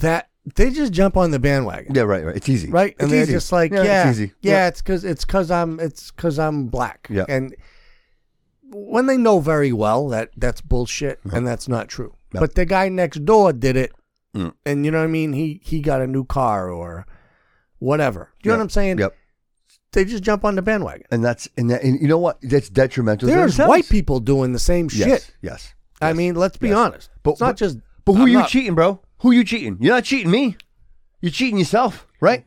Speaker 3: That they just jump on the bandwagon.
Speaker 1: Yeah, right, right. It's easy.
Speaker 3: Right? and
Speaker 1: It's
Speaker 3: they're
Speaker 1: easy.
Speaker 3: just like, yeah,
Speaker 1: Yeah, it's
Speaker 3: yeah,
Speaker 1: easy.
Speaker 3: yeah, it's cause it's cause I'm it's cause I'm black.
Speaker 1: Yeah.
Speaker 3: And when they know very well that that's bullshit and that's not true.
Speaker 1: Uh-huh. Yeah.
Speaker 3: But the guy next door did it
Speaker 1: Mm.
Speaker 3: and you know what I mean? He he got a new car or whatever. Do you know
Speaker 1: Yeah.
Speaker 3: what I'm saying?
Speaker 1: Yep.
Speaker 3: they just jump on the bandwagon.
Speaker 1: And that's and, that, and you know what? That's detrimental. to
Speaker 3: There's
Speaker 1: themselves.
Speaker 3: white people doing the same
Speaker 1: Yes,
Speaker 3: shit.
Speaker 1: Yes.
Speaker 3: I mean, let's be
Speaker 1: yes.
Speaker 3: honest.
Speaker 1: But
Speaker 3: it's not
Speaker 1: but-
Speaker 3: just.
Speaker 1: But who
Speaker 3: I'm
Speaker 1: you
Speaker 3: not-
Speaker 1: cheating, bro? Who you cheating? You're not cheating me. You're cheating yourself, right?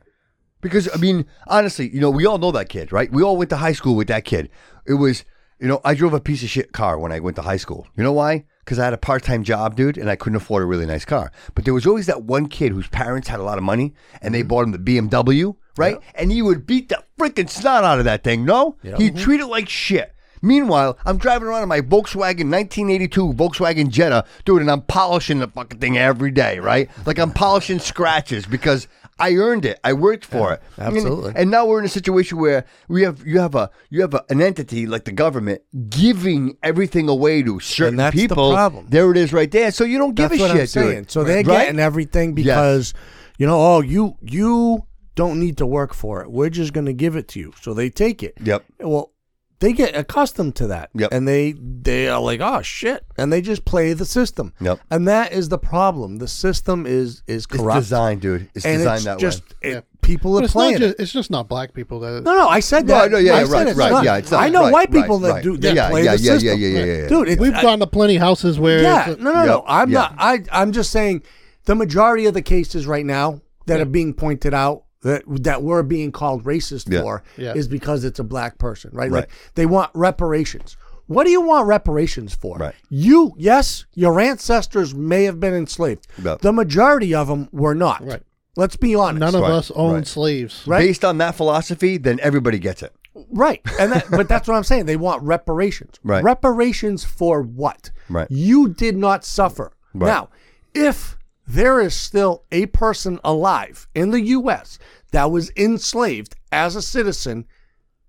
Speaker 1: Because I mean, honestly, you know, we all know that kid, right? We all went to high school with that kid. It was, you know, I drove a piece of shit car when I went to high school. You know why? Because I had a part-time job, dude, and I couldn't afford a really nice car. But there was always that one kid whose parents had a lot of money, and
Speaker 3: Mm-hmm.
Speaker 1: they bought him the BMW, right? And he would beat the freaking snot out of that thing. No,
Speaker 3: Yeah.
Speaker 1: he'd treat it like shit. Meanwhile, I'm driving around in my Volkswagen 1982 Volkswagen Jetta, dude, and I'm polishing the fucking thing every day, right? Like I'm polishing scratches because I earned it. I worked for it. And-
Speaker 3: absolutely.
Speaker 1: And, now we're in a situation where we have you have a you have a, an entity like the government giving everything away to certain
Speaker 3: that's the
Speaker 1: people.
Speaker 3: problem.
Speaker 1: There it is, right there. So you don't give
Speaker 3: That's
Speaker 1: a
Speaker 3: what
Speaker 1: shit,
Speaker 3: I'm saying.
Speaker 1: dude.
Speaker 3: So they're
Speaker 1: right?
Speaker 3: getting everything because you know, oh, you you don't need to work for it. We're just going to give it to you. So they take it.
Speaker 1: Yep.
Speaker 3: Well, they get accustomed to that.
Speaker 1: Yep.
Speaker 3: And they they are like, oh shit, and they just play the system.
Speaker 1: Yep.
Speaker 3: And that is the problem. The system is is
Speaker 1: It's
Speaker 3: corrupt.
Speaker 1: designed, dude. It's
Speaker 3: and
Speaker 1: designed
Speaker 3: it's
Speaker 1: that way.
Speaker 3: just, It, People
Speaker 2: But
Speaker 3: are
Speaker 2: it's
Speaker 3: playing.
Speaker 2: not
Speaker 3: it.
Speaker 2: just, it's just not black people that
Speaker 3: No, no, I said
Speaker 1: No,
Speaker 3: that.
Speaker 1: no, yeah,
Speaker 3: I
Speaker 1: yeah,
Speaker 3: said
Speaker 1: right,
Speaker 3: it's
Speaker 1: right,
Speaker 3: not.
Speaker 1: yeah, it's not,
Speaker 3: I know
Speaker 1: right,
Speaker 3: white
Speaker 1: right,
Speaker 3: people
Speaker 1: right.
Speaker 3: that do that
Speaker 1: Yeah,
Speaker 3: play
Speaker 1: yeah,
Speaker 3: the
Speaker 1: yeah, yeah,
Speaker 3: system.
Speaker 1: yeah, yeah, yeah, yeah.
Speaker 3: dude. It's,
Speaker 2: We've
Speaker 3: I-
Speaker 2: gone to plenty houses where
Speaker 3: yeah,
Speaker 2: it's a-
Speaker 3: no, no, no.
Speaker 1: Yep,
Speaker 3: I'm
Speaker 1: yeah.
Speaker 3: not. I, I'm just saying the majority of the cases right now that are being pointed out that that we're being called racist
Speaker 1: Yeah.
Speaker 3: for
Speaker 2: Yeah.
Speaker 3: is because it's a black person, right?
Speaker 1: Right.
Speaker 3: Like they want reparations. What do you want reparations for?
Speaker 1: Right.
Speaker 3: You, yes, your ancestors may have been enslaved.
Speaker 1: Yep.
Speaker 3: The majority of them were not.
Speaker 2: Right.
Speaker 3: Let's be honest.
Speaker 2: none of
Speaker 1: Right,
Speaker 2: us own
Speaker 1: right.
Speaker 2: slaves.
Speaker 3: right?
Speaker 1: based on that philosophy, then everybody gets it.
Speaker 3: Right. And that, but that's what I'm saying. They want reparations.
Speaker 1: Right.
Speaker 3: Reparations for what?
Speaker 1: Right.
Speaker 3: You did not suffer.
Speaker 1: Right.
Speaker 3: Now, if there is still a person alive in the US that was enslaved as a citizen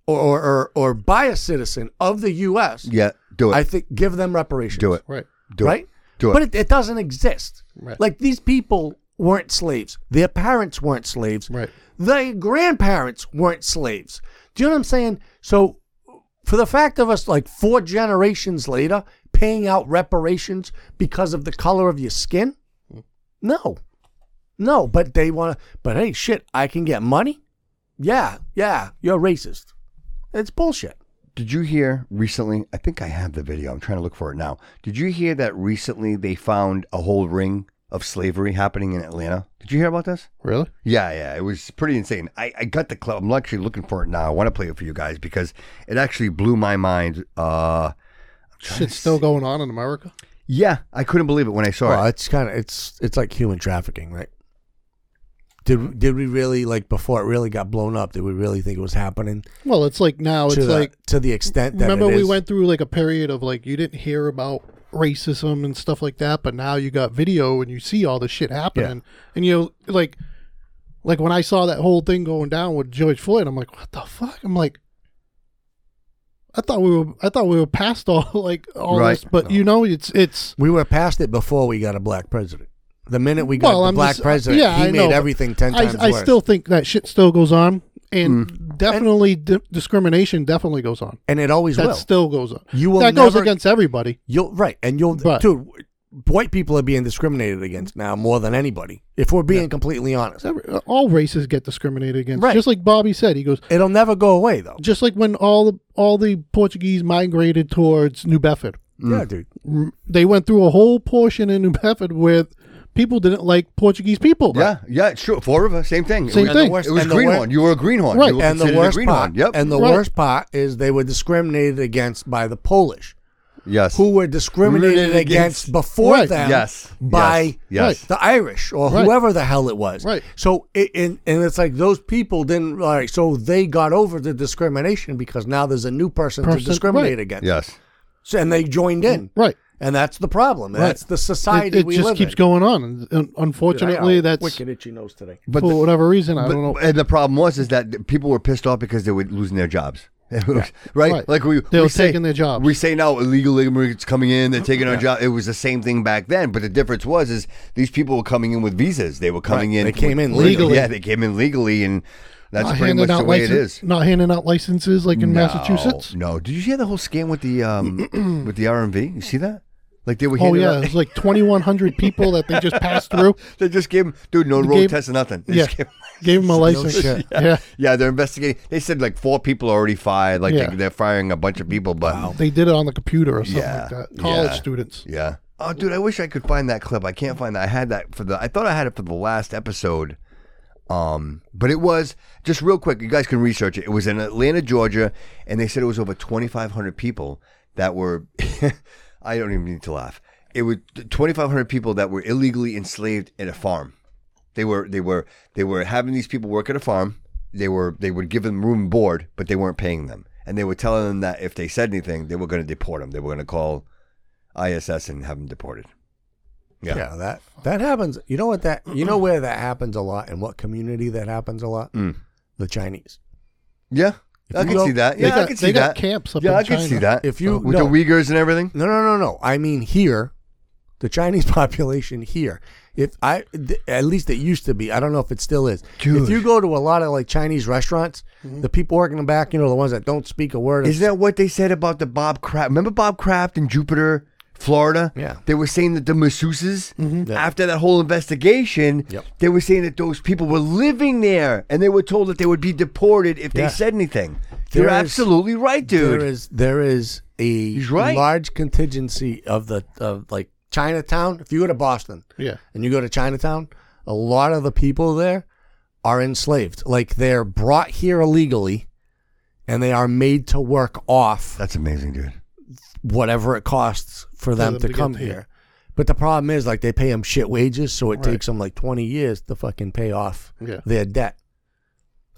Speaker 3: or or, or, or by a citizen of the US,
Speaker 1: Yeah, do it.
Speaker 3: I think give them reparations.
Speaker 1: do it.
Speaker 2: Right.
Speaker 1: Do
Speaker 3: right?
Speaker 1: it. Do it.
Speaker 3: But it, it doesn't exist.
Speaker 2: Right.
Speaker 3: Like these people weren't slaves. Their parents weren't slaves.
Speaker 2: Right.
Speaker 3: Their grandparents weren't slaves. Do you know what I'm saying? So, for the fact of us, like four generations later, paying out reparations because of the color of your skin, no, no. But they want to. But hey, shit, I can get money. Yeah, yeah. You're racist. It's bullshit.
Speaker 1: Did you hear recently? I think I have the video. I'm trying to look for it now. Did you hear that recently they found a whole ring of slavery happening in Atlanta? Did you hear about this?
Speaker 2: Really?
Speaker 1: Yeah, yeah, it was pretty insane. I, I got the clip. I'm actually looking for it now. I want to play it for you guys because it actually blew my mind. Uh,
Speaker 2: Shit's still going on in America.
Speaker 1: yeah, I couldn't believe it when I saw
Speaker 3: well,
Speaker 1: it.
Speaker 3: it's kind of it's it's like human trafficking, right? Did did we really like before it really got blown up? Did we really think it was happening
Speaker 2: Well, it's like now
Speaker 3: to
Speaker 2: it's
Speaker 3: the,
Speaker 2: like
Speaker 3: to the extent that
Speaker 2: remember
Speaker 3: it
Speaker 2: we
Speaker 3: is?
Speaker 2: went through like a period of like you didn't hear about racism and stuff like that, but now you got video and you see all this shit happening, and you know like like when I saw that whole thing going down with George Floyd, I'm like, what the fuck? I'm like. I thought we were. I thought we were past all like all
Speaker 1: Right.
Speaker 2: this, but you know, it's it's
Speaker 3: We were past it before we got a black president. The minute we got
Speaker 2: Well,
Speaker 3: the
Speaker 2: I'm
Speaker 3: black
Speaker 2: just- uh,
Speaker 3: president,
Speaker 2: yeah,
Speaker 3: he
Speaker 2: I
Speaker 3: made
Speaker 2: know, but
Speaker 3: everything ten
Speaker 2: I,
Speaker 3: times
Speaker 2: I
Speaker 3: worse. Mm.
Speaker 2: still think that shit still goes on, and definitely di- discrimination definitely goes on.
Speaker 3: and it always
Speaker 2: That
Speaker 3: will.
Speaker 2: still goes on.
Speaker 3: You will
Speaker 2: that goes
Speaker 3: never-
Speaker 2: against everybody.
Speaker 3: You'll right, and you'll
Speaker 2: But-
Speaker 3: dude. White people are being discriminated against now more than anybody. If we're being completely honest,
Speaker 2: Every- uh, all races get discriminated against.
Speaker 3: Right.
Speaker 2: Just like Bobby said, he goes.
Speaker 3: it'll never go away though.
Speaker 2: Just like when all the all the Portuguese migrated towards New Bedford,
Speaker 3: Yeah, dude.
Speaker 2: Mm, they went through a whole portion in New Bedford where people didn't like Portuguese people.
Speaker 1: Yeah, yeah, it's true. Four of us, same thing.
Speaker 2: Same
Speaker 1: it was,
Speaker 2: thing.
Speaker 1: It was
Speaker 3: And the
Speaker 1: greenhorn.
Speaker 3: wor-
Speaker 1: you were a greenhorn.
Speaker 2: Right.
Speaker 1: You were
Speaker 3: and the
Speaker 1: considered a
Speaker 3: worst
Speaker 1: greenhorn.
Speaker 3: part,
Speaker 1: Yep.
Speaker 3: and the
Speaker 2: Right.
Speaker 3: worst part is they were discriminated against by the Polish,
Speaker 1: yes.
Speaker 3: who were discriminated
Speaker 1: Rooted
Speaker 3: against,
Speaker 1: against-
Speaker 3: before
Speaker 2: Right.
Speaker 3: them
Speaker 1: Yes.
Speaker 3: by
Speaker 1: Yes. Yes.
Speaker 3: the Irish or
Speaker 2: Right.
Speaker 3: whoever the hell it was.
Speaker 2: Right.
Speaker 3: So it, and and it's like those people didn't all right. So they got over the discrimination because now there's a new person,
Speaker 2: Person,
Speaker 3: to discriminate
Speaker 2: right.
Speaker 3: against.
Speaker 1: Yes.
Speaker 3: So, and they joined in.
Speaker 2: Right.
Speaker 3: And that's the problem.
Speaker 2: Right.
Speaker 3: That's the society
Speaker 2: It, it
Speaker 3: we
Speaker 2: just
Speaker 3: live
Speaker 2: keeps
Speaker 3: in.
Speaker 2: going on, and, and unfortunately,
Speaker 3: Dude, I-
Speaker 2: that's
Speaker 3: wicked itchy nose today.
Speaker 1: But
Speaker 2: for
Speaker 1: the-
Speaker 2: whatever reason. I
Speaker 1: But-
Speaker 2: don't know.
Speaker 1: And the problem was is that th- people were pissed off because they were losing their jobs. right?
Speaker 2: Right.
Speaker 1: Like we
Speaker 2: They
Speaker 1: we
Speaker 2: were
Speaker 1: say-
Speaker 2: taking their jobs.
Speaker 1: We say now illegal immigrants coming in, they're taking our job. It was the same thing back then, but the difference was is these people were coming in with visas. They were coming
Speaker 3: Right.
Speaker 1: in.
Speaker 3: They came in legally.
Speaker 1: Yeah, they came in legally, and that's pretty
Speaker 2: handing
Speaker 1: much the
Speaker 2: out
Speaker 1: way it
Speaker 2: licen-
Speaker 1: is.
Speaker 2: Not handing out licenses like in
Speaker 1: No,
Speaker 2: Massachusetts.
Speaker 1: No, did you hear the whole scam with the um with the RMV? You see that? Like they were.
Speaker 2: Oh
Speaker 1: handing
Speaker 2: yeah,
Speaker 1: out-
Speaker 2: it was like 2,100 people that they just passed through.
Speaker 1: they just gave him dude no
Speaker 2: They
Speaker 1: road
Speaker 2: gave-
Speaker 1: test or nothing. They
Speaker 2: yeah,
Speaker 1: just
Speaker 2: gave him a
Speaker 1: No
Speaker 2: license.
Speaker 1: shit.
Speaker 2: yeah.
Speaker 1: yeah, Yeah, They're investigating. They said like four people are already fired. Like
Speaker 2: Yeah.
Speaker 1: they, they're firing a bunch of people, but
Speaker 2: they did it on the computer or something
Speaker 1: Yeah.
Speaker 2: like that. College
Speaker 1: Yeah.
Speaker 2: students.
Speaker 1: Yeah. Oh, dude, I wish I could find that clip. I can't find that. I had that for the. I thought I had it for the last episode. Um, but it was just real quick. You guys can research it. It was in Atlanta, Georgia, and they said it was over 2,500 people that were. I don't even need to laugh. It was 2,500 people that were illegally enslaved at a farm. They were they were they were having these people work at a farm. They were they would give them room and board, but they weren't paying them, and they were telling them that if they said anything, they were going to deport them. They were going to call ISS and have them deported. Yeah.
Speaker 3: Yeah. that that happens. You know what that you know where that happens a lot and what community that happens a lot?
Speaker 1: Mm.
Speaker 3: The Chinese.
Speaker 1: Yeah,
Speaker 3: If
Speaker 1: I
Speaker 3: you
Speaker 1: can
Speaker 3: go-
Speaker 1: see that.
Speaker 3: They
Speaker 1: Yeah, I
Speaker 3: got-
Speaker 1: can
Speaker 3: they
Speaker 1: see
Speaker 3: got
Speaker 1: that.
Speaker 3: camps up
Speaker 1: yeah,
Speaker 3: in
Speaker 1: I can see
Speaker 3: China.
Speaker 1: that.
Speaker 3: If you-
Speaker 1: with
Speaker 3: no.
Speaker 1: the Uyghurs and everything.
Speaker 3: No, no, no, no. I mean here, the Chinese population here. If I th- at least it used to be. I don't know if it still is.
Speaker 1: Dude. Mm-hmm.
Speaker 3: If you go to a lot of like Chinese restaurants, the people working in the back, you know, the ones that don't speak a word. of-
Speaker 1: Is that what they said about the Bob Kraft? Remember Bob Kraft in Jupiter, Florida?
Speaker 3: Yeah. Mm-hmm.
Speaker 1: They were saying that the masseuses, after that whole investigation, they were saying that those people were living there and they were told that they would be deported if
Speaker 3: Yeah.
Speaker 1: they said anything. You're
Speaker 3: There is-
Speaker 1: absolutely right, dude.
Speaker 3: There is there is a
Speaker 1: right.
Speaker 3: large contingency of the of like Chinatown. If you go to Boston,
Speaker 2: Yeah.
Speaker 3: and you go to Chinatown, a lot of the people there are enslaved. Like they're brought here illegally, and they are made to work off
Speaker 1: That's amazing, dude.
Speaker 3: whatever it costs for them,
Speaker 2: them
Speaker 3: to,
Speaker 2: to get
Speaker 3: come
Speaker 2: here.
Speaker 3: here. But the problem is, like, they pay them shit wages, so it
Speaker 2: Right.
Speaker 3: takes them like twenty years to fucking pay off
Speaker 2: Yeah.
Speaker 3: their debt.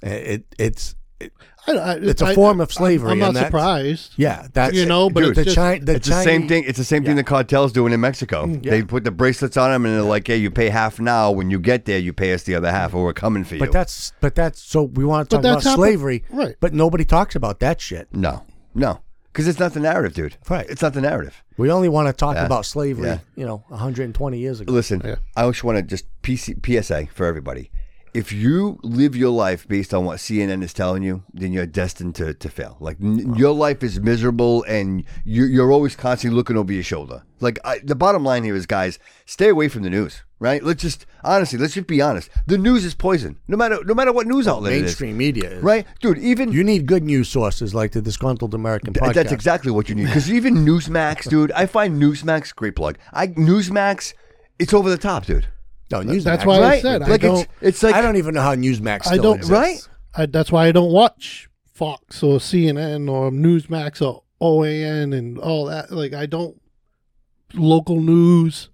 Speaker 3: It, it it's it,
Speaker 2: I, I,
Speaker 3: it's a
Speaker 2: I-
Speaker 3: form of
Speaker 2: I'm-
Speaker 3: slavery.
Speaker 2: I'm, not
Speaker 3: and that's-
Speaker 2: surprised.
Speaker 3: Yeah, that's
Speaker 2: You know, but
Speaker 1: Dude,
Speaker 2: it's
Speaker 3: the
Speaker 2: just-
Speaker 3: Chi- the
Speaker 1: it's the same
Speaker 3: Chinese- Mm,
Speaker 1: thing. It's the same thing the cartels doing in Mexico. They put the bracelets on them and they're like, "Hey, you pay half now. When you get there, you pay us the other half, or we're coming for you."
Speaker 3: But that's but that's so we want to
Speaker 2: But
Speaker 3: talk about
Speaker 2: that's happen-
Speaker 3: slavery,
Speaker 2: right.
Speaker 3: But nobody talks about that shit.
Speaker 1: no, no, because it's not the narrative, dude.
Speaker 3: Right.
Speaker 1: It's not the narrative.
Speaker 3: We only want to talk
Speaker 1: Yeah.
Speaker 3: about slavery,
Speaker 1: Yeah.
Speaker 3: you know, 120 years ago.
Speaker 1: Listen, I just want to just PC, PSA for everybody. If you live your life based on what CNN is telling you, then you're destined to, to fail. Like n- your life is miserable, and you, you're always constantly looking over your shoulder. Like I, the bottom line here is, guys, stay away from the news. Right? Let's just honestly, let's just be honest. The news is poison. No matter no matter what news outlet it is.
Speaker 3: mainstream media, is-
Speaker 1: Right, dude. Even
Speaker 3: You need good news sources like the Disgruntled American
Speaker 1: Th-
Speaker 3: Podcast.
Speaker 1: That's exactly what you need. Because even Newsmax, dude, I find Newsmax great plug. I Newsmax, it's over the top, dude.
Speaker 3: no, Newsmax.
Speaker 2: That's why I
Speaker 1: Right?
Speaker 2: said I
Speaker 1: Like, it's-
Speaker 2: don't.
Speaker 1: it's like-
Speaker 3: I don't even know how Newsmax.
Speaker 2: I
Speaker 3: Still
Speaker 2: don't-
Speaker 3: exists.
Speaker 1: Right?
Speaker 2: I, that's why I don't watch Fox or CNN or Newsmax or OAN and all that. Like I don't local news.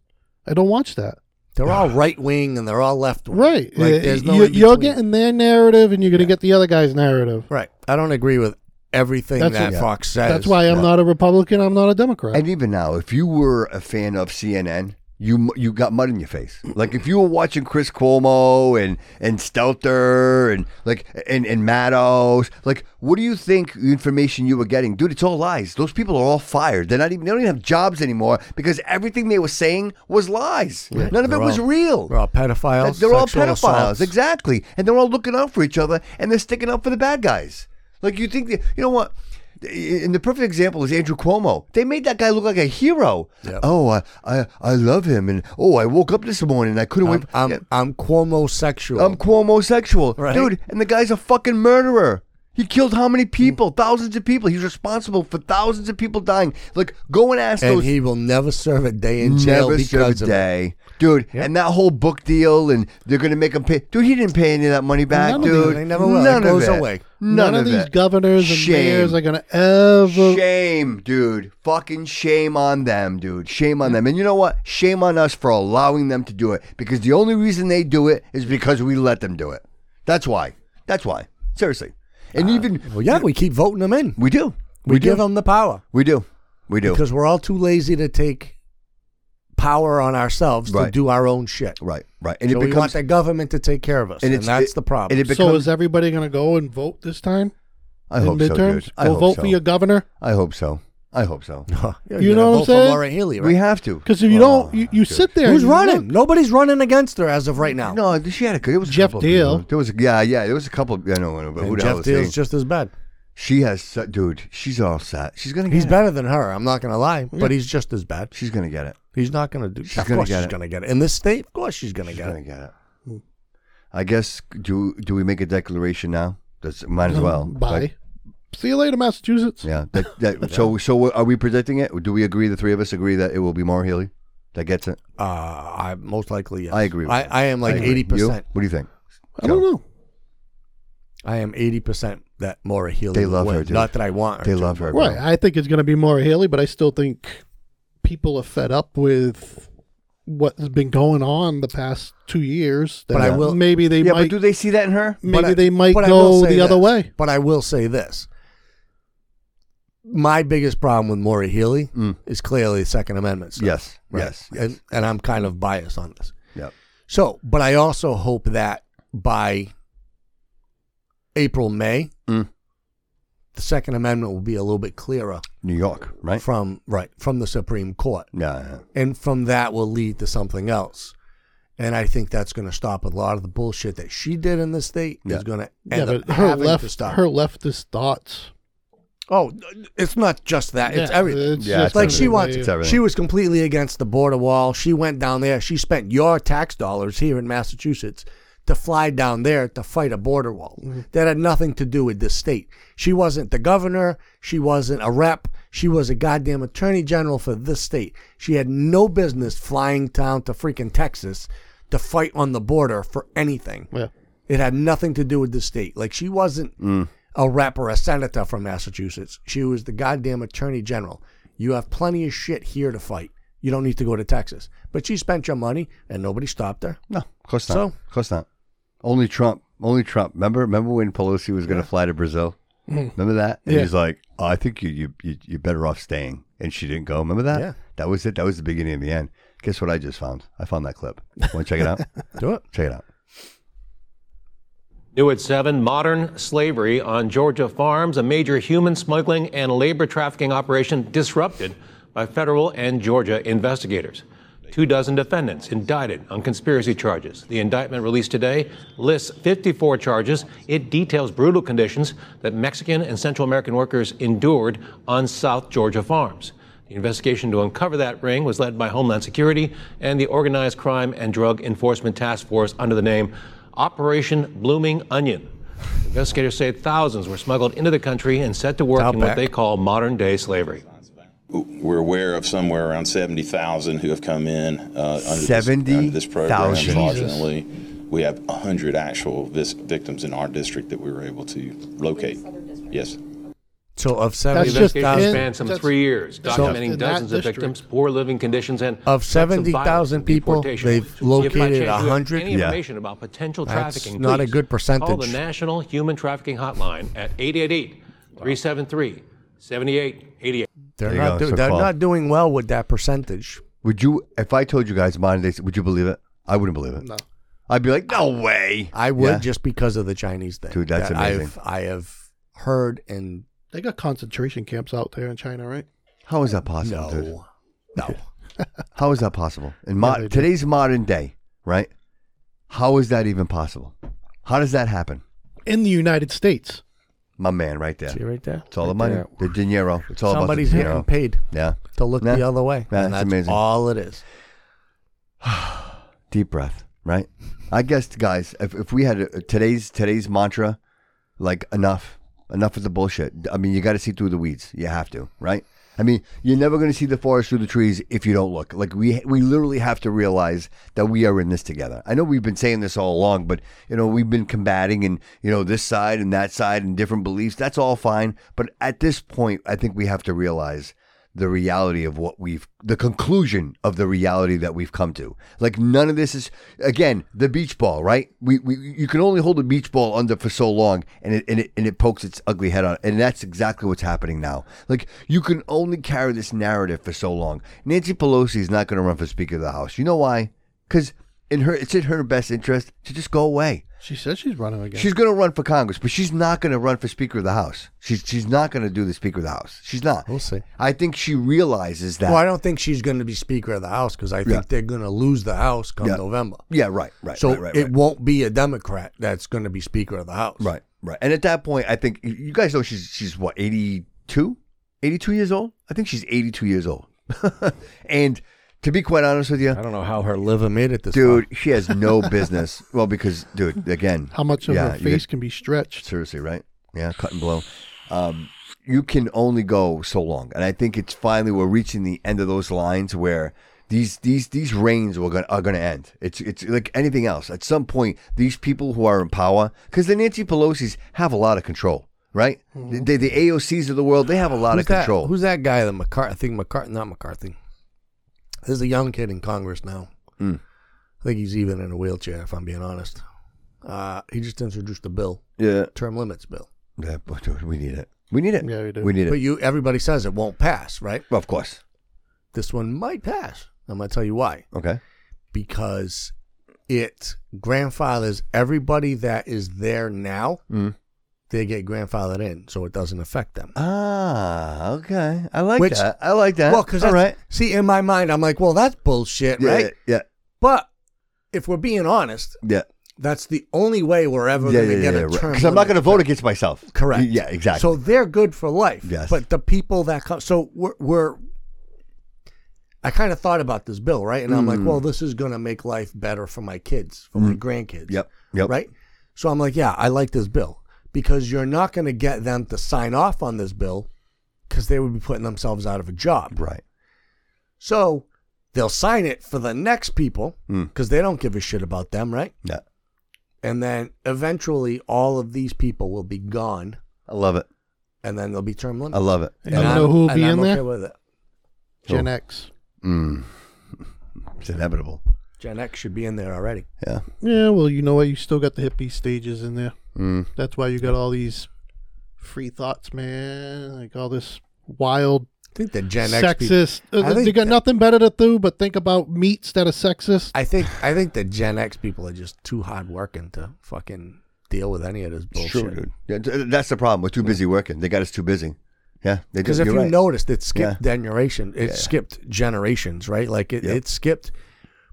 Speaker 2: I don't watch that.
Speaker 3: They're all right wing and they're all left wing.
Speaker 2: Right.
Speaker 3: Like, there's no
Speaker 2: you're,
Speaker 3: in
Speaker 2: you're
Speaker 3: between.
Speaker 2: getting their narrative and you're going to get the other guy's narrative.
Speaker 3: right. I don't agree with everything
Speaker 2: That's
Speaker 3: that
Speaker 2: what-
Speaker 3: Fox says.
Speaker 2: That's why I'm not a Republican. I'm not a Democrat.
Speaker 1: And even now, if you were a fan of CNN, you you got mud in your face. Like if you were watching Chris Cuomo and and Stelter and like and and Maddox, like what do you think the information you were getting, dude? It's all lies. Those people are all fired. They're not even they don't even have jobs anymore because everything they were saying was lies. None of it
Speaker 3: They're
Speaker 1: was
Speaker 3: all-
Speaker 1: real.
Speaker 3: They're all pedophiles.
Speaker 1: They're all
Speaker 3: sexual
Speaker 1: pedophiles,
Speaker 3: assaults.
Speaker 1: exactly, and they're all looking out for each other, and they're sticking up for the bad guys. Like you think, that, you know what? And the perfect example is Andrew Cuomo. They made that guy look like a hero. Oh, I, I I love him, and oh, I woke up this morning and I couldn't wait.
Speaker 3: I'm, I'm,
Speaker 1: Yeah,
Speaker 3: I'm Cuomo sexual.
Speaker 1: I'm Cuomo sexual,
Speaker 3: Right.
Speaker 1: dude, and the guy's a fucking murderer. He killed how many
Speaker 3: Mm.
Speaker 1: people? Thousands of people. He's responsible for thousands of people dying. Like, go and ask
Speaker 3: and
Speaker 1: those
Speaker 3: he will never serve a day in jail
Speaker 1: never
Speaker 3: because
Speaker 1: served a
Speaker 3: of it.
Speaker 1: day, dude. And that whole book deal, and they're gonna make him pay. Dude, he didn't pay any of that money back,
Speaker 2: None of
Speaker 1: dude.
Speaker 2: it.
Speaker 3: They never will. It
Speaker 1: None
Speaker 3: goes
Speaker 1: of it.
Speaker 3: away.
Speaker 1: None,
Speaker 2: None of
Speaker 1: of,
Speaker 2: these
Speaker 1: it.
Speaker 2: governors and
Speaker 1: Shame.
Speaker 2: mayors are going to ever.
Speaker 1: Shame, dude. Fucking shame on them, dude. Shame on them. And you know what? Shame on us for allowing them to do it because the only reason they do it is because we let them do it. That's why. That's why. Seriously. And even
Speaker 3: Well, yeah, Uh, we keep voting them in.
Speaker 1: we do.
Speaker 3: We,
Speaker 1: We do.
Speaker 3: give them the power
Speaker 1: We do. We do.
Speaker 3: because we're all too lazy to take power on ourselves to
Speaker 1: Right.
Speaker 3: do our own shit.
Speaker 1: right. Right. And
Speaker 3: so
Speaker 1: it
Speaker 3: we want
Speaker 1: becomes.
Speaker 3: the government to take care of us, and,
Speaker 1: it's-
Speaker 3: that's
Speaker 1: it-
Speaker 3: the problem.
Speaker 1: and it
Speaker 2: So
Speaker 1: becomes.
Speaker 2: is everybody going to go and vote this time
Speaker 1: I
Speaker 2: in
Speaker 1: hope so,
Speaker 2: midterms?
Speaker 1: dude. I
Speaker 2: go
Speaker 1: hope
Speaker 2: vote
Speaker 1: so.
Speaker 2: for your governor
Speaker 1: I hope so. I hope so.
Speaker 3: You're
Speaker 2: you
Speaker 3: gonna
Speaker 2: know what I'm
Speaker 3: vote for
Speaker 2: saying?
Speaker 3: Laura Haley, right?
Speaker 1: We have to. Oh,
Speaker 2: because if you don't, you, you sit there.
Speaker 3: Oh, Who's
Speaker 2: and you
Speaker 3: running?
Speaker 2: look.
Speaker 3: Nobody's running against her as of right now.
Speaker 1: No, she had a good. It was a
Speaker 2: Jeff
Speaker 1: couple of
Speaker 2: Deal.
Speaker 1: people. There was a, yeah, yeah. There was a couple. I know, but who
Speaker 3: and
Speaker 1: the hell is
Speaker 3: Jeff
Speaker 1: he?
Speaker 3: Deal's just as bad.
Speaker 1: She has, su- dude. She's all set. She's gonna. Get
Speaker 3: He's
Speaker 1: it.
Speaker 3: better than her. I'm not going to lie, but
Speaker 1: Yeah.
Speaker 3: he's just as bad.
Speaker 1: She's going to get it.
Speaker 3: He's not going to do. She's of
Speaker 1: gonna
Speaker 3: course
Speaker 1: get
Speaker 3: she's
Speaker 1: it.
Speaker 3: going to get it. In this state, of course she's going to
Speaker 1: She's
Speaker 3: get
Speaker 1: gonna
Speaker 3: it.
Speaker 1: get it.
Speaker 2: Hmm.
Speaker 1: I guess. Do do we make a declaration now? Does might as
Speaker 2: Um,
Speaker 1: well.
Speaker 2: bye.
Speaker 1: Like,
Speaker 2: See you later, Massachusetts.
Speaker 1: yeah. That, that, so so are we predicting it? Do we agree? The three of us agree that it will be Maura Healy that gets it.
Speaker 3: Uh, I most likely. Yes.
Speaker 1: I agree. With
Speaker 3: I,
Speaker 1: you.
Speaker 3: I am like
Speaker 1: agree.
Speaker 3: eighty
Speaker 1: You?
Speaker 3: percent.
Speaker 1: What do you think?
Speaker 2: I don't know.
Speaker 3: I am eighty percent that Maura Healy.
Speaker 1: They
Speaker 3: will
Speaker 1: love
Speaker 3: win.
Speaker 1: her, dude.
Speaker 3: Not that I want her.
Speaker 1: They
Speaker 3: to,
Speaker 1: love her.
Speaker 3: but-
Speaker 2: Right. I think it's going to be more Haley, but I still think people are fed up with what has been going on the past two years.
Speaker 3: But I will-
Speaker 2: Maybe they
Speaker 1: yeah,
Speaker 2: might.
Speaker 1: but do they see that in her?
Speaker 2: maybe
Speaker 3: But I-
Speaker 2: they might
Speaker 3: but I will
Speaker 2: go
Speaker 3: say
Speaker 2: the other
Speaker 3: this.
Speaker 2: way.
Speaker 3: But I will say this. My biggest problem with Maury Healy is clearly the Second Amendment stuff.
Speaker 1: Mm. Yes, yes, yes.
Speaker 3: And, and I'm kind of biased on this.
Speaker 1: Yep.
Speaker 3: So, but I also hope that by April, May,
Speaker 1: Mm.
Speaker 3: the Second Amendment will be a little bit clearer
Speaker 1: New York, right?
Speaker 3: from right from the Supreme Court,
Speaker 1: Yeah, yeah.
Speaker 3: and from that will lead to something else. And I think that's going to stop a lot of the bullshit that she did in the state
Speaker 1: Yeah.
Speaker 3: is going to
Speaker 2: Yeah,
Speaker 3: end
Speaker 2: but
Speaker 3: up
Speaker 2: her
Speaker 3: having to
Speaker 2: left,
Speaker 3: stop.
Speaker 2: her leftist thoughts.
Speaker 3: Oh, it's not just that. It's
Speaker 2: Yeah,
Speaker 3: everything.
Speaker 2: it's
Speaker 1: Yeah,
Speaker 2: just
Speaker 1: it's
Speaker 3: like she
Speaker 2: everything.
Speaker 3: wants.
Speaker 1: It's everything.
Speaker 3: She was completely against the border wall. She went down there. She spent your tax dollars here in Massachusetts to fly down there to fight a border wall
Speaker 2: Mm-hmm.
Speaker 3: that had nothing to do with this state. She wasn't the governor. She wasn't a rep. She was a goddamn attorney general for this state. She had no business flying down to freaking Texas to fight on the border for anything.
Speaker 2: Yeah.
Speaker 3: It had nothing to do with the state. Like she wasn't a rep or a senator from Massachusetts. She was the goddamn attorney general. You have plenty of shit here to fight. You don't need to go to Texas. But she spent your money and nobody stopped her.
Speaker 1: No, of course not.
Speaker 3: So-
Speaker 1: of course not. Only Trump. Only Trump. Remember, remember when Pelosi was going to fly to Brazil?
Speaker 3: Hmm.
Speaker 1: Remember that? And
Speaker 2: Yeah.
Speaker 1: he's like, oh, I think you, you you you're better off staying, and she didn't go. Remember that?
Speaker 3: Yeah.
Speaker 1: That was it. That was the beginning of the end. Guess what I just found? I found that clip. Want to check it out?
Speaker 3: Do it.
Speaker 1: check it out.
Speaker 14: New at 7, modern slavery on Georgia farms, a major human smuggling and labor trafficking operation disrupted by federal and Georgia investigators. Two dozen defendants indicted on conspiracy charges. The indictment released today lists 54 charges. It details brutal conditions that Mexican and Central American workers endured on South Georgia farms. The investigation to uncover that ring was led by Homeland Security and the Organized Crime and Drug Enforcement Task Force under the name Operation Blooming Onion. Investigators say thousands were smuggled into the country and set to work in what
Speaker 15: Outback.
Speaker 14: they call modern day slavery.
Speaker 15: We're aware of somewhere around 70,000 who have come in uh, under, this, under this program.
Speaker 1: 70,000.
Speaker 15: Unfortunately, we have 100 actual vis- victims in our district that we were able to locate. Yes.
Speaker 3: So of
Speaker 14: The
Speaker 3: seventy
Speaker 14: investigation spanned some three years,
Speaker 3: So-
Speaker 14: documenting dozens of victims, poor living conditions, and
Speaker 3: Of
Speaker 14: threats violence,
Speaker 3: 70,000 people,
Speaker 14: deportation.
Speaker 3: they've
Speaker 14: If by chance
Speaker 3: located
Speaker 14: you have
Speaker 3: 100
Speaker 14: Any
Speaker 3: Yeah.
Speaker 14: information about potential
Speaker 3: That's
Speaker 14: trafficking?
Speaker 3: not a
Speaker 14: please
Speaker 3: good
Speaker 14: Call
Speaker 3: percentage.
Speaker 14: the National Human Trafficking Hotline at 888-373-7888.
Speaker 3: They're
Speaker 1: There you
Speaker 3: not
Speaker 1: go.
Speaker 3: do-
Speaker 1: So
Speaker 3: they're
Speaker 1: call.
Speaker 3: not doing well with that percentage.
Speaker 1: Would you? If I told you guys modern day, would you believe it? I wouldn't believe it.
Speaker 2: No.
Speaker 1: I'd be like, no way.
Speaker 3: I would
Speaker 1: Yeah.
Speaker 3: just because of the Chinese thing.
Speaker 1: Dude, that's
Speaker 3: that
Speaker 1: amazing.
Speaker 3: I've, I have heard and
Speaker 2: They got concentration camps out there in China, right?
Speaker 1: How is that possible?
Speaker 3: no.
Speaker 1: dude?
Speaker 3: No.
Speaker 1: How is that possible? In
Speaker 2: they
Speaker 1: mod-
Speaker 2: do.
Speaker 1: today's modern day, right? How is that even possible? How does that happen?
Speaker 2: In the United States.
Speaker 1: My man, right there.
Speaker 3: See right there?
Speaker 1: It's all
Speaker 3: Right
Speaker 1: the money,
Speaker 3: there.
Speaker 1: the dinero. It's all
Speaker 3: Somebody's
Speaker 1: about the
Speaker 3: getting
Speaker 1: dinero.
Speaker 3: paid
Speaker 1: Yeah.
Speaker 3: to look
Speaker 1: Nah.
Speaker 3: the other way.
Speaker 1: Nah, that's
Speaker 3: and that's
Speaker 1: amazing.
Speaker 3: all it is.
Speaker 1: Deep breath, right? I guess, guys, if, if we had a, today's today's mantra, like enough, enough of the bullshit. I mean, you got to see through the weeds. You have to, right? I mean, you're never going to see the forest through the trees if you don't look. Like we we literally have to realize that we are in this together. I know we've been saying this all along, but you know we've been combating and you know this side and that side and different beliefs. That's all fine, but at this point, I think we have to realize the reality of what we've the conclusion of the reality that we've come to like none of this is again the beach ball right we, we you can only hold a beach ball under for so long and it, and it and it pokes its ugly head out and that's exactly what's happening now like you can only carry this narrative for so long nancy pelosi is not going to run for speaker of the house you know why because in her it's in her best interest to just go away
Speaker 2: She said she's running again.
Speaker 1: She's going to run for Congress, but she's not going to run for Speaker of the House. She's she's not going to do the Speaker of the House. She's not.
Speaker 3: We'll see.
Speaker 1: I think she realizes that.
Speaker 3: Well, I don't think she's going to be Speaker of the House because I think
Speaker 1: Yeah.
Speaker 3: they're going to lose the House come
Speaker 1: Yeah.
Speaker 3: November.
Speaker 1: yeah, right, right.
Speaker 3: so
Speaker 1: right, right,
Speaker 3: it
Speaker 1: right.
Speaker 3: won't be a Democrat that's going to be Speaker of the House.
Speaker 1: Right. Right. And at that point, I think you guys know she's she's what 82, 82 years old. I think she's 82 years old. and to be quite honest with you, I
Speaker 3: don't know how her liver made it this
Speaker 1: dude. She has no business. Well, because dude, again,
Speaker 2: How much of
Speaker 1: yeah,
Speaker 2: her
Speaker 1: you
Speaker 2: face
Speaker 1: could-
Speaker 2: can be stretched?
Speaker 1: Seriously, right? Yeah, cut and blow. Um, you can only go so long, and I think it's finally we're reaching the end of those lines where these these these reigns were gonna, are going to end. It's it's like anything else. At some point, these people who are in power, because the Nancy Pelosi's have a lot of control, right? The, the AOCs of the world, they have a lot
Speaker 3: Mm-hmm. who's
Speaker 1: of control.
Speaker 3: That, who's that guy? The McCarthy. I think McCarthy. Not McCarthy. There's a young kid in Congress now.
Speaker 1: Mm.
Speaker 3: I think he's even in a wheelchair. If I'm being honest, uh, he just introduced a bill.
Speaker 1: Yeah.
Speaker 3: Term limits bill.
Speaker 1: Yeah, but dude, we need it. We need it.
Speaker 2: Yeah, we do.
Speaker 1: We need it.
Speaker 3: But you, everybody says it won't pass, right?
Speaker 1: Well, of course.
Speaker 3: This one might pass. I'm going to tell you why.
Speaker 1: Okay.
Speaker 3: Because it grandfathers everybody that is there now.
Speaker 1: Mm. Uh,
Speaker 3: They get grandfathered in, so it doesn't affect them.
Speaker 1: Ah, okay. I like that. I like that.
Speaker 3: Well, because
Speaker 1: All
Speaker 3: right. See, in my mind, I'm like, well, that's bullshit,
Speaker 1: Yeah,
Speaker 3: right?
Speaker 1: yeah.
Speaker 3: But if we're being honest,
Speaker 1: Yeah.
Speaker 3: that's the only way we're ever
Speaker 1: Yeah,
Speaker 3: going to
Speaker 1: yeah,
Speaker 3: get
Speaker 1: yeah,
Speaker 3: a
Speaker 1: right.
Speaker 3: term.
Speaker 1: 'Cause I'm not going
Speaker 3: limit.
Speaker 1: to vote against myself.
Speaker 3: Correct.
Speaker 1: Yeah, exactly.
Speaker 3: So they're good for life.
Speaker 1: Yes.
Speaker 3: But the people that come, so we're, we're I kind of thought about this bill, right? And I'm like,
Speaker 1: Mm.
Speaker 3: well, this is going to make life better for my kids, for my
Speaker 1: Mm.
Speaker 3: grandkids.
Speaker 1: Yep, yep.
Speaker 3: Right? So I'm like, yeah, I like this bill because you're not going to get them to sign off on this bill because they would be putting themselves out of a job.
Speaker 1: Right.
Speaker 3: So they'll sign it for the next people
Speaker 1: Mm.
Speaker 3: because they don't give a shit about them, right?
Speaker 1: Yeah.
Speaker 3: And then eventually all of these people will be gone
Speaker 1: I love it.
Speaker 3: and then there'll be term limits.
Speaker 1: I love it.
Speaker 2: And you know who will be in
Speaker 3: okay
Speaker 2: there?
Speaker 3: With it.
Speaker 2: Gen
Speaker 1: Who?
Speaker 2: X.
Speaker 1: Mm. It's inevitable.
Speaker 3: Gen X should be in there already.
Speaker 1: Yeah.
Speaker 2: Yeah, well, you know what? You still got the hippie stages in there.
Speaker 1: Mm.
Speaker 2: That's why you got all these free thoughts, man. Like all this wild.
Speaker 3: I think the Gen X people-
Speaker 2: sexist. uh,
Speaker 3: I think
Speaker 2: they got nothing better to do but think about meats that are sexist.
Speaker 3: I think I think the Gen X people are just too hard working to fucking deal with any of this bullshit.
Speaker 1: Sure, dude. Yeah, th- that's the problem. We're too busy working. They got us too busy. Yeah. they do.
Speaker 3: Because if
Speaker 1: You're
Speaker 3: you
Speaker 1: right.
Speaker 3: noticed, it
Speaker 1: Yeah.
Speaker 3: skipped generation. It
Speaker 1: Yeah.
Speaker 3: skipped generations, right? Like it,
Speaker 1: Yep.
Speaker 3: it skipped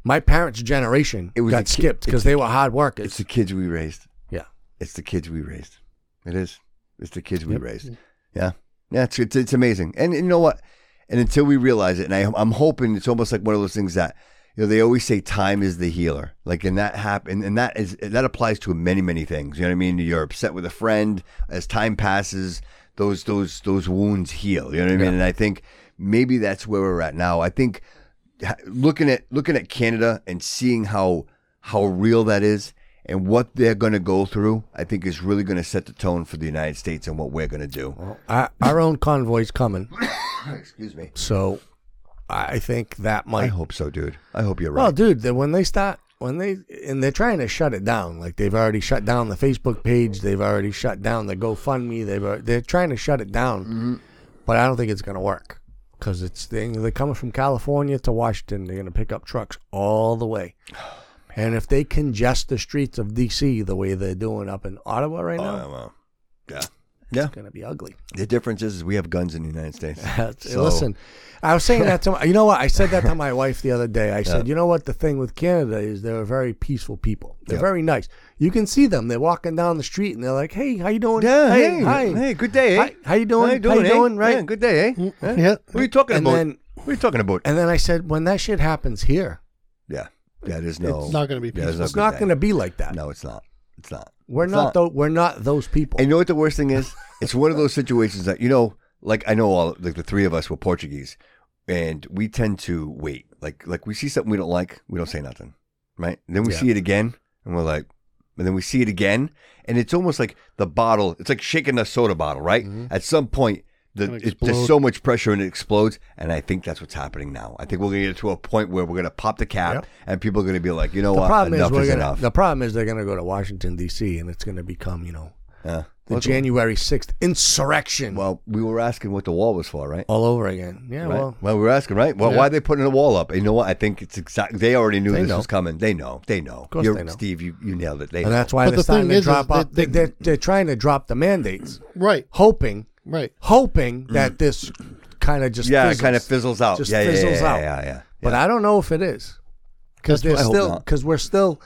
Speaker 3: my parents' generation. It
Speaker 1: was the
Speaker 3: got
Speaker 1: ki-
Speaker 3: skipped because
Speaker 1: it's-
Speaker 3: they were hard workers.
Speaker 1: It's the kids we raised.
Speaker 3: Yeah.
Speaker 1: It's the kids we raised. It is. It's the kids we
Speaker 3: Yep.
Speaker 1: raised. Yeah. Yeah. It's, it's, it's amazing. And you know what? And until we realize it, and I, I'm hoping it's almost like one of those things that, you know, they always say time is the healer. Like, and that happen, and that is, that applies to many, many things. You know what I mean? You're upset with a friend. As time passes, those, those, those wounds heal. You know what I mean?
Speaker 3: Yeah.
Speaker 1: And I think maybe that's where we're at now. I think ha- looking at looking at Canada and seeing how how real that is and what they're going to go through, I think is really going to set the tone for the United States and what we're going to do.
Speaker 3: our, our own convoy's coming,
Speaker 1: Excuse me.
Speaker 3: so I think that might.
Speaker 1: I hope so, dude. I hope you're
Speaker 3: Well,
Speaker 1: right.
Speaker 3: dude, that when they start, when they and they're trying to shut it down. Like they've already shut down the Facebook page. They've already shut down the GoFundMe. They've al- they're trying to shut it down,
Speaker 1: Mm-hmm.
Speaker 3: but I don't think it's gonna work because it's they, they're coming from California to Washington. They're gonna pick up trucks all the way.
Speaker 1: Oh,
Speaker 3: And if they congest the streets of D.C. the way they're doing up in Ottawa right now,
Speaker 1: Oh, well, yeah, yeah.
Speaker 3: it's gonna be ugly.
Speaker 1: The difference is, is we have guns in the United States. So-
Speaker 3: Listen, I was saying that to my, you know what I said that to my wife the other day. I said,
Speaker 1: Yeah.
Speaker 3: you know what the thing with Canada is they're very peaceful people. They're
Speaker 1: Yeah.
Speaker 3: very nice. You can see them. They're walking down the street and they're like, hey, how you doing?
Speaker 1: Yeah,
Speaker 3: hey,
Speaker 1: hey,
Speaker 3: hi.
Speaker 1: hey, good day, eh?
Speaker 3: Hi, how you doing?
Speaker 1: How you doing, eh?
Speaker 3: Right? Mm,
Speaker 1: Yeah, good day, eh? Yeah. What are you talking
Speaker 3: and
Speaker 1: about?
Speaker 3: Then,
Speaker 1: what are you talking about?
Speaker 3: and then I said, when that shit happens here,
Speaker 1: Yeah, that is no.
Speaker 2: It's not gonna be
Speaker 1: that is
Speaker 2: peaceful.
Speaker 1: no
Speaker 3: it's
Speaker 1: good
Speaker 3: not
Speaker 1: day.
Speaker 3: going to be like that.
Speaker 1: No, it's not. It's not.
Speaker 3: We're
Speaker 1: It's
Speaker 3: not, tho- we're not those people.
Speaker 1: And you know what the worst thing is? It's one of those situations that you know, like I know all like the three of us were Portuguese, and we tend to wait. Like like we see something we don't like, we don't say nothing, right? And then we
Speaker 3: Yeah.
Speaker 1: see it again, and we're like, and then we see it again, and it's almost like the bottle. It's like shaking a soda bottle, right?
Speaker 3: Mm-hmm.
Speaker 1: At some point. The,
Speaker 2: Gonna
Speaker 1: it, there's
Speaker 2: explode.
Speaker 1: so much pressure and it explodes, and I think that's what's happening now. I think we're gonna get to a point where we're gonna pop the cap,
Speaker 3: Yep.
Speaker 1: and people are gonna be like, you know
Speaker 3: the
Speaker 1: what,
Speaker 3: problem
Speaker 1: enough
Speaker 3: is, we're
Speaker 1: is
Speaker 3: gonna,
Speaker 1: enough.
Speaker 3: the problem is they're going to go to Washington, D.C., and it's going to become, you know,
Speaker 1: Yeah.
Speaker 3: the January 6th insurrection
Speaker 1: well, we were asking what the wall was for, right?
Speaker 3: all over again. Yeah,
Speaker 1: Right?
Speaker 3: Oh, well,
Speaker 1: we were asking, right? Well,
Speaker 3: Yeah.
Speaker 1: why are they putting a wall up? You know what? I think it's exact. They already knew
Speaker 3: They
Speaker 1: this
Speaker 3: know.
Speaker 1: was coming. They know. They know.
Speaker 3: course
Speaker 1: You're-
Speaker 3: they know.
Speaker 1: Steve, you, you nailed it. They
Speaker 3: and
Speaker 1: know.
Speaker 3: that's why
Speaker 2: But
Speaker 3: they're
Speaker 2: the
Speaker 3: starting
Speaker 2: thing
Speaker 3: to
Speaker 2: is, is
Speaker 3: drop off. They,
Speaker 2: that-
Speaker 3: they're, they're trying to drop the mandates,
Speaker 2: Right,
Speaker 3: hoping,
Speaker 2: right.
Speaker 3: hoping that this kind of just
Speaker 1: Mm. yeah,
Speaker 3: fizzles,
Speaker 1: it kind of fizzles out.
Speaker 3: just
Speaker 1: yeah, yeah, yeah,
Speaker 3: fizzles
Speaker 1: yeah,
Speaker 3: out.
Speaker 1: Yeah, yeah,
Speaker 3: But I don't know if it is because
Speaker 2: That's
Speaker 3: they're
Speaker 1: what- I hope
Speaker 3: still
Speaker 1: not.
Speaker 3: because we're still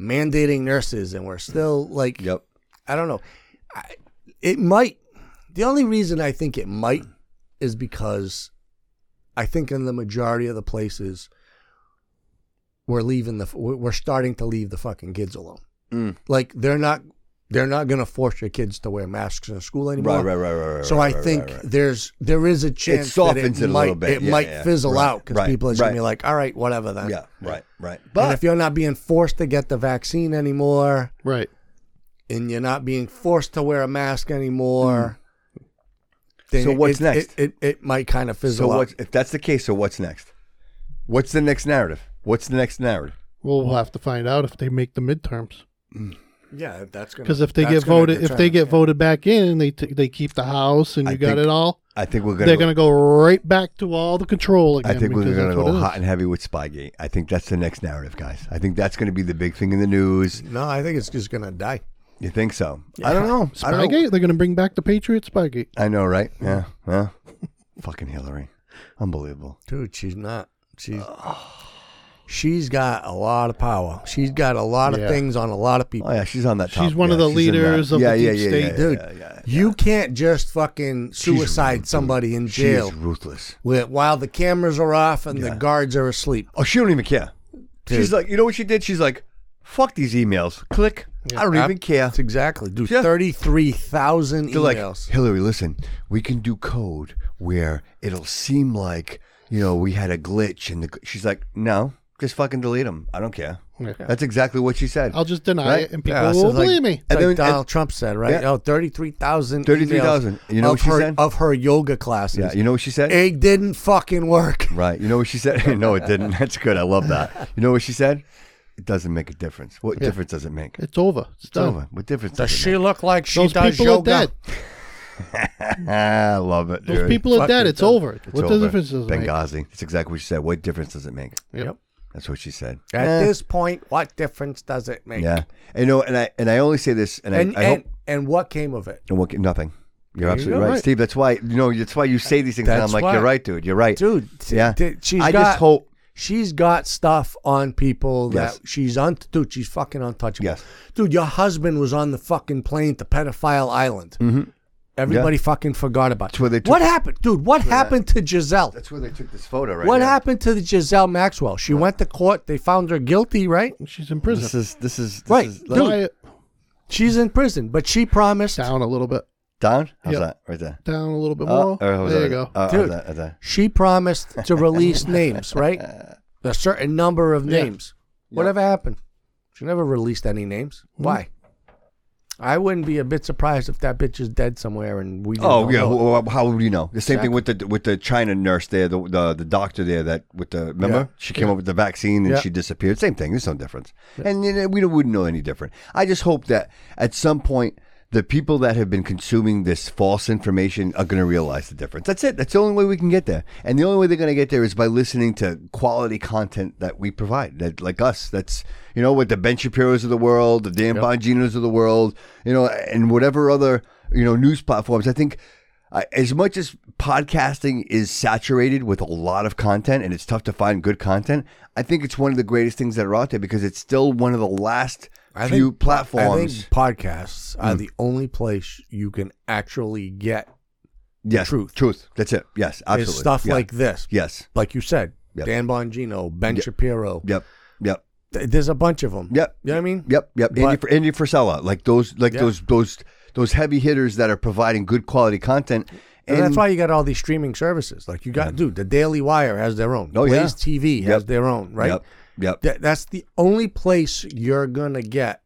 Speaker 3: mandating nurses and we're still like
Speaker 1: Yep.
Speaker 3: I don't know. It might. The only reason I think it might is because I think in the majority of the places we're leaving the we're we're starting to leave the fucking kids alone.
Speaker 1: Mm.
Speaker 3: Like they're not they're not going to force your kids to wear masks in school anymore.
Speaker 1: right, right, right, right,
Speaker 3: So
Speaker 1: right,
Speaker 3: I
Speaker 1: right,
Speaker 3: think
Speaker 1: right, right.
Speaker 3: there's there is a chance
Speaker 1: softens it
Speaker 3: that it
Speaker 1: a
Speaker 3: might,
Speaker 1: little bit.
Speaker 3: It
Speaker 1: Yeah,
Speaker 3: might
Speaker 1: yeah.
Speaker 3: fizzle
Speaker 1: Right,
Speaker 3: out because
Speaker 1: right,
Speaker 3: people are going
Speaker 1: right.
Speaker 3: to be like, all right, whatever then.
Speaker 1: Yeah, right, right.
Speaker 3: But
Speaker 1: But
Speaker 3: if you're not being forced to get the vaccine anymore,
Speaker 2: right,
Speaker 3: and you're not being forced to wear a mask anymore, then
Speaker 1: Mm. So
Speaker 3: it-
Speaker 1: what's
Speaker 3: it-
Speaker 1: next?
Speaker 3: It, it, it might kind of
Speaker 1: so
Speaker 3: fizzle out.
Speaker 1: what's, if that's the case, so what's next? What's the next narrative? What's the next narrative?
Speaker 2: Well, we'll have to find out if they make the midterms.
Speaker 3: Yeah, that's gonna
Speaker 2: Because if they get voted, if they get voted back in, and they t- they keep the house, and you got
Speaker 1: think-
Speaker 2: it all.
Speaker 1: I think we're gonna
Speaker 2: They're
Speaker 1: go-
Speaker 2: going to go right back to all the control again.
Speaker 1: I think we're
Speaker 2: because
Speaker 1: going to
Speaker 2: that's what
Speaker 1: go
Speaker 2: it is.
Speaker 1: hot and heavy with Spygate. I think that's the next narrative, guys. I think that's going to be the big thing in the news.
Speaker 3: no, I think it's just gonna die.
Speaker 1: You think so? I don't know. I don't know.
Speaker 2: Spygate. They're going to bring back the Patriot Spygate.
Speaker 1: I know, right? Yeah, yeah. Fucking Hillary, unbelievable.
Speaker 3: Dude, she's not. She's she's got a lot of power. She's got a lot of
Speaker 1: Yeah.
Speaker 3: things on a lot of people.
Speaker 1: Oh yeah, she's on that. Top.
Speaker 2: She's one of
Speaker 1: Yeah,
Speaker 2: the
Speaker 1: she's in that.
Speaker 2: leaders of
Speaker 1: yeah,
Speaker 2: the
Speaker 1: yeah,
Speaker 2: deep
Speaker 1: yeah,
Speaker 2: state.
Speaker 1: yeah, yeah,
Speaker 3: Dude,
Speaker 1: yeah, yeah.
Speaker 3: you can't just fucking suicide
Speaker 1: ruthless.
Speaker 3: somebody in
Speaker 1: She is
Speaker 3: jail
Speaker 1: ruthless.
Speaker 3: with, while the cameras are off and the guards are asleep.
Speaker 1: Oh, she don't even care. She's
Speaker 3: Dude.
Speaker 1: like, you know what she did? She's like, fuck these emails. Click. I don't
Speaker 3: Yeah.
Speaker 1: even care.
Speaker 3: That's exactly. Dude, 33,000
Speaker 1: They're like,
Speaker 3: emails.
Speaker 1: Hillary, listen, we can do code where it'll seem like, you know, we had a glitch. And the, she's like, no, just fucking delete them. I don't care.
Speaker 2: Yeah.
Speaker 1: That's exactly what she said.
Speaker 2: I'll just deny
Speaker 1: Right?
Speaker 2: it, and people
Speaker 3: Yeah, so
Speaker 2: will
Speaker 3: it's like-
Speaker 2: believe me.
Speaker 3: it's like
Speaker 1: then-
Speaker 3: Donald
Speaker 1: and-
Speaker 3: Trump said, right?
Speaker 1: Yeah.
Speaker 3: Oh, 33,000
Speaker 1: 33,000.
Speaker 3: emails
Speaker 1: You know
Speaker 3: of
Speaker 1: what she
Speaker 3: her,
Speaker 1: said?
Speaker 3: Of her yoga classes.
Speaker 1: Yeah, you know what she said?
Speaker 3: It didn't fucking work.
Speaker 1: Right. You know what she said? no, it didn't. That's good. I love that. You know what she said? It doesn't make a difference. What
Speaker 2: Yeah.
Speaker 1: difference does it make?
Speaker 2: It's over. It's,
Speaker 1: It's
Speaker 2: done.
Speaker 1: over. What difference
Speaker 3: Does
Speaker 1: does,
Speaker 3: she look like she
Speaker 2: Those
Speaker 3: does
Speaker 2: people
Speaker 3: yoga?
Speaker 2: are dead.
Speaker 1: it make? Ah, I love it.
Speaker 2: Those
Speaker 1: dude.
Speaker 2: people are
Speaker 3: Fuck
Speaker 2: dead.
Speaker 3: it,
Speaker 2: It's
Speaker 3: done.
Speaker 2: over.
Speaker 1: It's
Speaker 2: what
Speaker 1: over.
Speaker 2: difference does it make?
Speaker 1: Benghazi. That's exactly what she said. What difference does it make?
Speaker 2: Yep.
Speaker 1: That's what she said.
Speaker 3: At
Speaker 1: Eh.
Speaker 3: this point, what difference does it make?
Speaker 1: Yeah. And, you know, and I and I only say this, and,
Speaker 3: And,
Speaker 1: I, I
Speaker 3: and,
Speaker 1: hope
Speaker 3: and what came of it?
Speaker 1: and what- nothing. You're
Speaker 3: you
Speaker 1: absolutely
Speaker 3: go.
Speaker 1: right.
Speaker 3: Right.
Speaker 1: Steve. That's why you know. That's why you say these things, and I'm
Speaker 3: That's
Speaker 1: like,
Speaker 3: why.
Speaker 1: you're right, dude. You're right,
Speaker 3: Dude, t-
Speaker 1: yeah.
Speaker 3: t- she's
Speaker 1: I
Speaker 3: got,
Speaker 1: just hope.
Speaker 3: She's got stuff on people that
Speaker 1: Yes.
Speaker 3: she's un. Dude, she's fucking untouchable.
Speaker 1: Yes.
Speaker 3: Dude, your husband was on the fucking plane to Pedophile Island. Everybody fucking forgot
Speaker 1: Mm-hmm.
Speaker 3: about.
Speaker 1: That's where they took-
Speaker 3: what happened, dude? What happened to Giselle?
Speaker 1: That's where they took this photo, right?
Speaker 3: what
Speaker 1: here.
Speaker 3: happened to the Giselle Maxwell? She went to court. They found her guilty, right?
Speaker 2: She's in prison.
Speaker 1: This is this is this
Speaker 3: Right.
Speaker 1: is-
Speaker 3: Dude.
Speaker 2: Quiet
Speaker 3: She's in prison, but she promised.
Speaker 2: down a little bit.
Speaker 1: down. How's
Speaker 2: Yeah.
Speaker 1: that right there?
Speaker 2: Down a little bit
Speaker 1: Oh,
Speaker 2: more.
Speaker 1: or how's
Speaker 2: there
Speaker 1: that?
Speaker 2: you go.
Speaker 1: Oh, how's
Speaker 3: Dude.
Speaker 1: that? How's that?
Speaker 3: She promised to release names, right? A certain number of
Speaker 2: Yeah.
Speaker 3: names. Whatever happened? She never released any names.
Speaker 1: Hmm.
Speaker 3: Why? I wouldn't be a bit surprised if that bitch is dead somewhere and we. didn't
Speaker 1: Oh
Speaker 3: know
Speaker 1: yeah,
Speaker 3: it.
Speaker 1: wh- wh- how would you know? The same thing with the with the China nurse there, the the, the doctor there that with the remember
Speaker 3: Yeah.
Speaker 1: she came up with the vaccine and
Speaker 3: Yeah.
Speaker 1: she disappeared. Same thing. There's no difference, and you know, we wouldn't know any different. I just hope that at some point the people that have been consuming this false information are going to realize the difference. That's it. That's the only way we can get there, and the only way they're going to get there is by listening to quality content that we provide, that like us. That's you know with the Ben Shapiro's of the world, the Dan Bonginos of the world, you know, and whatever other you know news platforms. I think I, Uh, as much as podcasting is saturated with a lot of content and it's tough to find good content, I think it's one of the greatest things that are out there because it's still one of the last
Speaker 3: I
Speaker 1: few
Speaker 3: think- I
Speaker 1: platforms. Hmm.
Speaker 3: think podcasts are the only place you can actually get
Speaker 1: yes,
Speaker 3: truth.
Speaker 1: truth. That's it. Yes,
Speaker 3: is
Speaker 1: absolutely.
Speaker 3: stuff
Speaker 1: Yeah.
Speaker 3: like this.
Speaker 1: Yes.
Speaker 3: Like you said,
Speaker 1: Yep.
Speaker 3: Dan Bongino, Ben
Speaker 1: Yep.
Speaker 3: Shapiro.
Speaker 1: Yep. Yep.
Speaker 3: Th- There's a bunch of them.
Speaker 1: Yep.
Speaker 3: You know what I mean?
Speaker 1: Yep. Yep. Andy,
Speaker 3: But-
Speaker 1: for Andy Frisella, like those, like
Speaker 3: Yeah.
Speaker 1: those, those, those heavy hitters that are providing good quality content.
Speaker 3: And, that's why you got all these streaming services. Like you got, dude, the Daily Wire has their own.
Speaker 1: Oh, yeah.
Speaker 3: Blaze TV has
Speaker 1: Yep.
Speaker 3: their own, right?
Speaker 1: Yep. Yep.
Speaker 3: That, that's the only place you're gonna get.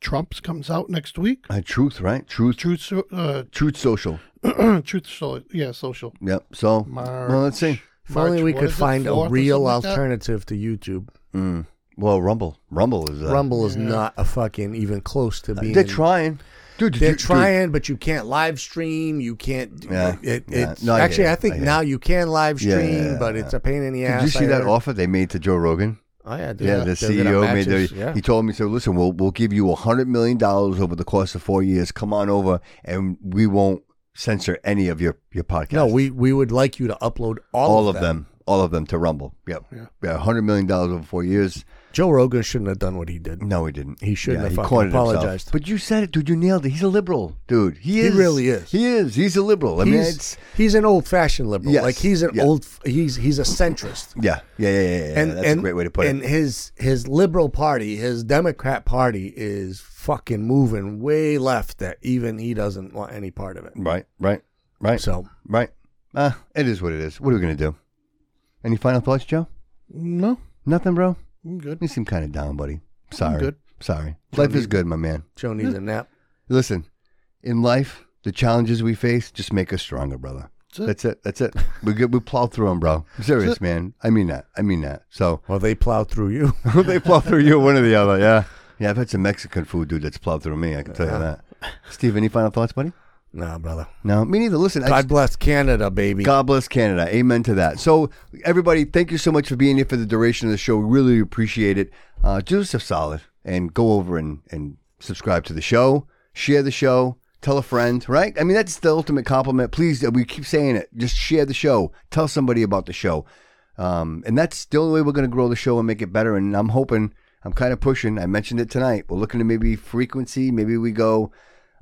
Speaker 2: Trump's comes out next week.
Speaker 1: Uh, truth, right? Truth.
Speaker 2: Truth, so- uh,
Speaker 1: Truth social.
Speaker 2: truth, so, yeah, social.
Speaker 1: Yep. So,
Speaker 2: March.
Speaker 1: well, let's see.
Speaker 3: If only
Speaker 2: March,
Speaker 3: we
Speaker 2: what
Speaker 3: could
Speaker 2: is it,
Speaker 3: find a
Speaker 2: fourth or
Speaker 3: real
Speaker 2: something like that?
Speaker 3: alternative to YouTube.
Speaker 1: Mm. Well, Rumble. Rumble is uh,
Speaker 3: Rumble is not a fucking even close to being.
Speaker 1: They're trying, dude. did
Speaker 3: They're
Speaker 1: you- dude,
Speaker 3: trying, but you can't live stream. You can't. do-
Speaker 1: Yeah,
Speaker 3: It,
Speaker 1: yeah.
Speaker 3: it's-
Speaker 1: No, I get
Speaker 3: actually,
Speaker 1: it.
Speaker 3: I
Speaker 1: I
Speaker 3: think
Speaker 1: get
Speaker 3: now
Speaker 1: it.
Speaker 3: you can live
Speaker 1: Yeah,
Speaker 3: stream,
Speaker 1: yeah, yeah,
Speaker 3: but
Speaker 1: yeah.
Speaker 3: it's a pain in the
Speaker 1: Did
Speaker 3: ass.
Speaker 1: you see
Speaker 3: I
Speaker 1: that
Speaker 3: heard.
Speaker 1: offer they made to Joe Rogan?
Speaker 3: Oh yeah, dude.
Speaker 1: Yeah, the
Speaker 3: They'll get a
Speaker 1: CEO made
Speaker 3: matches,
Speaker 1: the.
Speaker 3: yeah.
Speaker 1: He told me, so listen, we'll we'll give you a hundred million dollars over the course of four years. Come on over, and we won't censor any of your your podcast.
Speaker 3: No, we we would like you to upload all,
Speaker 1: all, of them. all of them to Rumble. Yep, yeah, hundred million dollars over four years.
Speaker 3: Joe Rogan shouldn't have done what he did.
Speaker 1: No, he didn't.
Speaker 3: He shouldn't
Speaker 1: Yeah,
Speaker 3: have
Speaker 1: he
Speaker 3: fucking
Speaker 1: cornered himself.
Speaker 3: apologized.
Speaker 1: But you said it, dude. You nailed it. He's a liberal, dude. He is.
Speaker 3: really is.
Speaker 1: He is. He's a liberal. I mean, it's
Speaker 3: he's, he's an old fashioned liberal.
Speaker 1: Yes,
Speaker 3: Like he's an
Speaker 1: yeah.
Speaker 3: old. He's he's a centrist.
Speaker 1: yeah, yeah, yeah, yeah. yeah, yeah. That's a great way to put
Speaker 3: and
Speaker 1: it.
Speaker 3: his his liberal party, his Democrat party, is fucking moving way left. That even he doesn't want any part of it.
Speaker 1: Right, right, right.
Speaker 3: So
Speaker 1: right, uh, it is what it is. What are we gonna do? Any final thoughts, Joe?
Speaker 2: No,
Speaker 1: nothing, bro.
Speaker 2: I'm good.
Speaker 1: You seem kind of down, buddy. Sorry.
Speaker 2: good.
Speaker 1: Sorry. Life is good, my man.
Speaker 3: Joe needs a nap.
Speaker 1: Listen, in life, the challenges we face just make us stronger, brother. That's
Speaker 3: That's
Speaker 1: it. That's it. We get, we plow through them, bro. I'm serious,
Speaker 3: That's it.
Speaker 1: man. I mean that. I mean that. So
Speaker 3: well, they plow through you.
Speaker 1: they plow through you, one or the other. Yeah. Yeah, I've had some Mexican food, dude. That's plowed through me. I can tell you that. Steve, any final thoughts, buddy?
Speaker 3: Nah, brother.
Speaker 1: No, me neither. Listen,
Speaker 3: God bless Canada, baby.
Speaker 1: God bless Canada. Amen to that. So, everybody, thank you so much for being here for the duration of the show. We really appreciate it. Uh, do us a solid and go over and, and subscribe to the show, share the show, tell a friend, right? I mean, that's the ultimate compliment. Please, uh, we keep saying it. Just share the show, tell somebody about the show. Um, and that's the only way we're going to grow the show and make it better. And I'm hoping, I'm kind of pushing. I mentioned it tonight. We're looking to maybe frequency. Maybe we go.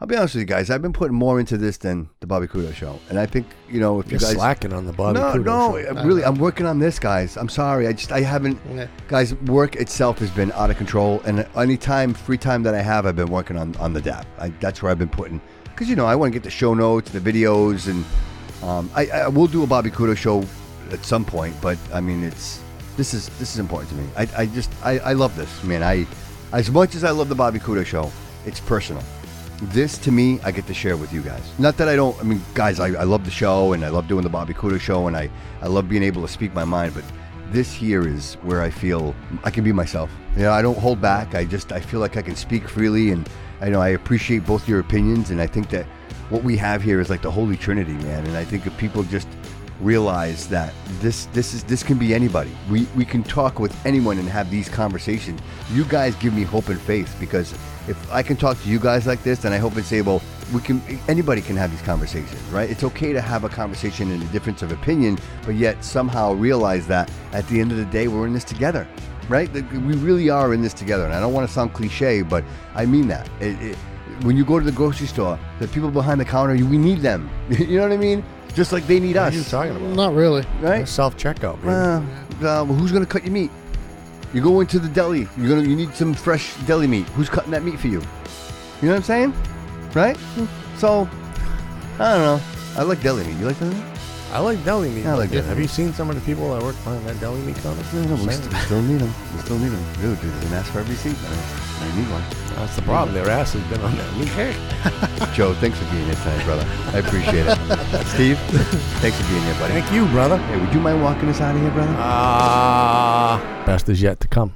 Speaker 1: I'll be honest with you guys. I've been putting more into this than the Bobby Kudo show, and I think you know if you
Speaker 3: You're
Speaker 1: guys
Speaker 3: slacking on the Bobby
Speaker 1: No,
Speaker 3: Kudo
Speaker 1: no,
Speaker 3: show.
Speaker 1: I'm really, I'm working on this, guys. I'm sorry. I just I haven't.
Speaker 2: Yeah.
Speaker 1: Guys, work itself has been out of control, and any time free time that I have, I've been working on on the DAP. I, that's where I've been putting because you know I want to get the show notes, the videos, and um, I, I will do a Bobby Kudo show at some point. But I mean, it's this is this is important to me. I, I just I, I love this man. I as much as I love the Bobby Kudo show, it's personal this to me i get to share with you guys not that i don't i mean guys i, I love the show and i love doing the bobby Kudo show and I, I love being able to speak my mind but this here is where i feel i can be myself you know i don't hold back i just i feel like i can speak freely and i know i appreciate both your opinions and i think that what we have here is like the holy trinity man and i think if people just realize that this this is this can be anybody. We we can talk with anyone and have these conversations. You guys give me hope and faith because if I can talk to you guys like this, then I hope and say, well, we can anybody can have these conversations, right? It's okay to have a conversation and a difference of opinion, but yet somehow realize that at the end of the day we're in this together. Right? That We really are in this together. And I don't want to sound cliche, but I mean that. It, it, when you go to the grocery store, the people behind the counter, we need them. you know what I mean? Just like they need us.
Speaker 2: Not really.
Speaker 1: Right?
Speaker 3: Self checkout,
Speaker 1: Well, uh, who's gonna cut your meat? You go into the deli. You're gonna you need some fresh deli meat. Who's cutting that meat for you? You know what I'm saying? Right? So I don't know. I like deli meat. You like deli meat?
Speaker 3: I like deli meat.
Speaker 1: I like
Speaker 3: Yeah,
Speaker 1: deli
Speaker 3: Have
Speaker 1: meat.
Speaker 3: you seen some of the people that work behind that deli meat counter?
Speaker 1: No, we st- we still need them. We still need them. Dude, dude, there's an ass for every seat. man. I need one.
Speaker 3: That's the problem. Their ass has been on that meat.
Speaker 1: Joe, thanks for being here tonight, brother. I appreciate it. Steve, thanks for being here, buddy.
Speaker 3: Thank you, brother.
Speaker 1: Hey, would you mind walking us out of here, brother?
Speaker 3: Ah, Uh, best is yet to come.